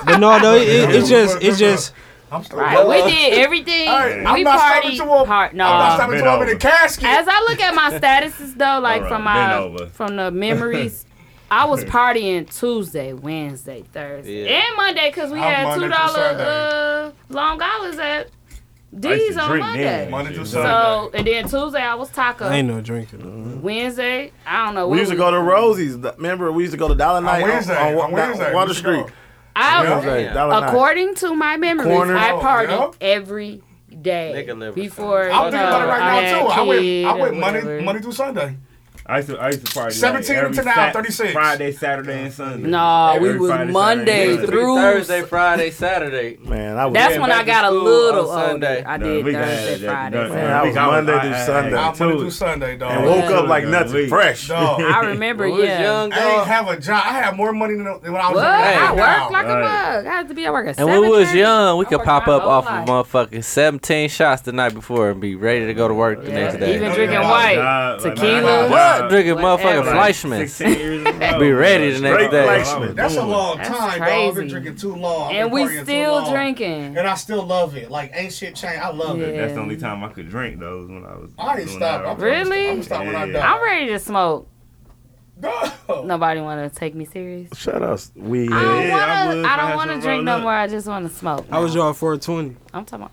but no, though it, it, it's just it's just I'm still. Right, we did everything. Hey, I'm we not party stopping to a- hard. No. I'm not stopping been till I'm in over. the casket. As I look [LAUGHS] at my statuses though, like All from right, been my over. from the memories, I was partying Tuesday, Wednesday, Thursday, Yeah. and Monday because we I'm had Monday two through dollar Sunday. uh, Long Island's I at used D's to on drink Monday. then. Monday through So- So Sunday. and then Tuesday I was taco. I ain't no drinking. Mm-hmm. Wednesday I don't know. what We used to we- go to Rosie's. Remember, we used to go to Dollar Night Wednesday, on, on on, Wa- Wednesday, Water we should Street. go. I Yeah. Wednesday, Yeah. Dollar Night. according to my memories, Corner. I Oh, party yeah. every day Nigga live or before. I'm thinking about it uh, right now I had too. I went, kid I or went Monday, whatever. Monday through Sunday. I used to, I used to party. 17 like every to now, Sat- 36. Friday, Saturday, and Sunday. No, Every we was Friday, Saturday, Monday Used and to Sunday. be through- Thursday, Friday, Saturday. Man, I was. That's Yeah, when back I to got a school little on Sunday. older. I No, did we got Thursday, that. Friday. That's- Man, I was Monday through Sunday. I- I- I'm I- Monday through Sunday, and dog. woke up like nothing, Yeah. fresh. Dog, I I remember, When we was yeah. young, ain't dog. have a job. I had more money than than when I was young. What? I Hey, worked like a Right. bug. I had to be at work at And seven. when we was young, we I could worked pop Oh my up whole off life. of motherfucking 17 shots the night before and be ready to go to work the Yeah. next day. Even Yeah. drinking Yeah. white, God, like, tequila. man, what? God. Drinking Whatever. motherfucking Fleischmann's. 16 years [LAUGHS] ago. Be ready the next Straight day. Fleischmann. That's a long That's time, dog. I've been crazy. drinking too long. I've and been we partying too still long. drinking. And I still love it. Like, ain't shit changed. I love it. Yeah. That's the only time I could drink those when I was. I didn't doing stop. that. I'm Really? I'm gonna stop when I Yeah. die. I'm ready to smoke. No. Nobody want to take me serious. Shut up, we. I don't Yeah, I want would if I to. I had don't want to some drink rolled no up. more. I just want to smoke. I was drawing 420. I'm talking about.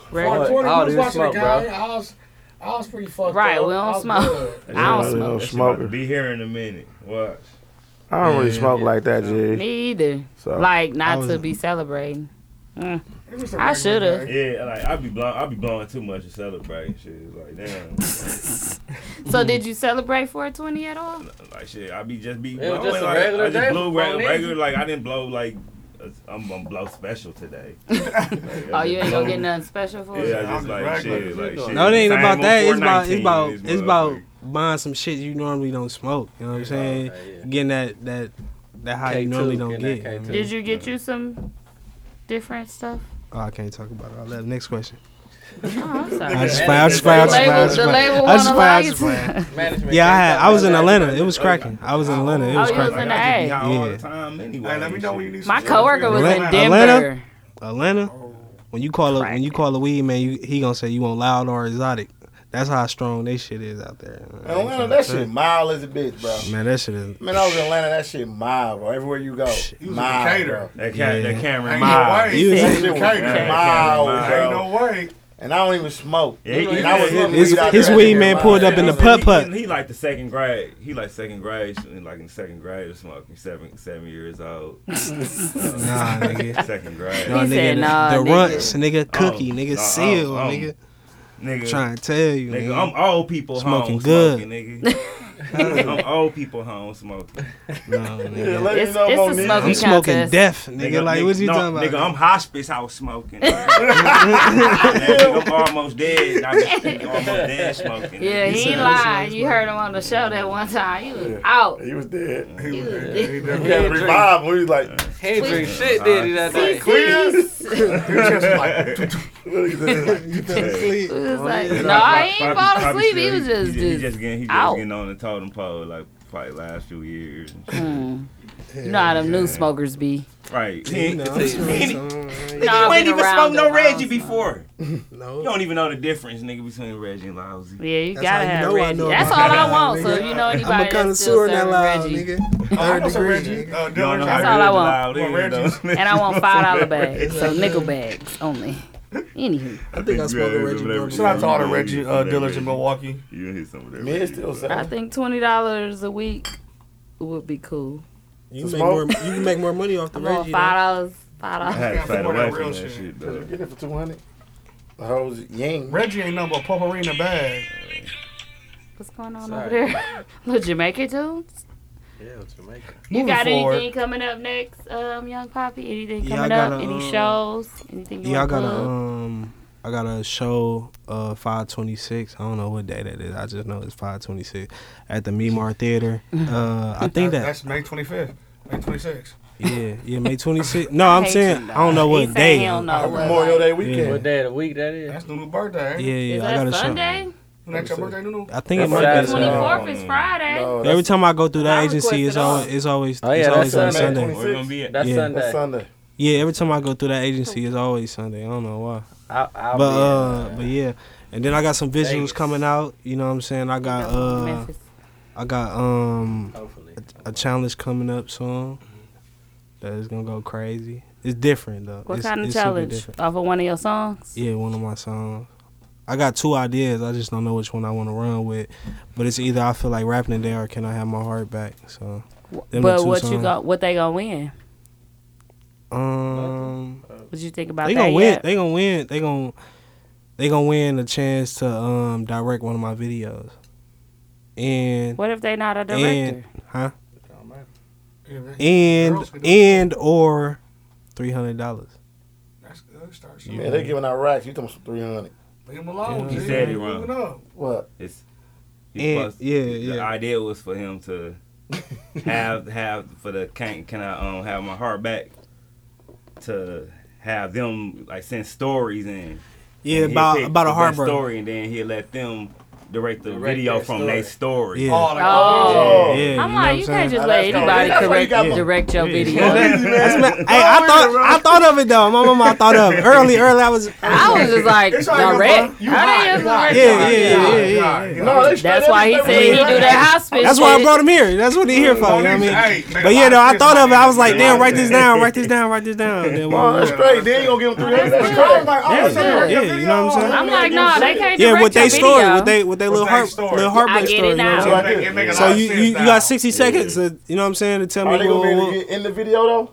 Fuck, Regular. Fuck. Jordan, Oh, you was this watching smoke, the bro. guy. I was, I was pretty fucked Right, up. we don't I [LAUGHS] was smoke. good. I don't Yeah, That no smoke. shit about to smoker. Be here in a minute. Watch. [LAUGHS] I don't really smoke like that, G. Me either. So Like I not was- to be celebrating. Mm. It was a I regular shoulda. day. Yeah, like I be blowing, I be blowing too much to celebrate and shit. Like [LAUGHS] damn, So did you celebrate 420 at all? [LAUGHS] like shit, I be just be. It was blowing, just a like, regular I day just blew for regular, Fonzie. regular. Like I didn't blow like a- I'm gonna blow special today. Like, [LAUGHS] Oh, I you just ain't gonna blow- get nothing special for Yeah, it. I just like Regular. shit, like shit. No, it ain't Same about on that. It's about 419, it's about this it's about motherfucker. buying some shit you normally don't smoke. You know what I'm saying? okay, yeah. Getting that that that how you K2, normally don't getting get. that K2. Did you get you some different stuff? Oh, I can't talk about all that. Next question. Oh, I'm sorry. I just play, I just play, I The just play, I label, just the play. label I just won't play, allow I you just to. play. Management Yeah, I had. can't I was in tell you Atlanta. that. It was cracking. I was in Atlanta. It Oh, was you was cracking. Like, in the I just be A. Oh, high all Yeah. the time anyway. Hey, let me know when you need some My shit. coworker was in Atlanta- Denver. Atlanta. When you call a when you call a weed man, you, he gonna say you want loud or exotic. That's how strong they shit is out there. Atlanta, that shit mild as a bitch, bro. Man, that shit is. Man, I was in Atlanta. That shit mild, bro. Everywhere you go, was a mild. caterer. That, Yeah, ca- yeah. that camera Ain't mild. no way. You was- That shit Shit was caterer. mild, Ain't bro. no way. And I don't even smoke. Yeah, he- and I was he- smoking His, weed out his there. weed man pulled up in the Yeah, putt He, putt. he like the second grade. He like second grade. so he Like in second grade or something. Seven, seven years [LAUGHS] old. [LAUGHS] Nah, nigga. Second grade. Y'all said, nigga, nah, the nigga. runts, nigga, cookie, oh, nigga, oh, seal, oh. nigga. nigga, Trying to tell you, nigga, nigga. I'm old people Smoking home good. smoking, [LAUGHS] nigga. I'm old people home smoking. No, [LAUGHS] nigga. Let me It's- know about it's a this. smoking I'm smoking contest. death, nigga. Like, what you no, talking Nigga, about? I'm hospice house [LAUGHS] smoking. nigga, I'm almost dead. I'm almost [LAUGHS] dead smoking. [LAUGHS] Yeah, nigga. he lied. You heard him on the show that one time. He was out. He was dead. He was He had revived. We was like, He ain't drink shit, did he, that day? [LAUGHS] [LAUGHS] He Oh, was like, no, I ain't Probably- fall probably asleep. He still- was just, he, he just, just getting he out. just getting on the totem pole like probably last few years. Hmm. you know how them new smokers be. Right. You [LAUGHS] know, I'm smoking some, like, Nah, you ain't been even smoked around them. no I don't Reggie smoke. before. You No. don't even know the difference, nigga, between Reggie and Lousy. Yeah, you That's gotta how you have know I Reggie. know That's all about I that, want. So nigga. if you know I'm anybody a that's connoisseur still in that serving loud, Reggie, Oh, nigga. I Third know some degree, Reggie. nigga. Uh, You don't know Dylan how That's Johnson. all real I the want. loud Well, is, though. Reggie's- and I want [LAUGHS] five dollar bags, so nickel bags only. Anywho, I think I smoked a Yeah, Reggie whatever. Blunt. Shout out to all the Yeah, Reggie yeah, uh, yeah, dealers Reggie. in Milwaukee. You hear some of that. man, it's Reggie, still bro. [LAUGHS] I selling. think twenty dollars a week would be cool. You can make more. You can make more money off the I'm on Reggie. five though. dollars, five I dollars. had to fade Real away from shit. that shit, You though. get it for 200? The hoes yang. Reggie ain't nothing but potpourri in a bag. What's going on Sorry. [LAUGHS] over there? [LAUGHS] Little Jamaica tunes. Yeah, Jamaica. You Moving got forward. anything coming up next, um, Young Poppy? Anything Yeah, I coming got up? a, Any uh, shows? Anything you Yeah, I want got to a plug? um, I got a show uh 526. I don't know what day that is. I just know it's 526 at the Mimar [LAUGHS] Theater. Uh, I think that That's May 25th, May 26th. yeah, yeah, May 26th. No, I'm hate saying you, I don't know dog. what He said day. he don't know what- Memorial Day weekend. What day of the week that is? That's Nunu's birthday. Yeah, Yeah. yeah, Is I got that a Sunday? Isn't that your birthday, Nunu? show. I think That's it might be. Saturday. Sunday. Twenty fourth is Um, Friday. No, Every that's- time I go through I that agency, requested it's always, off. it's always Oh, yeah, it's that's always on Sunday. Sunday. We're gonna be at That's Yeah. that's Sunday. Sunday. Yeah, every time I go through that agency, it's always Sunday. I don't know why. I, I'll but be uh, but yeah, and then I got some visuals Vegas. coming out. You know what I'm saying? I got uh, Memphis. I got um, hopefully. a challenge coming up soon. That is gonna go crazy. It's different though. What it's, kind of it's super challenge? different. Off of one of your songs? Yeah, one of my songs. I got two ideas. I just don't know which one I want to run with. But it's either I feel like rapping today or can I have my heart back. So Them the But two what you songs. got? What they gonna win? um, What you think about they that gonna win. yet? They gonna win. They gonna they gonna win a chance to um direct one of my videos. And What if they not a director? and huh Yeah, man. and Girls can do it. and or three hundred dollars. That's good. Start Man, something. they giving out racks. You talking some 300. Leave him alone. He G. said he Moving wrong. up. What? It's And- plus, yeah, the yeah. idea was for him [LAUGHS] to have have for the can can I um have my heart back to have them like send stories in. Yeah, And he'll about pick about the a best heartbreak. story, and then he'll let them direct the Direct video that from story. their story. Yeah. Oh, like, Yeah, Yeah, Oh. I'm you know what like, you saying? can't just Now let that's dope. anybody That's why you correct, got my- direct your Yeah. [LAUGHS] video. [LAUGHS] hey, I thought I thought of it though. My mama, I thought of it early. Early, I was. I was just like, It's all right, direct. bro. You How hot, they you just hot, direct you Yeah, hot, yeah, you hot, yeah, yeah, you yeah, hot, you No, hot. they That's why he said he do that hospice. That's why I shit. brought him here. That's what he here for. You know what I mean, but yeah, though I thought of it. I was like, damn, write this down, write this down, write [LAUGHS] this down. And then Oh, when- that's straight. Then you gonna give them 300. That's I was straight. like, oh, it's a yeah, direct yeah, you know what video. I'm saying? I'm like, no, they can't direct yeah, with your their story, video. with they with their little their heart, story. little I heartbreak get it story. You know now. So what I'm saying? it make- it make a So lot of you, sense you, you now. got 60 seconds, uh, you know what I'm saying, to tell Are me they what, gonna be what, able to get in the video though?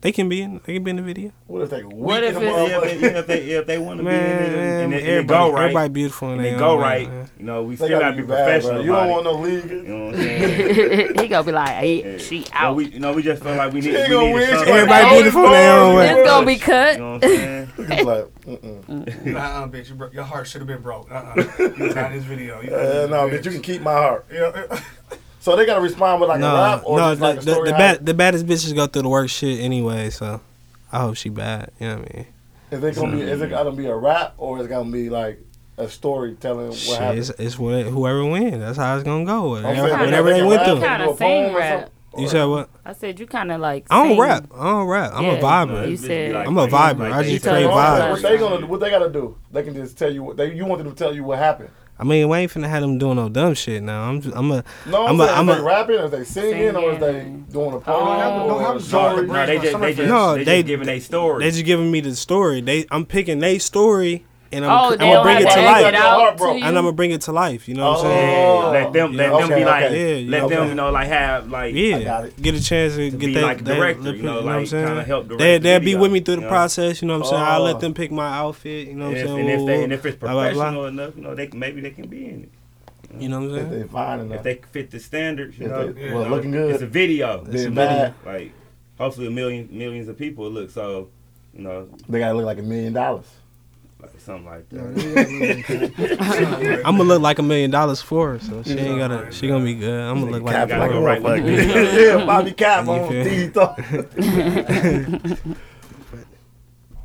they can be in, they can be in the video. What if they? What What if it's- Yeah, if they, yeah, if they, yeah, if they want to be in Man, it, and, and, and it everybody, go right, everybody beautiful in and their it go own way, right, man. you know, we They still gotta be bad, professional. bro. You don't about it. want no You league. know what I'm saying? he gonna be like, hey, she But out. we, you know, we just felt like we need, we ain't gonna needed win. something. Everybody beautiful in their own way. This gonna be You know cut. what I'm [LAUGHS] saying? It's like, mm-mm. Nah, uh, bitch, you bro- your heart should have been [LAUGHS] broke. Uh-uh. You got this video. You Uh, no, bitch, you can keep my heart. Yeah. [LAUGHS] So they gotta respond with like a No, rap or no, just like the, a the, story. the, how- bad, the baddest bitches go through the worst shit anyway, so I hope she bad, you know what I mean? Is it gonna be? Is it gonna be a rap or is it gonna be like a story telling what Shit, happened? it's, it's what, whoever wins, that's how it's gonna go. I'm saying, Whatever they like a went rap, through. they do a Kinda sing poem or rap. something? You said what? I said you kind of like. I don't sing. rap. I don't rap. I'm Yeah. a vibber. You said- I'm a viber. I just create vibes. What they gonna? What they gotta do? They can just tell you. What they, you want them to tell you what happened. I mean, we ain't finna have them doing no dumb shit now. I'm just, I'm a No, I'm, I'm saying, a- I'm is a- they rapping, is they singing, or is they Singing. doing a Oh. poem? Don't have or- a No, story. no, they just they just, No, they they- just giving their story. they just giving me the story. They I'm picking their story and I'm, Oh, I'm they don't gonna bring have it to to act life. it out to Heartbroken. you. And I'm gonna bring it to life. You know what I'm Oh. saying? Yeah, let them let Yeah, them okay, be like okay. Yeah, let yeah, them okay. you know like have like Yeah, got it. get a chance to, be get that, like that director, lip- you know, like, kinda help direct They the they'll be video, with me through the you know? process. You know what I'm saying? I Oh. let them pick my outfit. You know what and if, I'm saying? and if they and if it's Blah, blah, professional blah. enough, you know they can- maybe they can be in it You know what I'm If saying? they fine if enough. they fit the standards. You If know, they- you well, know, looking good. It's a video. Then a bad, Like hopefully a million millions of people look so you know they gotta look like a million dollars. like something like that. [LAUGHS] [LAUGHS] I'm gonna look like a million dollars for her, so she ain't gotta. She gonna be good. I'm gonna look like. Cap gotta like a go right with [LAUGHS] motherfucker. [LAUGHS] yeah, Bobby Cap on You feel- TV talk. [LAUGHS]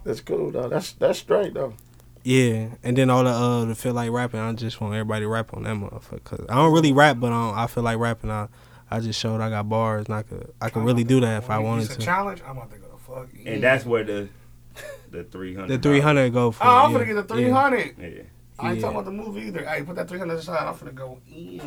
That's cool though. That's that's straight though. [LAUGHS] Yeah, and then all the uh, the feel like rapping. I just want everybody to rap on that motherfucker. 'Cause I don't really rap, but um, I feel like rapping. I I just showed I got bars, and I could I could really do that if I wanted it's a to. challenge. I'm about to go fuck. you. And that's where the the three hundred The 300 go for. Oh, I'm yeah, gonna get the yeah. 300. Yeah. I ain't Yeah. talking about the movie either. Hey, put that 300 aside. I'm finna go in.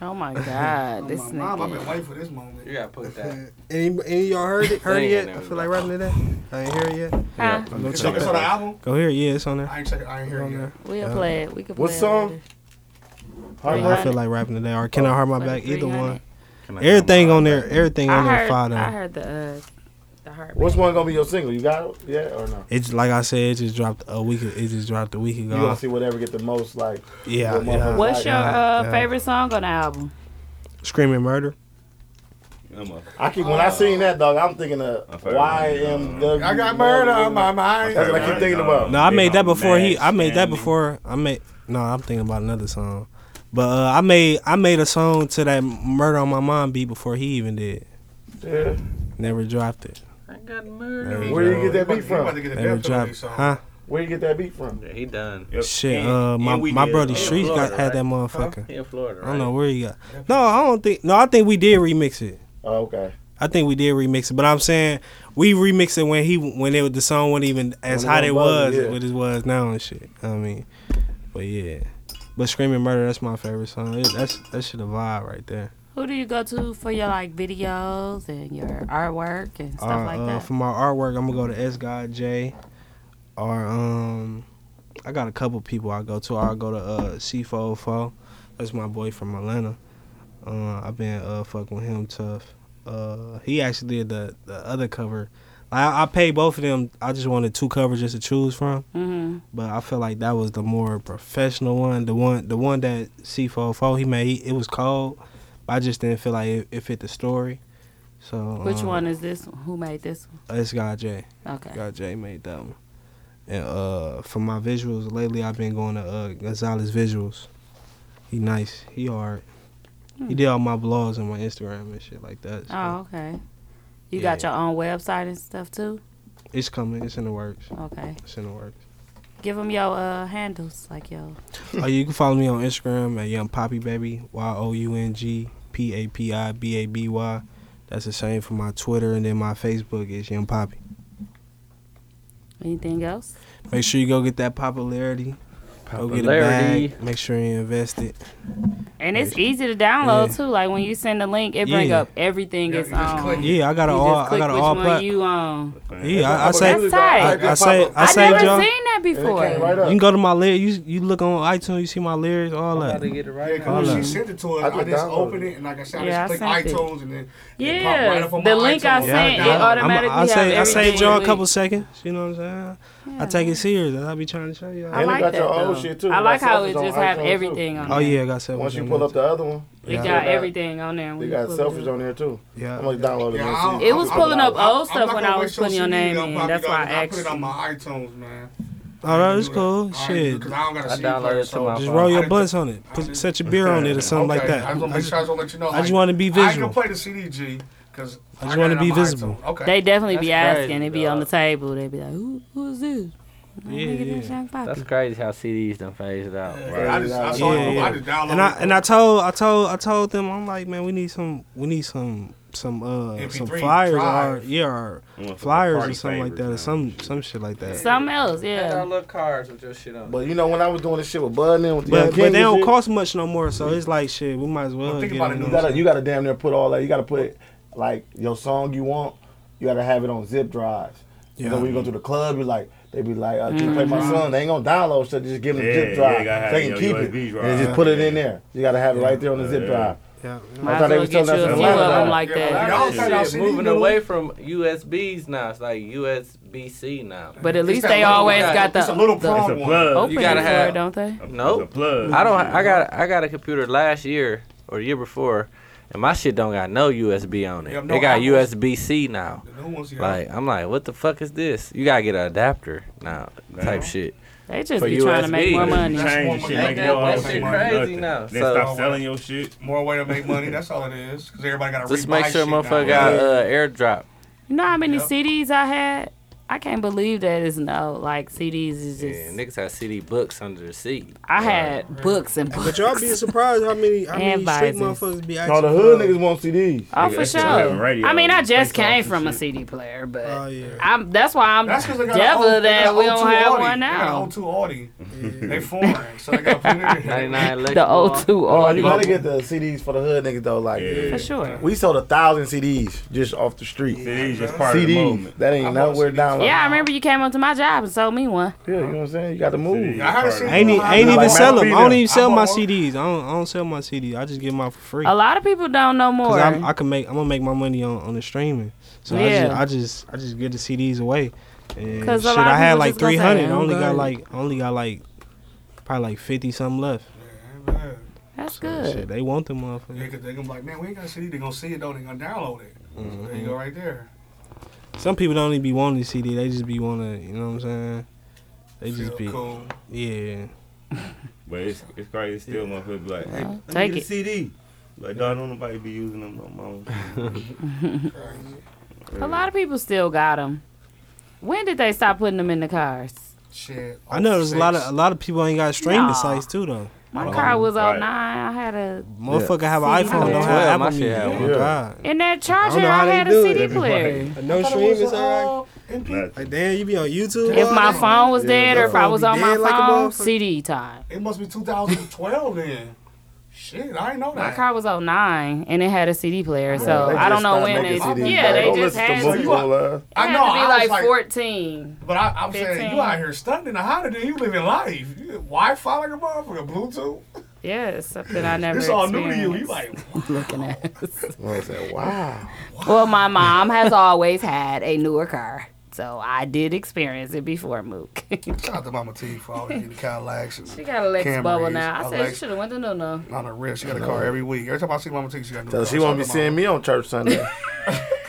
Oh my god, this my mom, I've been nigga. waiting for this moment. You gotta put that. [LAUGHS] Any, any y'all heard it? Heard it Dang, yet? there I we feel go. like rapping today. I ain't hear it yet. Huh? Go It's, check it's it. on the album. Go hear it. Yeah, it's on there. I ain't check it. I ain't It's hear on it there. yet. We'll Yeah. play it. We can. What play song? It later. Hard I work. feel like rapping today, or can I hard my back? Either one. Can I have Everything my- on there. Everything I on there. heard. Five I down. heard the uh, the heart. Which one gonna be your single? You got it? Yeah or no? It's like I said. It just dropped a week. It just dropped a week ago. You gonna see whatever get the most like yeah, what yeah. motherfucker What's like. your Yeah, uh, yeah. favorite song on the album? Screaming murder. I'm a- I keep when I seen that dog, I'm thinking of I forgot. YMW. I got murder on my mind. That's what I keep thinking about. No, I made that before he. Max I made that Stanley. before. I made. No, I'm thinking about another song. But uh, I made I made a song to that "Murder on My Mind" beat before he even did. Yeah. Never dropped it. I got murdered. Never Where you get dropped it. that beat You about to from? get a Never death dropped. penalty it. song. Huh? Where you get that beat from? Yeah, he done. Yep. Shit. And- Uh, my and we my did, brother uh, Streets got Florida, had that right? motherfucker. He in Florida, I right? don't know where he got. No, I don't think. No, I think we did remix it. Oh, okay. I think we did remix it, but I'm saying we remixed it when he when it was the song wasn't even as When it hot wasn't it was buzzing, yeah. what it was now and shit. I mean, but yeah, but screaming murder that's my favorite song. It, that's that shit a vibe right there. Who do you go to for your like videos and your artwork and stuff Uh, like uh, that? for my artwork, I'm gonna go to S God J, or um, I got a couple people I go to. I go to uh C404. That's my boy from Atlanta. Uh, I've been uh fucking with him tough. Uh, he actually did the the other cover. I, I paid both of them. I just wanted two covers just to choose from, mm-hmm. but I feel like that was the more professional one. The one the one that C404 he made he, it was cold. But I just didn't feel like it, it fit the story. So Which um, one is this? one? Who made this one? Uh, it's God J. Okay. God J made that one. And uh, for my visuals lately, I've been going to uh, Gonzalez Visuals. He nice. He hard. He did all my blogs and my Instagram and shit like that. so Hmm. Oh, okay. You got Yeah. your own website and stuff too. It's coming. It's in the works. Okay. It's in the works. Give them your uh, handles, like your. oh, you can follow me on Instagram at Young Poppy Baby. Y O U N G P A P I B A B Y. That's the same for my Twitter and then my Facebook is Young Poppy. Anything else? Make sure you go get that popularity. Go get a Popularity. bag. Make sure you invest it. And it's easy to download Yeah. too. Like when you send the link, it bring Yeah. up everything Yeah, it's you just click on. it. Yeah, I got You a just all. I click got a which all. one plat- you on. Yeah, I, I That's say That's tight. I, I say I I say never John. seen that And it came before. right You up. can go to my lyrics. You you look on iTunes. You see my lyrics. All How that. to get it right now. Yeah, cause Hold when up. she sent it to us, I I, just just downloaded opened it. it, and like I said, Yeah, I I just clicked sent it. iTunes, and then it popped right Yeah, up on the my link I iTunes. sent, it Yeah. automatically I say I have say everything. John a couple seconds. You know what I'm saying? I take it serious. I be trying to show you. And I it like got that. your old though. shit, too. I It like got how it selfies on just have iTunes, too. everything on. oh there. yeah, I got seven. Once you pull up the other one, it yeah. got Yeah. everything on there. you when got pull it up. selfies on there too. I'm yeah. gonna download it. Yeah, and I don't- see. It was I'm pulling not- up old I'm stuff not when gonna I was waste putting your social media name on in. Poppy That's Dog, why I I put it asked on you. my iTunes, man. Oh, that is I cool. already do Shit. it, 'cause I don't got a I CD downloaded player, it to so- my Just phone. roll your I butts did- on it. I Put, did- set your beer on it or something like Okay, that. I just want to make sure I don't let you know. I just wanna be I ain't visual. gonna play the CD, G, because I just wanna be visible. Okay. They definitely be That's asking. crazy, They be dog. on the table. They be like, "Who who is this?" Yeah, Nigga, that's yeah. Young Poppy. That's crazy how CDs done phased out. I just, I saw Yeah, it. yeah. I just downloaded And I it. and I told I told I told them I'm like, man, we need some we need some some uh some MP3 flyers or drive. yeah or want some flyers party or something like favors that now. or some some shit like that. Something else, yeah. little cards with your shit on. But you know when I was doing this shit with Bud and with Young But, King but they and don't shit, cost much no more, so it's like shit. We might as well. Well, think get about it, it, though. You gotta you gotta damn near put all that. You gotta put like your song you want. You gotta have it on zip drives. Yeah. Yeah. So when you go to the club, you like they be like, uh, "Can you play my song?" They ain't gonna download shit. Just give them Yeah, the yeah, zip drive. gotta have they can your keep USB it drive. and just put it in there. You gotta have it right there on the zip drive. Yeah. Might I thought as they well was get you a telling few us of in Atlanta. them like Yeah, that. Y'all Shit, think y'all see moving these away from USBs now. It's like USB now. But at least got they little- always it's got the It's a little the It's a prong one. plug. opening You gotta for have- it, don't they? Nope. It's a plug. I don't. I got. I got a computer last year or year before, and my shit don't got no USB on it. You have no they got apples. USB C now. No one's here. Like I'm like, what the fuck is this? You gotta get an adapter now, Now? type shit. They just For be trying to USB. make more money. That's Change one your shit. way- Make that- your that own shit shit. crazy nothing. now. Then So- stop selling your shit. More way to make money. That's all it is. Because everybody got to Just make sure, motherfucker, got uh, AirDrop. You know how many Yep. CDs I had? I can't believe that is no like CDs is Yeah, just. niggas have CD books under the seat. I had books and books. But y'all be surprised how many how many And street visors. motherfuckers be No, asking. the hood niggas want CDs. Oh, Nigga, for that shit like having sure. radio I mean, I just based off came some from a shit. CD player, but Oh, yeah. I'm that's why I'm That's because they got devil an old, that we don't have one now. They got an 02 [LAUGHS] Audi. They foreign, so they got to put it in. Ninety there. nine. [LAUGHS] The O2 Oh, you Audi. gotta get the CDs for the hood niggas though. Like for Yeah. sure. we sold a thousand CDs just off the street. CDs just part of the CDs movement. that I bought ain't nowhere CDs. down. Yeah, I remember you came up to my job and sold me one. yeah, you know what I'm saying. You got to move. I had a CD. Ain't, e- I ain't had even one. sell them. I don't even I sell my bought one. CDs. I don't, I don't sell my CDs. I just give them out for free. A lot of people don't know 'Cause more. I'm, I can make. I'm gonna make my money on, on the streaming. So Yeah. I, just, I just I just give the CDs away. And 'Cause a shit, lot of I had people like just gonna say, 300. I "I'm only good." got like I only got like probably like 50 something left. That's So shit, good. they want them motherfuckers. They could think I'm like, man, we ain't got a CD. They gonna see it though. They gonna download it. Mm-hmm. So there you go, right there. Some people don't even be wanting the CD. They just be wanna. You know what I'm saying? They just Feel be cool. yeah. But it's, it's crazy still, motherfuckers be like, hey, let me take get a it. CD. Like, dog, don't nobody be using them no more. A lot of people still got them. When did they stop putting them in the cars? Shit. I know there's a lot of a Six. lot of people ain't got streaming Nah. sites too though. My car was Right. 09. I had a Motherfucker have I an had iPhone, don't one. have My Apple shit Music. had Oh, one. God. in that charger. know I, how they had a do it. CD player. No stream is alright. Nothing. damn, you be on YouTube. If my phone was Yeah, dead or if I phone was be on my dead like a phone, motherfucker. CD time. It must be 2012 then. Shit, I ain't know My that. car was 09 and it had a CD player, so They just I don't know stopped when they. making CDs, yeah, bro. they Don't just listen had to to. Monkey Ball, uh, I had know. to be I was like, like, 14. but I, I'm saying 15. you out here stunting the hotter than you living life. You got Wi-Fi like a motherfucker, [LAUGHS] Bluetooth. Yeah, it's something I never. This all new to you. You experienced. like looking at. I said, wow. Well, my mom has always had a newer car, so I did experience it before Mook. she shout out to Mama T for all the Cadillacs and got a Lex Camrys, Bubble now. I a said she Lex- should have went to no no. on her wrist. She got a car every week. Every time I see Mama T, she got a new Tell her car. she won't be Shout out to Mama. seeing me on church Sunday. [LAUGHS]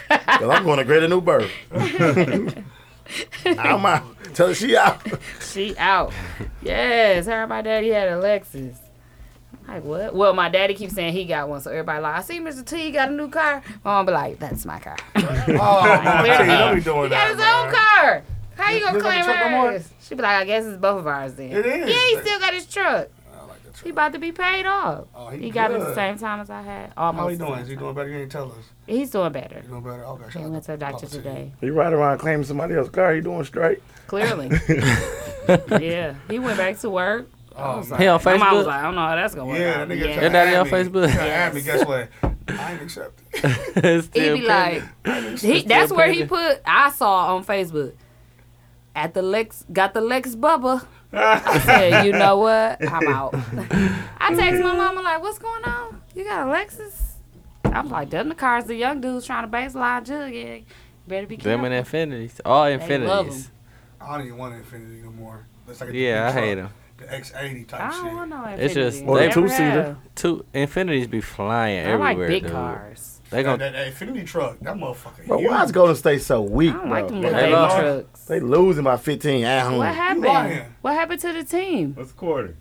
[LAUGHS] Cause I'm going to Greater New Birth. I'm out. Tell her she out. She out. Yes, her and my daddy had a Lexus. I'm like what? Well, my daddy keeps saying he got one, so everybody like, I see Mr. T got a new car. My mom be like, that's my car. [LAUGHS] [LAUGHS] [LAUGHS] Oh, Mama T, don't be He doing got that. his man. own car. How you gonna Does he claim have a truck no more? hers? She be like, I guess it's both of ours then. It is. Yeah, he still got his truck. I like that He truck. about to be paid off. Oh, He got it at the good. same time as I had. How he Almost. the doing? same Is he time. doing better? You ain't tell us. He's doing better. You doing better? Okay, shout He out went to the doctor Mama T. today. You ride around claiming somebody else's car. You doing straight? [LAUGHS] Clearly. [LAUGHS] yeah. He went back to work. Oh, man. He on My mom was Facebook. like, I don't know how that's gonna work Yeah, out. that nigga Yeah. tried to That daddy add on me. Facebook? He tried to add me. [LAUGHS] Guess what? I ain't accepted. It's He still be like, he, that's where he put. I saw on Facebook at the Lex got the Lex Bubba. I said, [LAUGHS] you know what? I'm out. I text my mama like, what's going on? You got a Lexus? I'm like, doesn't the cars the young dudes trying to baseline jug? Yeah, better be careful. them and infinities, all They love infinities. I don't even want Infinity no more. It's like a Yeah, I truck, hate them. The X80 type I don't shit. want no It's just- Infiniti. Or the Never two-seater. have. Two infinities be flying I everywhere. like big dude. cars. They That, gonna that, that Infinity truck, that motherfucker. Bro, you, why is Golden State so I weak, don't like them bro? little They baby love- trucks. They losing by 15 at home. What lying. happened? What happened to the team? What's quarter?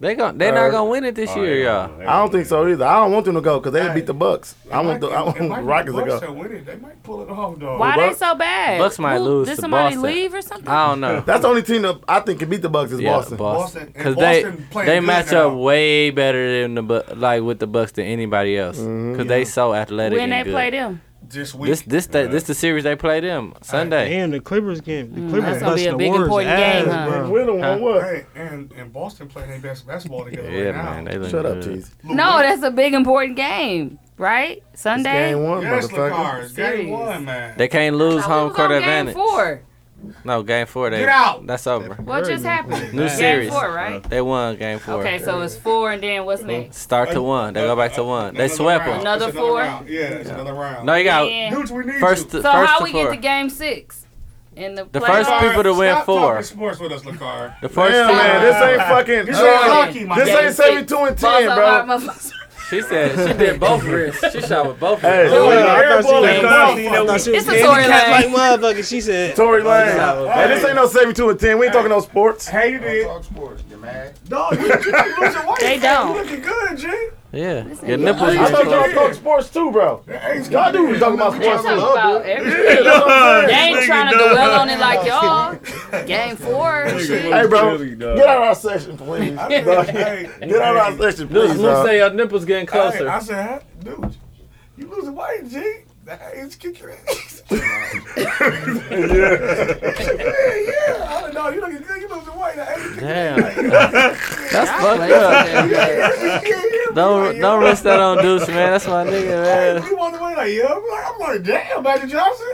They gon' they not gonna win it this Oh, year, yeah, y'all. they I don't think so either. I don't want them to go because they Hey. beat the Bucks. I want the I It might- it want might the be Rockets to Bucks go. that win it. They might pull it off, though. Why Buck- they so bad? Bucks might Who- lose Did to somebody Boston. leave or something? I don't know. That's the only team that I think can beat the Bucks is Boston. Boston. And because they Boston playing they good match now. up way better than the Bu- like with the Bucks than anybody else because Mm-hmm. they so athletic. When they and good. play them, This week. this this the, this the series they play them Sunday. Damn, the Clippers game. The Clippers Mm, that's gonna be busting a the big Warriors' important ass, game, huh? bro. Win them Huh? on what? Hey, and, and Boston playing their best basketball together Yeah, right now. man, they look Shut up, good. Cheese. no, that's a big important game, right? It's Sunday. Game one, Yes, motherfucker. Lakers. Game Serious. one, man. They can't lose home court advantage. Game four. No, game four. They Get out. That's over. What just happened? New game series. four, right? They won game four. Okay, so it's four, and then what's next? Start to one. They go back to one. They Another swept round. them. Another It's four? round. Yeah, it's another round. No, you got Yeah. Dudes, we need first. you. to- So first how to we four. get to game six in the The first playoffs? people to win Stop four. talking sports with us, Lakar. The first Damn, team- man, this ain't fucking. You this said ain't- hockey, my this guy. ain't seventy-two and Balls ten, up bro. our motherfuckers. She said she [LAUGHS] did both wrists. She shot with both Hey, wrists. so wait, I Aaron thought she Bull was ain't crazy. no I thought she was It's a story handicapped lane. like motherfucker. She said, Tory Lane. nah, Hey, this ain't no seventy-two and ten. We ain't talking no sports. Hated it. Talk sports, you mad? Dog, you, you keep losing weight. [LAUGHS] They You don't. looking good, G. Yeah, your nipples. I thought y'all Yeah. talked sports too, bro. Y'all do be talking about They sports. talk too. [LAUGHS] about [LAUGHS] everything. That's what I'm They saying. ain't trying to dwell on it [LAUGHS] like y'all. Game four. and shit. Hey, bro, get out of our section, please. Dog, [LAUGHS] Get Hey, out of our section, please. Let's dog. say uh, your nipples getting hey, I closer. [LAUGHS] said, huh? dude, you losing weight, G. That ain't kick your ass. [LAUGHS] yeah, yeah. I don't know. You looking good. You losing weight. That ain't kick Damn, [LAUGHS] that's fucked up. yeah, yeah. [LAUGHS] Don't don't risk that on Deuce, man. That's my nigga, man. You walked away like, yeah. I'm like, I'm like, damn, Magic Johnson.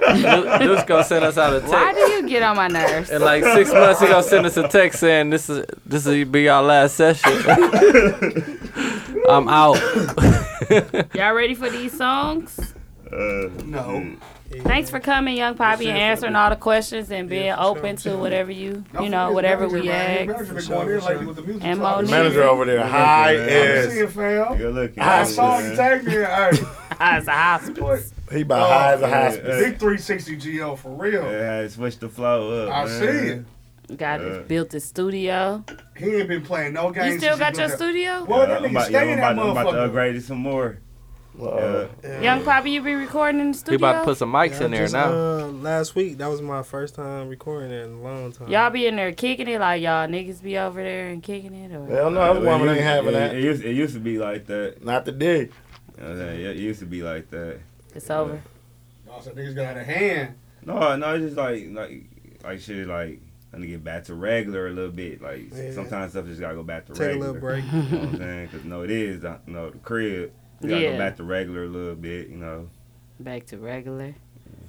Du- Deuce gonna send us out a Why text. do you get on my Uh, nerves? In like [LAUGHS] six months, he gonna send us a text saying this is this will be our last [LAUGHS] session. I'm [LAUGHS] out. Y'all ready for these songs? No. Thanks for coming, Young Poppy, and answering all the questions and being open to whatever you, you know, whatever we ask. And And Monique. Manager over there, high See [LAUGHS] as you, fam. Good looking. I saw you tag me. Hey, As a hospital. he about high as a hospice. big 360 GL for real. Yeah, switch the flow up. I see it. Got it. Built a studio. He ain't been playing no games. You still since got been your there. studio? Well, that I'm, nigga about, yeah, stay in I'm, that about, I'm about to motherfucker. upgrade it some more. Whoa. [LAUGHS] Young Poppy, you been recording in the We studio? about to put some mics in there just, now. uh, last week, that was my first time recording it in a long time. Y'all be in there kicking it like y'all niggas be over there and kicking it or Hell no, that woman it, ain't used- having it, that. It used, it used to be like that. Not today. You know what I'm saying? It used to be like that. it's over. Y'all said niggas got out of hand. No, no, it's just like like like shit like I need to get back to regular a little bit. Like Yeah. sometimes stuff just gotta go back to Take a regular. little break. You know what I'm saying? Because no, it is uh, no the crib. You gotta Yeah. go back to regular a little bit. You know. Back to regular.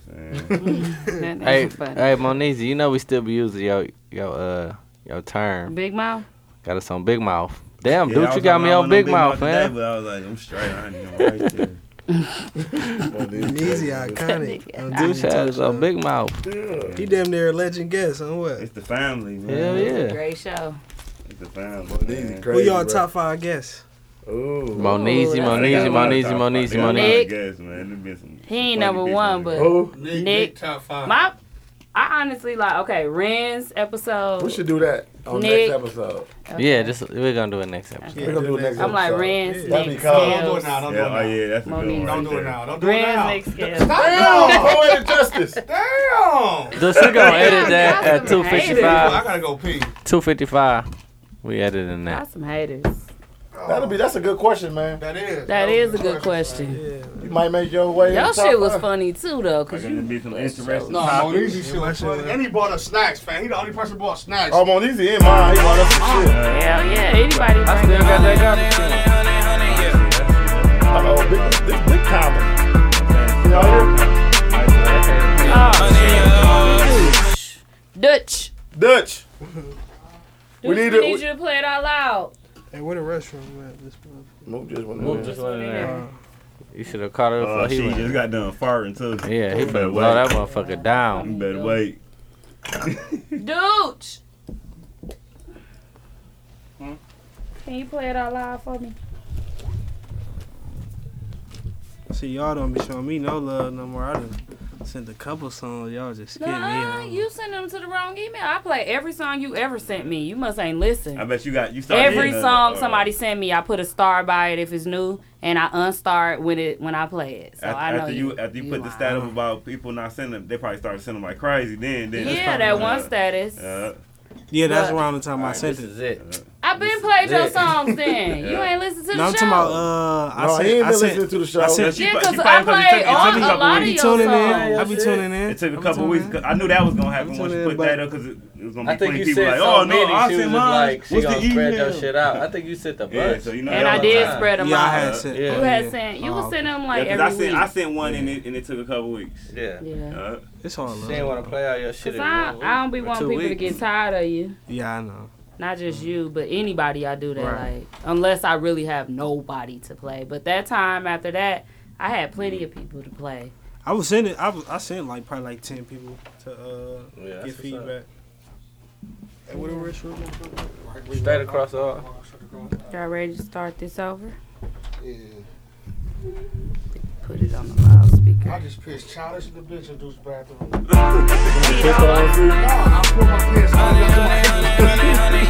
what I'm saying? [LAUGHS] That Mm-hmm. Hey, ain't funny. hey, Monizy, you know we still be using your your uh your term. Big mouth. Got us on Big Mouth. Damn, Yeah, I dude, was you got like, me I on went Big Mouth, today, man. but I was like, I'm straight. I ain't gonna write that. Easy, iconic. on Dude, Disney had us Talk on Show. Big Mouth. He damn near a legend guest on what? It's the family, man. Hell yeah. Great show. It's the family. man. Who y'all top five guests? Ooh. Monizy, Ooh, They got Monizy, a lot of Monizy, top Monizy, five. They got a lot of Monique. guests, man. There been some- He ain't funny number people one, in but there. Who? Nick, Nick. top five. my I honestly like okay, Ren's episode. We should do that on Nick. next episode. Yeah, just we're gonna do it next episode. We're gonna do it next I'm like episode. Ren's That'd Nick be cold. don't do it Scales. now. Don't do it Yeah, now. oh yeah, that's a Monique. good one. Don't do it right now. Don't do it now. Ren's Nick Scales. Damn! Poetic justice. Damn. Dude, she gonna edit that at Y'all some Shit, I 255. gotta go pee. 255. We editing that. Got some haters. That'll be. That's a good question, man. That is. That was is a good question. You might make your way. in Your the top shit was five. funny too though, There's cause gonna you be some interesting No, topics. Monizy shit was funny. And he bought us snacks, fam. He the only person who bought snacks. Oh, Monizy in mine. He bought us some shit. hell yeah, anybody. I still got that garbage can. Uh oh, big, this big combo. You know here? Oh, shit. Dutch. Dutch. Dutch. We We need need, to- you to play it out loud. Hey, where the restroom at? This month? Move just one. Move minute. just one in there. You should have caught her before Oh, he she went. just got done farting too. Yeah, he better You better blow that wait. motherfucker down. You better wait. Dutch. Can you play it out loud for me? See, y'all don't be showing me no love no more. I done sent a couple songs. Y'all just skipped me. Nah, out. you sent them to the wrong email. I play every song you ever sent me. You must ain't listen. I bet you got you started Every hitting us, song uh, somebody sent me, I put a star by it if it's new, and I unstar it when it when I play it. So after, I know after you, after you, put the lying. stat up about people not sending them, they probably started sending them like crazy. Then, then Yeah, that one status. Uh, yeah, that's But- around the time I sent this it. is it. I've been played [LAUGHS] your it. songs then. You ain't listened to the No, I'm show. talking about. Uh, I No, sent. he ain't I been sent- listening to the show. I said- she yeah, pro- because she I probably took- played it took me a all, a couple lot I of be your tuning in. I songs. be tuning in. It took a I be couple tuning weeks. in. 'cause I knew that was gonna happen I'm once you telling put that everybody. up because it, it was gonna I be think plenty you people said like, so oh many. no, I She was sent just mine. like, she What's gonna the spread your email? shit out. I think you sent the bunch. Yeah, so you know. And that I was did time. spread them Yeah, I out. had sent. You oh, You had yeah. sent. You Oh, was sending them Yeah, like 'cause every I sent week. I sent one and it and it took a couple weeks. Yeah. yeah. Uh, It's all She didn't love. want to play all your shit. Cause in I, one week. I don't be wanting two people to weeks. get tired of you. Yeah, I know. Not Mm-hmm. just you, but anybody I do that Right. like. Unless I really have nobody to play. But that time after that, I had plenty Mm-hmm. of people to play. I was sending. I was. I sent like probably like ten people to uh, Yeah, that's get what's feedback. Hey, what a rich room. Straight across all. Y'all ready to start this over? Yeah. Put it on the loudspeaker. I just pissed childish in the bitch in this bathroom. I Oh, put my pants on. baby.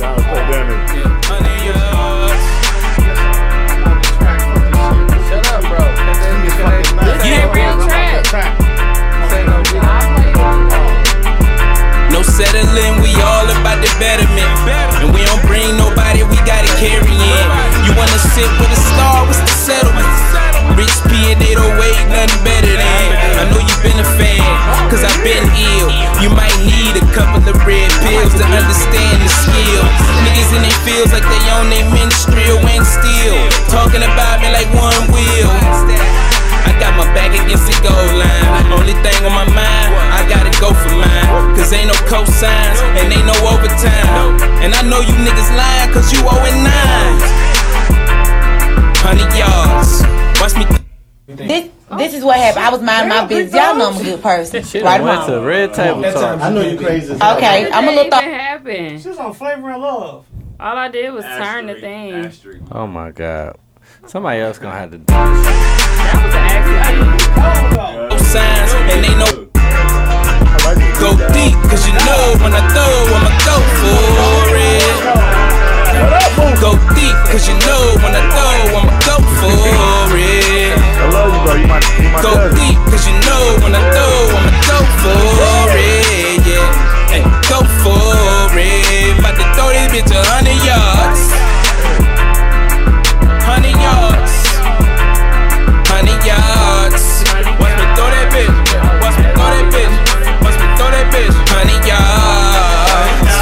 Sounds so damn it. Shut up, bro. This ain't real trash. No settling, we all about the betterment. And we don't bring nobody, we gotta carry in. You wanna sit with a star, what's the settlement? Rich P and 808, nothing better than. I know you've been a fan, cause I've been ill. You might need a couple of red pills to understand the skill. Niggas in their fields like they own their menstrual and still talking about me like one will. I got my back against the goal line. Only thing on my mind, I gotta go for mine. Cause ain't no cosigns and ain't no overtime. And I know you niggas lying cause you 0 and 9. 100 yards. Watch me. This this is what happened. I was minding my business. Y'all know I'm a good person, right? or Went wrong. to red table talk. I know you crazy. as hell. Okay, I'm a little. That Th- even happened. She's on Flavor and Love. All I did was turn the asterisk, thing. asterisk. Oh my god. Somebody else gonna have to. That was an accident. Cosigns and ain't no go deep. Cause you know when I throw, I'ma go for it. Go deep, cause you know when I throw, I'ma go for it. I love you, bro. You my, you my Go cousin. deep, cause you know when I throw, I'ma go for it, yeah. Hey, go for it. About to throw this bitch a hundred yards. Hundred yards. Hundred yards. Watch me throw that bitch. Watch me throw that bitch. Watch me throw that bitch. Hundred yards.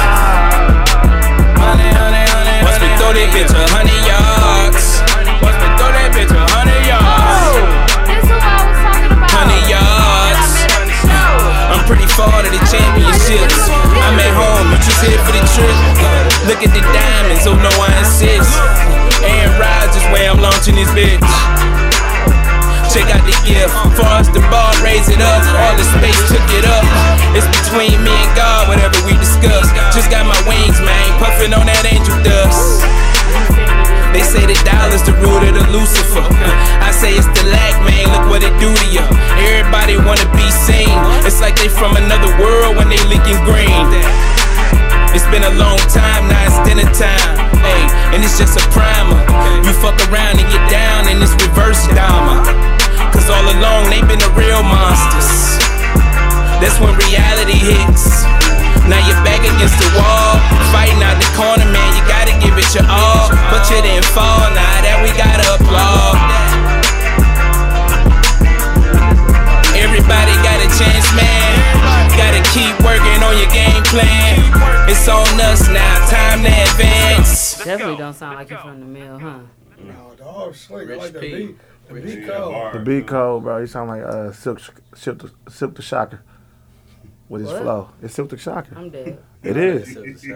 Hundred, hundred, hundred. Watch me throw that bitch a hundred yards. Watch me throw that bitch a hundred yards. This is what I was talking about. 100 yards. I'm pretty far to the championships. I'm at home, you just here for the trip. Look at the diamonds, oh no, I insist. Aaron Rodgers, way I'm launching this bitch. Check out the gift. For us, the bar, raise it up. All the space took it up. It's between me and God, whatever we discuss. Just got my wings, man. Puffin' on that angel dust. They say the dollar's the root of the Lucifer. I say it's the lack, man. Look what it do to you. Everybody wanna be seen. It's like they from another world when they licking green. It's been a long time, now it's dinner time. Hey, and it's just a primer. You fuck around and get down, and it's reverse dharma. Cause all along they been the real monsters. That's when reality hits. Now you're back against the wall, fighting out the corner, man. You gotta give it your all, but you didn't fall. Now that we gotta applaud. Everybody got a chance, man. Gotta keep working on your game plan. It's on us now, time to advance. Definitely don't sound like you're from the mill, huh? No, dog, slick. I Rich like the P. beat. The Rich beat P. cold. The B cold, bro. You sound like uh, Silk, Sh- Silk, the, Silk the Shocker with his What? flow. It's Silk the Shocker. I'm dead. It is. That's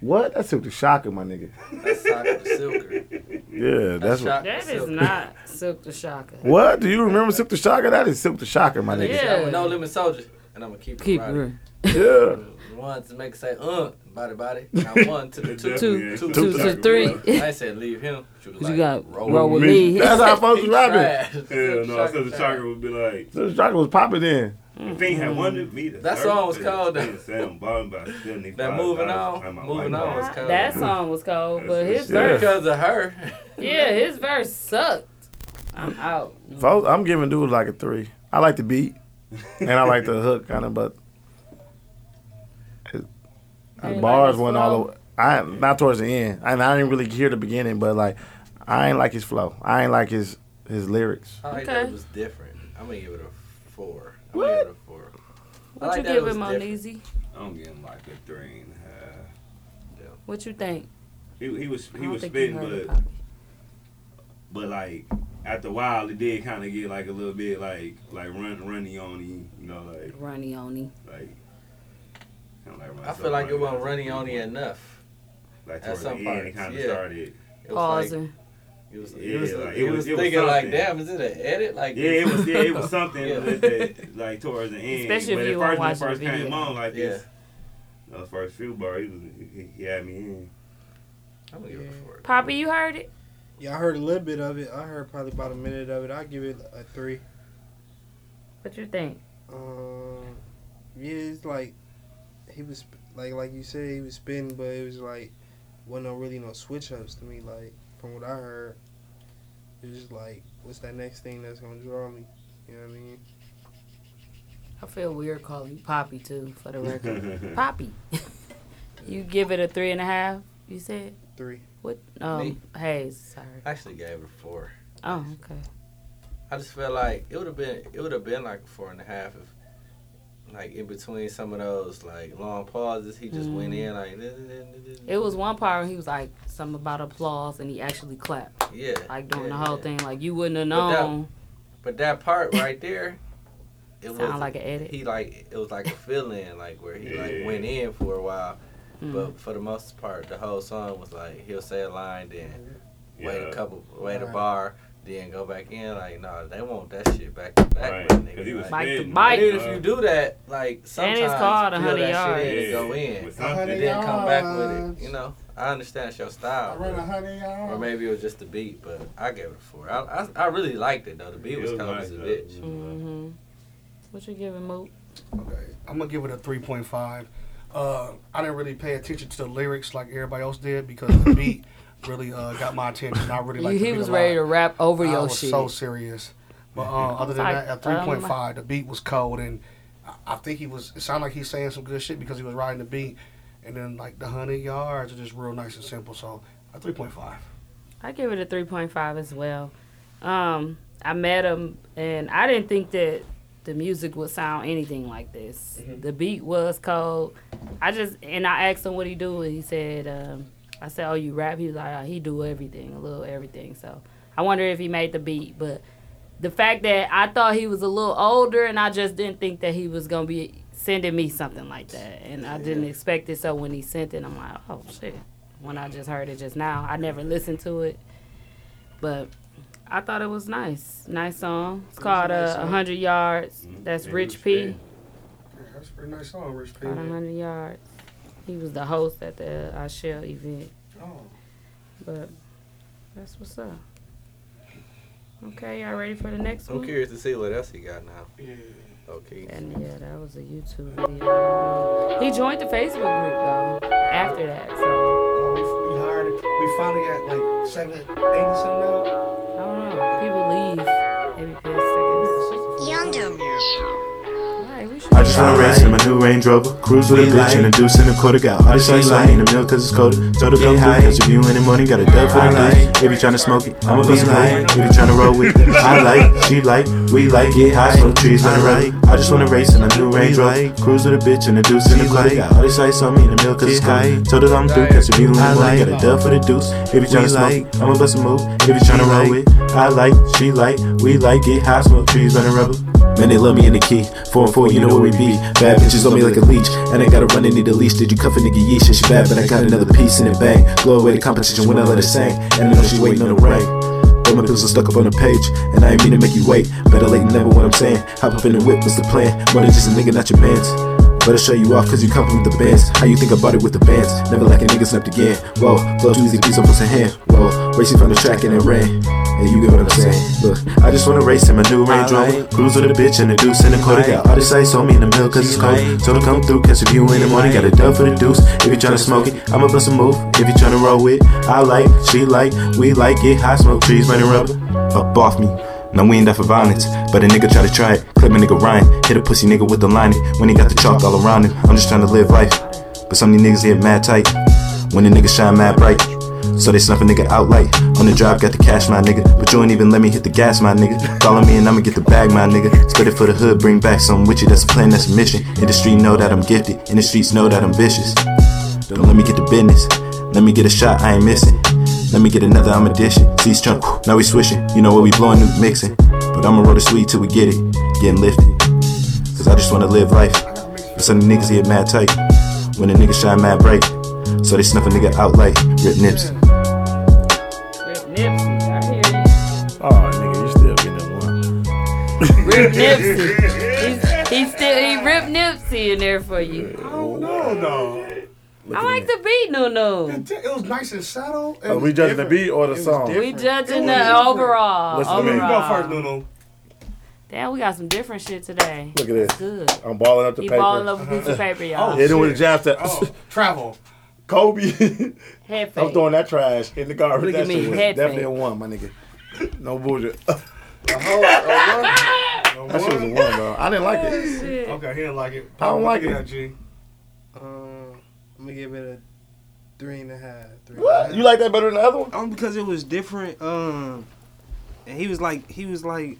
What? That's Silk the Shocker, my nigga. Sock the Silker. Yeah, that's what. Sock the That is Silker. not Silk the Shocker. What? Do you remember Silk the Shocker? That is Silk the Shocker, my nigga. Yeah. Yeah. No limit soldier. And I'm gonna keep, [LAUGHS] Keep it. it. Yeah. Once make say uh, body, body. [LAUGHS] Not one to the two, Two, two, two to three. I said leave him. She was You like, got roll, roll [LAUGHS] with me. That's how folks was rapping. Trash. Hell no, I said the chakra would be like. So the chakra was popping in. If they had one to Mm. me, the That third song was thing, called I that. said I'm bottom by seventy-five That moving dollars. on, I'm a moving white on man. was cold. That song was cold, but his Yeah. verse, Because of her. [LAUGHS] yeah, his verse sucked. I'm out. Folks, I'm giving dudes like a three. I like the beat, and I like the hook kind of, but it- the Anybody bars else went all the way. I not towards the end, and I didn't really hear the beginning, but like I ain't like his flow. I ain't like his his lyrics. I like Okay. that it was different. I'm gonna give it a four. I'm gonna give it a four. I What like you that give was him, different. Monizy? I'm getting like a three and a half. What you think? He, he was I he don't was think you spitting, heard it, but Poppy. but like after a while, it did kind of get like a little bit like like run runny on you, you know, like Ronnie Oni. like. kinda Like I feel like it wasn't running on you enough. Like at towards some the end, parts, it kind of yeah. started. It was like Pausing. it was, Yeah, it was, like, it it was, was- it was thinking like, something. damn, is it an edit? Like Yeah, it was. Yeah, [LAUGHS] it was something Yeah. that, that, like towards the end. Especially if but you at first, when it weren't watching first the came video. on, like Yeah. this, those first few bars, he, was, he, he had me in. I'm gonna give it a four. Poppy, you heard it? Yeah, I heard a little bit of it. I heard probably about a minute of it. I give it a three. What you think? Um, yeah, it's like he was like like you said he was spinning, but it was like wasn't no really no switch ups to me. Like from what I heard, it was just like what's that next thing that's gonna draw me? You know what I mean? I feel weird calling you Poppy too, for the [LAUGHS] record. Poppy, [LAUGHS] you give it a three and a half. You said Three. what? Um, Me? Hayes. Sorry. I actually gave it a four. Oh, okay. I just felt like it would have been it would have been like a four and a half if like in between some of those like long pauses he just went in like Mm. It was one part where he was like something about applause, and he actually clapped, yeah like doing yeah, the whole yeah. thing. Like you wouldn't have But that- known. But that part right there, it was Sound like an edit. He like it was like a fill in, like where he like Yeah. went in for a while. Mm. But for the most part, the whole song was like he'll say a line, then wait Yeah. a couple, wait a Right. bar, then go back in. Like no, they want that shit back to back. Right, with a 'cause he was nigga. Like, Bike to spitting, bike. and even uh, if you do that, like sometimes called a fill hundred that yards. shit in and go in, with and something. Hundred then come back with yards. it. You know, I understand it's your style. but- hundred or Oh. maybe it was just the beat, but I gave it a four. I, I, I really liked it though. The beat It was was cold nice, as a though. bitch. hmm What you giving, Moot? Okay, I'm gonna give it a 3.5. Uh, I didn't really pay attention to the lyrics like everybody else did because the beat really uh, got my attention. I [LAUGHS] really like he the beat was a ready to lot. rap over I your was shit. so serious. But [LAUGHS] uh, other than Like, that, at um, 3.5, the beat was cold, and I- I think he was. It sounded like he's saying some good shit because he was riding the beat, and then like the hundred yards are just real nice and simple. So uh, a 3.5. I give it a 3.5 as well. Um, I met him, and I didn't think that the music would sound anything like this. The beat was cold. I just and I asked him what he do, and he said, um, "I said, oh, you rap." He was like, oh, "He do everything, a little everything." So I wonder if he made the beat, but the fact that I thought he was a little older, and I just didn't think that he was gonna be sending me something like that, and I didn't expect it. So when he sent it, I'm like, oh shit. When I just heard it just now, I never listened to it, but I thought it was nice, nice song. It's called nice uh, song. Mm-hmm. 100 Yards. That's Yeah, he was Rich P. spitting. Yeah, that's a pretty nice song, Rich P. About 100 Yards. He was the host at the I Shell event, Oh, but that's what's up. Okay, y'all ready for the next I'm one? curious to see what else he got now. yeah. Okay. And yeah, that was a YouTube video. He joined the Facebook group though after that, so Oh, we, we hired. We finally got like seven, eighty something now. I don't know. People leave every few seconds. Alright, we should. I just wanna race in my new Range Rover. Cruise with a bitch and a deuce and a quarter gal. I just like slide in the middle cause it's cold. So the go through cause if you in the morning, got a dub for the bitch. They be tryna smoke it. I'ma go some high. They be tryna roll with it. I like, she like, we like, get high, smoke trees on the road. I just wanna race in my new Range Rover. Cruise with a bitch and a deuce and a quarter gal. I just like saw me in the middle cause it's cold. So the go through cause if you in the morning, got a dub for the deuce. They be tryna smoke it. I'ma bust a move. They be tryna roll with it. I like, she like, we like, get high, smoke trees on the rubber. Man, they love me in the key. Four and four, you know where we be. Bad bitches on me like a leech. And I gotta run and need a leash. Did you cuff a nigga yeesh? And she bad, but I got another piece in the bag. Blow away the competition when I let her sing. And I know she waiting on the rank. But my pills are stuck up on the page. And I ain't mean to make you wait. Better late than never, what I'm saying. Hop up in the whip, what's the plan? More than just a nigga, not your mans. Better show you off cause you come from the bands. How you think about it with the bands? Never like a nigga snapped again. Whoa, blow too easy, piece almost in hand. Whoa, racing from the track and it ran. And you get what I'm saying. Look, I just wanna race in my new Range Rover. Cruise with a bitch and a deuce in the Kodak. Got all this ice on me in the middle cause it's cold. Told her come through, catch a view in the morning. Got a dub for the deuce. If you tryna smoke it, I'ma bust a move. If you tryna roll with, I like, she like, we like it. High smoke trees, money rubber. Up off me. Now we ain't out for violence, but a nigga try to try it. Clip a nigga Ryan, hit a pussy nigga with the lining. When he got the chalk all around him, I'm just tryna live life. But some of these niggas get mad tight. When the nigga shine mad bright, so they snuff a nigga out light. On the drive, got the cash, my nigga. But you ain't even let me hit the gas, my nigga. Follow me and I'ma get the bag, my nigga. Spit it for the hood, bring back some with you. That's a plan, that's a mission. Industry know that I'm gifted, and the streets know that I'm vicious. Don't let me get the business. Let me get a shot, I ain't missing. Let me get another, I'm addition. Seize chunk, whew, now we swishing. You know what we blowing, new mixing. But I'ma roll the sweet till we get it, getting lifted. Cause I just wanna live life. But some niggas get mad tight. When a nigga shine mad bright. So they snuff a nigga out like rip nips. Oh, nigga, you still getting that one. [LAUGHS] Rip Nipsey. He's, he's still he ripped Nipsey in there for you. No, no. I like the beat, no no. It was nice and subtle. Are we judging the beat or the song? We judging the overall. Listen to me. overall. You go first, Nunu. Damn, we got some different shit today. Look at this. Good. I'm balling up the He paper. balling up a piece [LAUGHS] of paper, y'all. Hit him with a jab step. [LAUGHS] Travel. Kobe. Head I'm fake. throwing that trash in the garbage. Look that at me, shit was head definitely fake. a one, my nigga. No bullshit. [LAUGHS] that That shit was a one, bro. I didn't like it. Okay, he didn't like it. I don't like it. Yeah, G. Um, I'm gonna give it a three and a half. Three What? You like that better than the other one? Um, Only because it was different. Um, and he was like, he was like,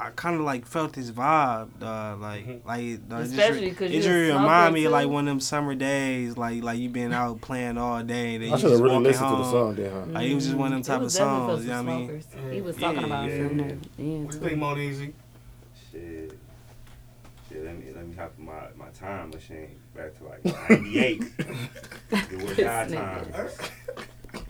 I kind of like felt his vibe, dog. Like, Mm-hmm. like, dog, it just Especially 'cause you it just a remind smoker, me of, too. like one of them summer days, like like you been out playing all day. And then I you shoulda just really walking listened to the home. song then, huh? Like it was just one of them It type of songs. was definitely for You know some what I mean? smokers. He was talking about yeah, from yeah. there. Yeah, What you too. think, Mona Easy? Shit. Shit, let me let me hop in my, my time machine back to like ninety [LAUGHS] eight. it was that time.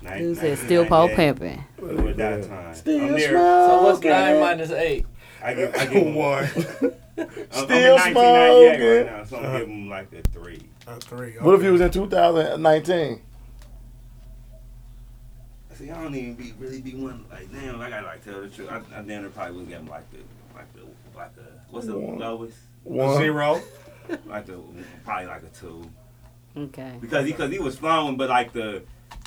Nin- Dude said still pole 1998. pimping. It was that time. Still I'm there. So what's nine minus eight? I give I give him [LAUGHS] I'm, One. I'm Still in nineteen ninety eight smoking. right now, so I'm giving him like a three. A three. What if he was in 2019? See, I don't even be really be one like damn. I gotta like tell the truth. I, I damn near probably would give him like the like the like a what's the One. lowest One. [LAUGHS] Zero. like a probably like a two Okay. because he because he was flowing, but like the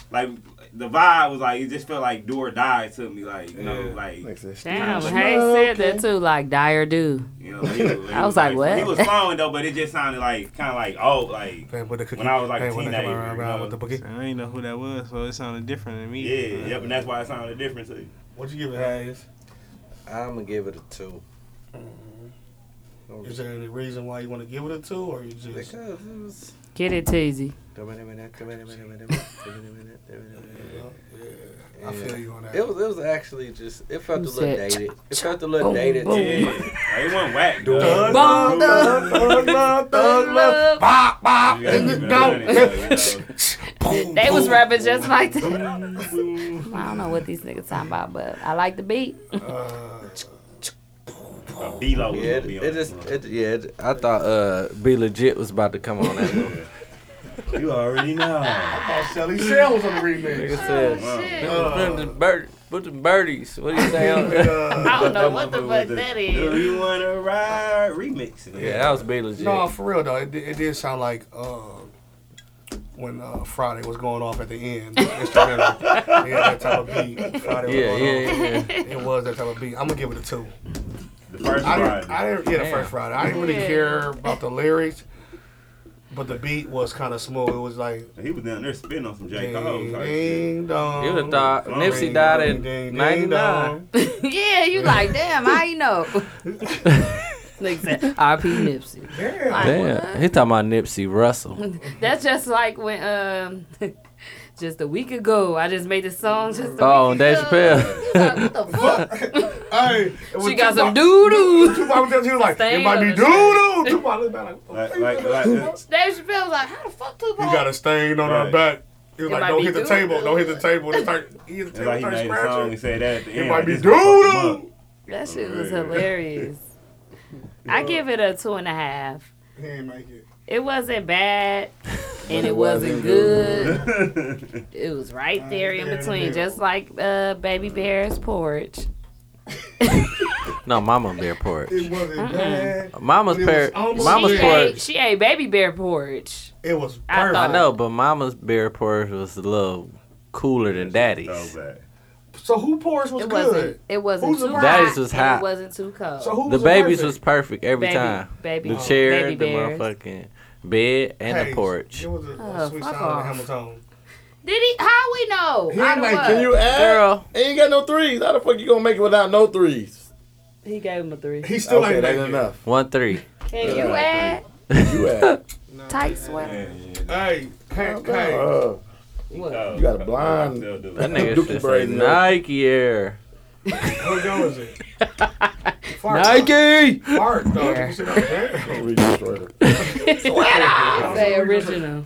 like the vibe was like it just felt like do or die to me. Like you know like Makes sense. Damn, Hey said that too, like dire do. you know he was- he I was was like, what? He was flowing though, but it just sounded like kind of like oh like Man, with the cookie. when I was like a Man, when they come teenager. around, you around know? with the boogie. I didn't know who that was, so it sounded different than me. Yeah, yep, and that's why it sounded different to you. What'd you give it, Hayes? I'm gonna give it a two. Mm-hmm. Is there any reason why you want to give it a two, or you just? Because it was. Get it, Teasy. I feel you on that. It was it was actually just it felt a Who little said- oh, dated. It felt a little dated to Yeah, me. like, it wasn't whack. Thug dog. love, thug love, thug love. Bop, bop. You gotta keep it a hundred, though, you know. [LAUGHS] They was rapping just like that. [LAUGHS] I don't know what these niggas talking about, but I like the beat. [LAUGHS] Uh, B-Lo Yeah, was it, gonna be on it this just one. it, yeah. It, I thought uh, be legit was about to come on that. one. You already [LAUGHS] know. Oh, Shelly Shell was on the remix. Nigga said, Oh, Wow. "Them- them bird- put them birdies. What do you say? on there? uh, [LAUGHS] I don't know what the fuck that Do is. you wanna ride remix? yeah, that was be legit. No, for real though, it, did- it did sound like uh, when uh, Friday was going off at the end. [LAUGHS] Instrumental. yeah, that type of beat. Friday yeah, was yeah, going off. yeah. It was that type of beat. I'm gonna give it a two. the first I ride. didn't, I didn't, yeah, the first Friday. I didn't really Yeah. care about the lyrics, but the beat was kind of smooth. It was like He was down there spitting on some J. Cole. ding, type shit. ding dong. You would have thought Ding, Nipsey ding, died ding, ding, in ding, '99. dong. [LAUGHS] Yeah, you like, damn, I ain't know. Nigga said, RP Nipsey. Like, Damn, he talking about Nipsey Russell. That's just like when um [LAUGHS] just a week ago I just made this song just a Oh, week Dave ago. Chappelle. You like, what the fuck? Hey, She got some doo doo. Tupac was down here like, Stay it might be on doo the doo. Tupac looked back like, Like, like, like, uh, Dave Chappelle was like, how the fuck You Tupac? got a stain on her Right. back. He was It like, might don't be hit the doo-doo. table. Don't hit the table. They [LAUGHS] start, he hit the it's table, like he start made a song and scratching. said that at the It end. might like, be this doo gonna fuck him doo. up. That shit [LAUGHS] was Hilarious. hilarious. I give it a two and a half. He ain't make it. It wasn't [LAUGHS] bad, and it wasn't good. it was right there in between, just like uh, Baby Bear's porridge. No, Mama Bear porridge. It wasn't Uh-huh. bad. Mama's but it was par- almost Mama's Uh-uh. she porridge. ate, she ate Baby Bear porridge. It was I I thought know, but Mama's Bear porridge was a little cooler than Daddy's. So who porridge was it good? wasn't. It wasn't Who's too the- hot. Daddy's was and hot. It wasn't too cold. So who The was babies perfect? was perfect every Baby- time. baby- the oh, chair, baby the bears. motherfucking bed, and Hey, the porch. It was a, a Oh, sweet fuck sound off. in Hamilton. Did he? How we know? He Out ain't of like, what? can you add? Ain't got no threes. How the fuck you gonna make it without no threes? He gave him a three. He okay, that's enough. One [LAUGHS] three. Can you add? You add. [LAUGHS] Tight sweater. Hey, hey, hey. Uh, you got a blind. That nigga Dookie should say braid, no. Nike Air. What gun is [LAUGHS] it? Nike. Fart, dog. You said that was [LAUGHS] Sweater. [LAUGHS] Say original.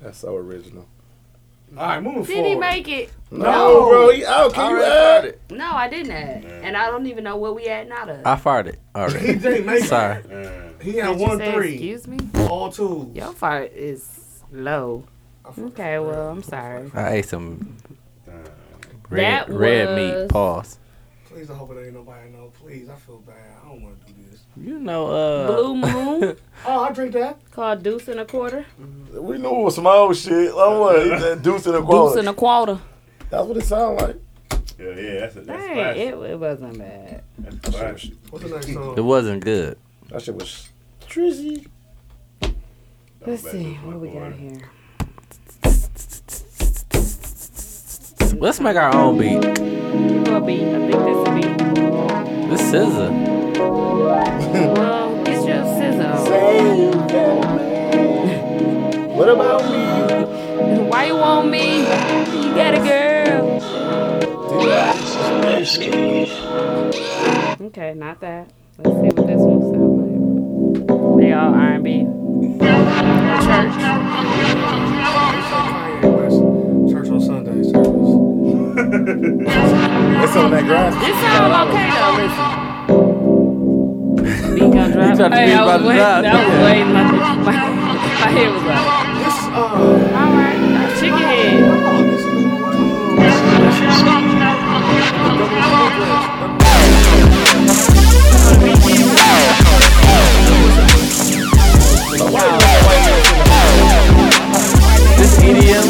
That's so original. bad. All right, moving Did forward. he make it? No, bro. He out. Can you add? No, I didn't add, and I don't even know what we at not of. I farted [LAUGHS] He already. didn't make it. Sorry. He had Did you one say, three. Excuse me. All two. Your fart is low. Okay, well I'm sorry. I ate some That red red was- meat. Pause. Please, I hope it ain't nobody know. Please, I feel bad. I don't want to do this. You know, uh, Blue Moon [LAUGHS] Oh, I drink that. called Deuce and a quarter. We knew it was some old shit. Oh, what? It's that Deuce in the Deuce quality. and a quarter. That's what it sounds like. Yeah, yeah, that's a, that's Dang, classic. it, it wasn't bad. That's classic. What's the next it song? wasn't good. That shit was trizzy. Let's see what we got here. Let's make our own beat. Gonna be, I think this will be. This scissor. Well, get your scissors. Say that, [LAUGHS] man. What about me? Why you want me? You got a girl. Okay, not that. Let's see what this one sounds like. They all R&B. Church on Sunday service. It's on that grass. This sound okay though. Listen. Beat gonna drop. You thought the Hey, beat I about to was waiting. drop, I was yeah. waiting. My, [LAUGHS] my, my head was like, This, uh, all right, chicken head. oh, this is This EDM.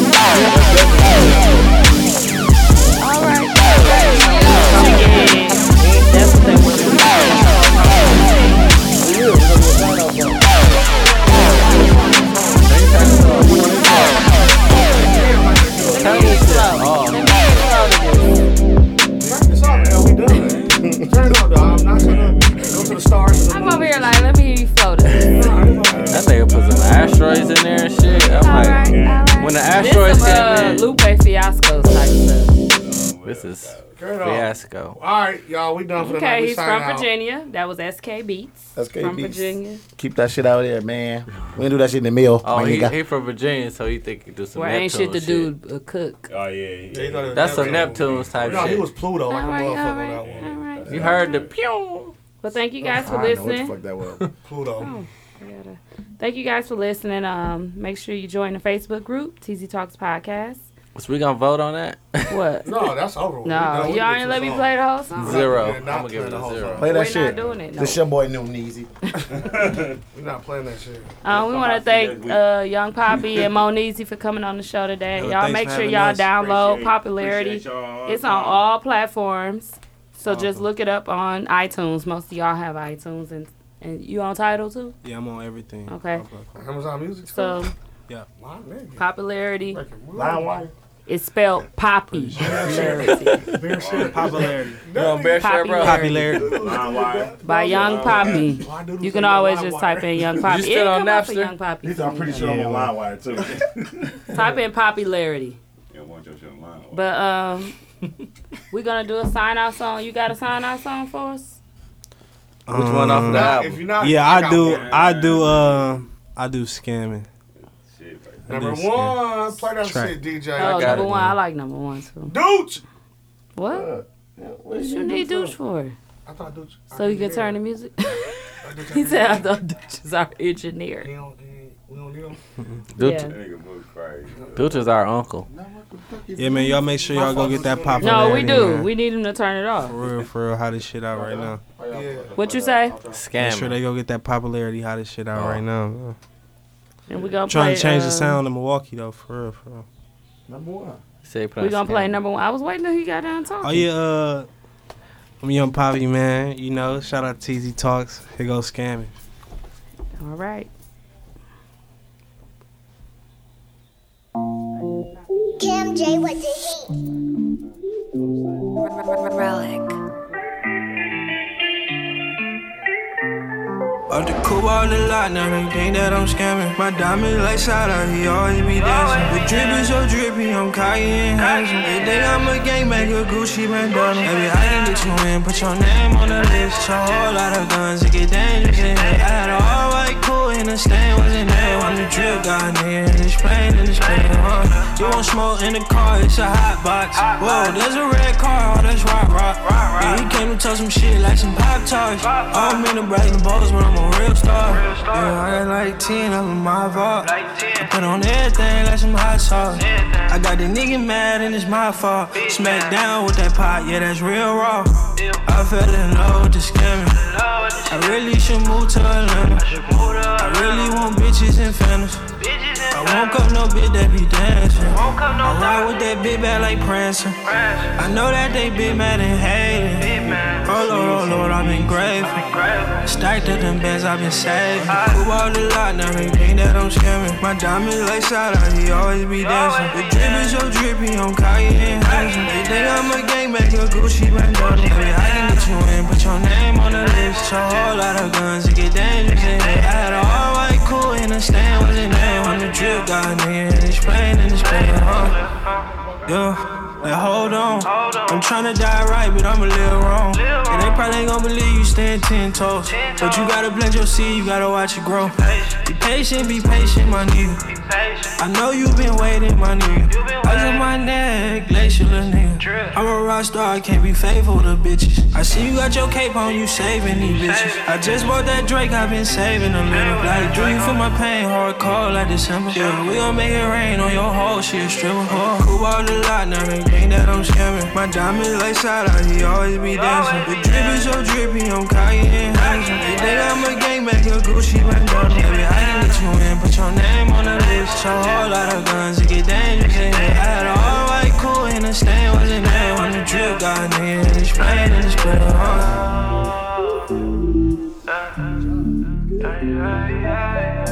Chicken head. That's what they want to do. Turn this shit off. Turn this off, man. We done. Turn it off, dog. I'm not gonna go to the stars. I'm over here like, let me hear you float it. That nigga put some asteroids in there and shit. I'm All like, right, all right. when the This some asteroids hit, uh, man, Lupe Fiasco type stuff. this is Turn it off. fiasco. All right, y'all. We done for the night. Okay, We he's signing from out. Virginia. That was SK Beats. SK from Beats. Virginia. Keep that shit out there, man. We didn't do that shit in the mill. Oh, my he, nigga. he from Virginia, so he think he do some Where ain't Neptune shit to shit. do a cook. Oh, yeah, yeah. Yeah, he thought it was That's some Neptune. Neptune's type No, he shit. was Pluto, like a Alright, motherfucker on alright, that one. alright. you heard the pew. Well, thank you guys for I know what the listening. Oh, fuck that was. Pluto. I gotta- Thank you guys for listening. Um, make sure you join the Facebook group TZ Talks Podcast. So we gonna vote on that? [LAUGHS] What? No, that's over. with. No, Oh, we y'all did ain't your let me song. play the whole song. Zero. We're I'm not gonna give it playing a the whole zero. Play that We're shit. not doing it. No. This your boy New Neasy. We're not playing that shit. Uh, we want to thank uh, Young Poppy and Monizy for coming on the show today. Yo, y'all thanks make for sure having y'all us. download Appreciate- Popularity. appreciate y'all. It's on all platforms. So just look it up on iTunes. Most of y'all have iTunes and and you on title too? Yeah, I'm on everything. Okay. Amazon Music. So my nigga. popularity Freaking move. Line wire. is spelled Poppy. Bear shit. Popularity. No, bear share, bro. Popularity. Line wire. By Young Poppy. Why do You this can nigga always line just wire? type in [LAUGHS] Young Poppy. still It on come up with Napster? Young Poppy. I'm pretty sure I'm on LimeWire, too. Type in popularity. yeah, want your shit oh. on LimeWire. But um, we're gonna do a sign out song. You got a sign out song for us? Which one off of the Um, Nah, If album? you're not, Yeah, check I out do. there. I do. Uh, I do scamming. Shit, right. I Number do scamming. one, play that Track. shit, DJ. Oh, I got number it, one. man. I like number one too. Dooch. What? What you need douche for? I thought Dooch. I So you couldn't can turn [LAUGHS] the hear music. [LAUGHS] He said other douches are engineered. Dutch- Yeah. Dutch is our uncle. Yeah, man, y'all make sure y'all go get that pop. No, we do. Man. We need him to turn it off. for real, for real, how this shit out right now. What you say? Make sure they go get that popularity, how this shit out Oh. right now. And we gonna Trying play, to change uh, the sound of Milwaukee though, for real, for real. Number one. Say We gonna play number one. I was waiting till he got done talking. Oh yeah, uh, I'm Young Poppy, man. You know, shout out to TZ Talks. Here goes scamming. All right. Cam J was a heat. Relic. Off the coupe, on the lot, now everything that I'm scamming. My diamond like Sada, he always be dancing. The drip is so drippy, I'm Cayenne Hansen. They think I'm a gangbanger, Gucci bandana. Baby, I ain't get you in, put your name on the list. A whole lot of guns, it get dangerous in here. I had an all white cool, and the stain wasn't there. When the drip got near, and it's plain and it's plain. huh? You want smoke in the car, it's a hot box. Whoa, there's a red car, oh, that's rock, rock. Yeah, he came to talk some shit like some Pop Tarts. I'm in the bright and balls when I'm a real star. Yeah, I got like 10 of 'em in my vault. I put on everything like some hot sauce. I got the nigga mad and it's my fault. Smack down with that pot, yeah, that's real raw. I fell in love with the scamming. I really should move to Atlanta. I really want bitches and phantoms. I won't come no bitch that be dancing. I ride with that big bag like prancing. I know that they be mad and hating. Oh Lord, oh Lord, I've been grave. Stacked up them bands I've been saving. Who all the lot, now everything that I'm scamming. My diamond like Sada, he always be dancing. The drip is so drippy, I'm Cayenne Hansen. They think I'm a gangbanger, Gucci bandana. Baby, I can get you in, put your name on the list. A whole lot of guns, it get dangerous in here. I had an all white cool and a stand was in there. When the drip got near, it's plain and it's plain, huh? Yeah. Like, hold on. I'm tryna die right, but I'ma live wrong. And they probably ain't gon' believe you stand ten toes. But you gotta plant your seed, you gotta watch it grow. Be patient, be patient, my nigga. I know you been waiting, my nigga. I just my neck, glacial little nigga. I'm a rock star, I can't be faithful to bitches. I see you got your cape on, you saving these bitches. I just bought that Drake, I've been saving a little. Like, do you feel my pain? Hard call like December. Yeah, we gon' make it rain on your whole shit, stripper. Oh, who bought the lot, now everything that I'm scamming. My diamond like Sada, he always be dancing. The drip is so drippy, I'm Cayenne Hansen. They think I'm a gangbanger, Gucci bandana. Baby, I can get you in, put your name on the list. A whole lot of guns, it get dangerous in here. I had an all white cool, and the stain wasn't there. When the drip got near, it's plain and it's clear, huh?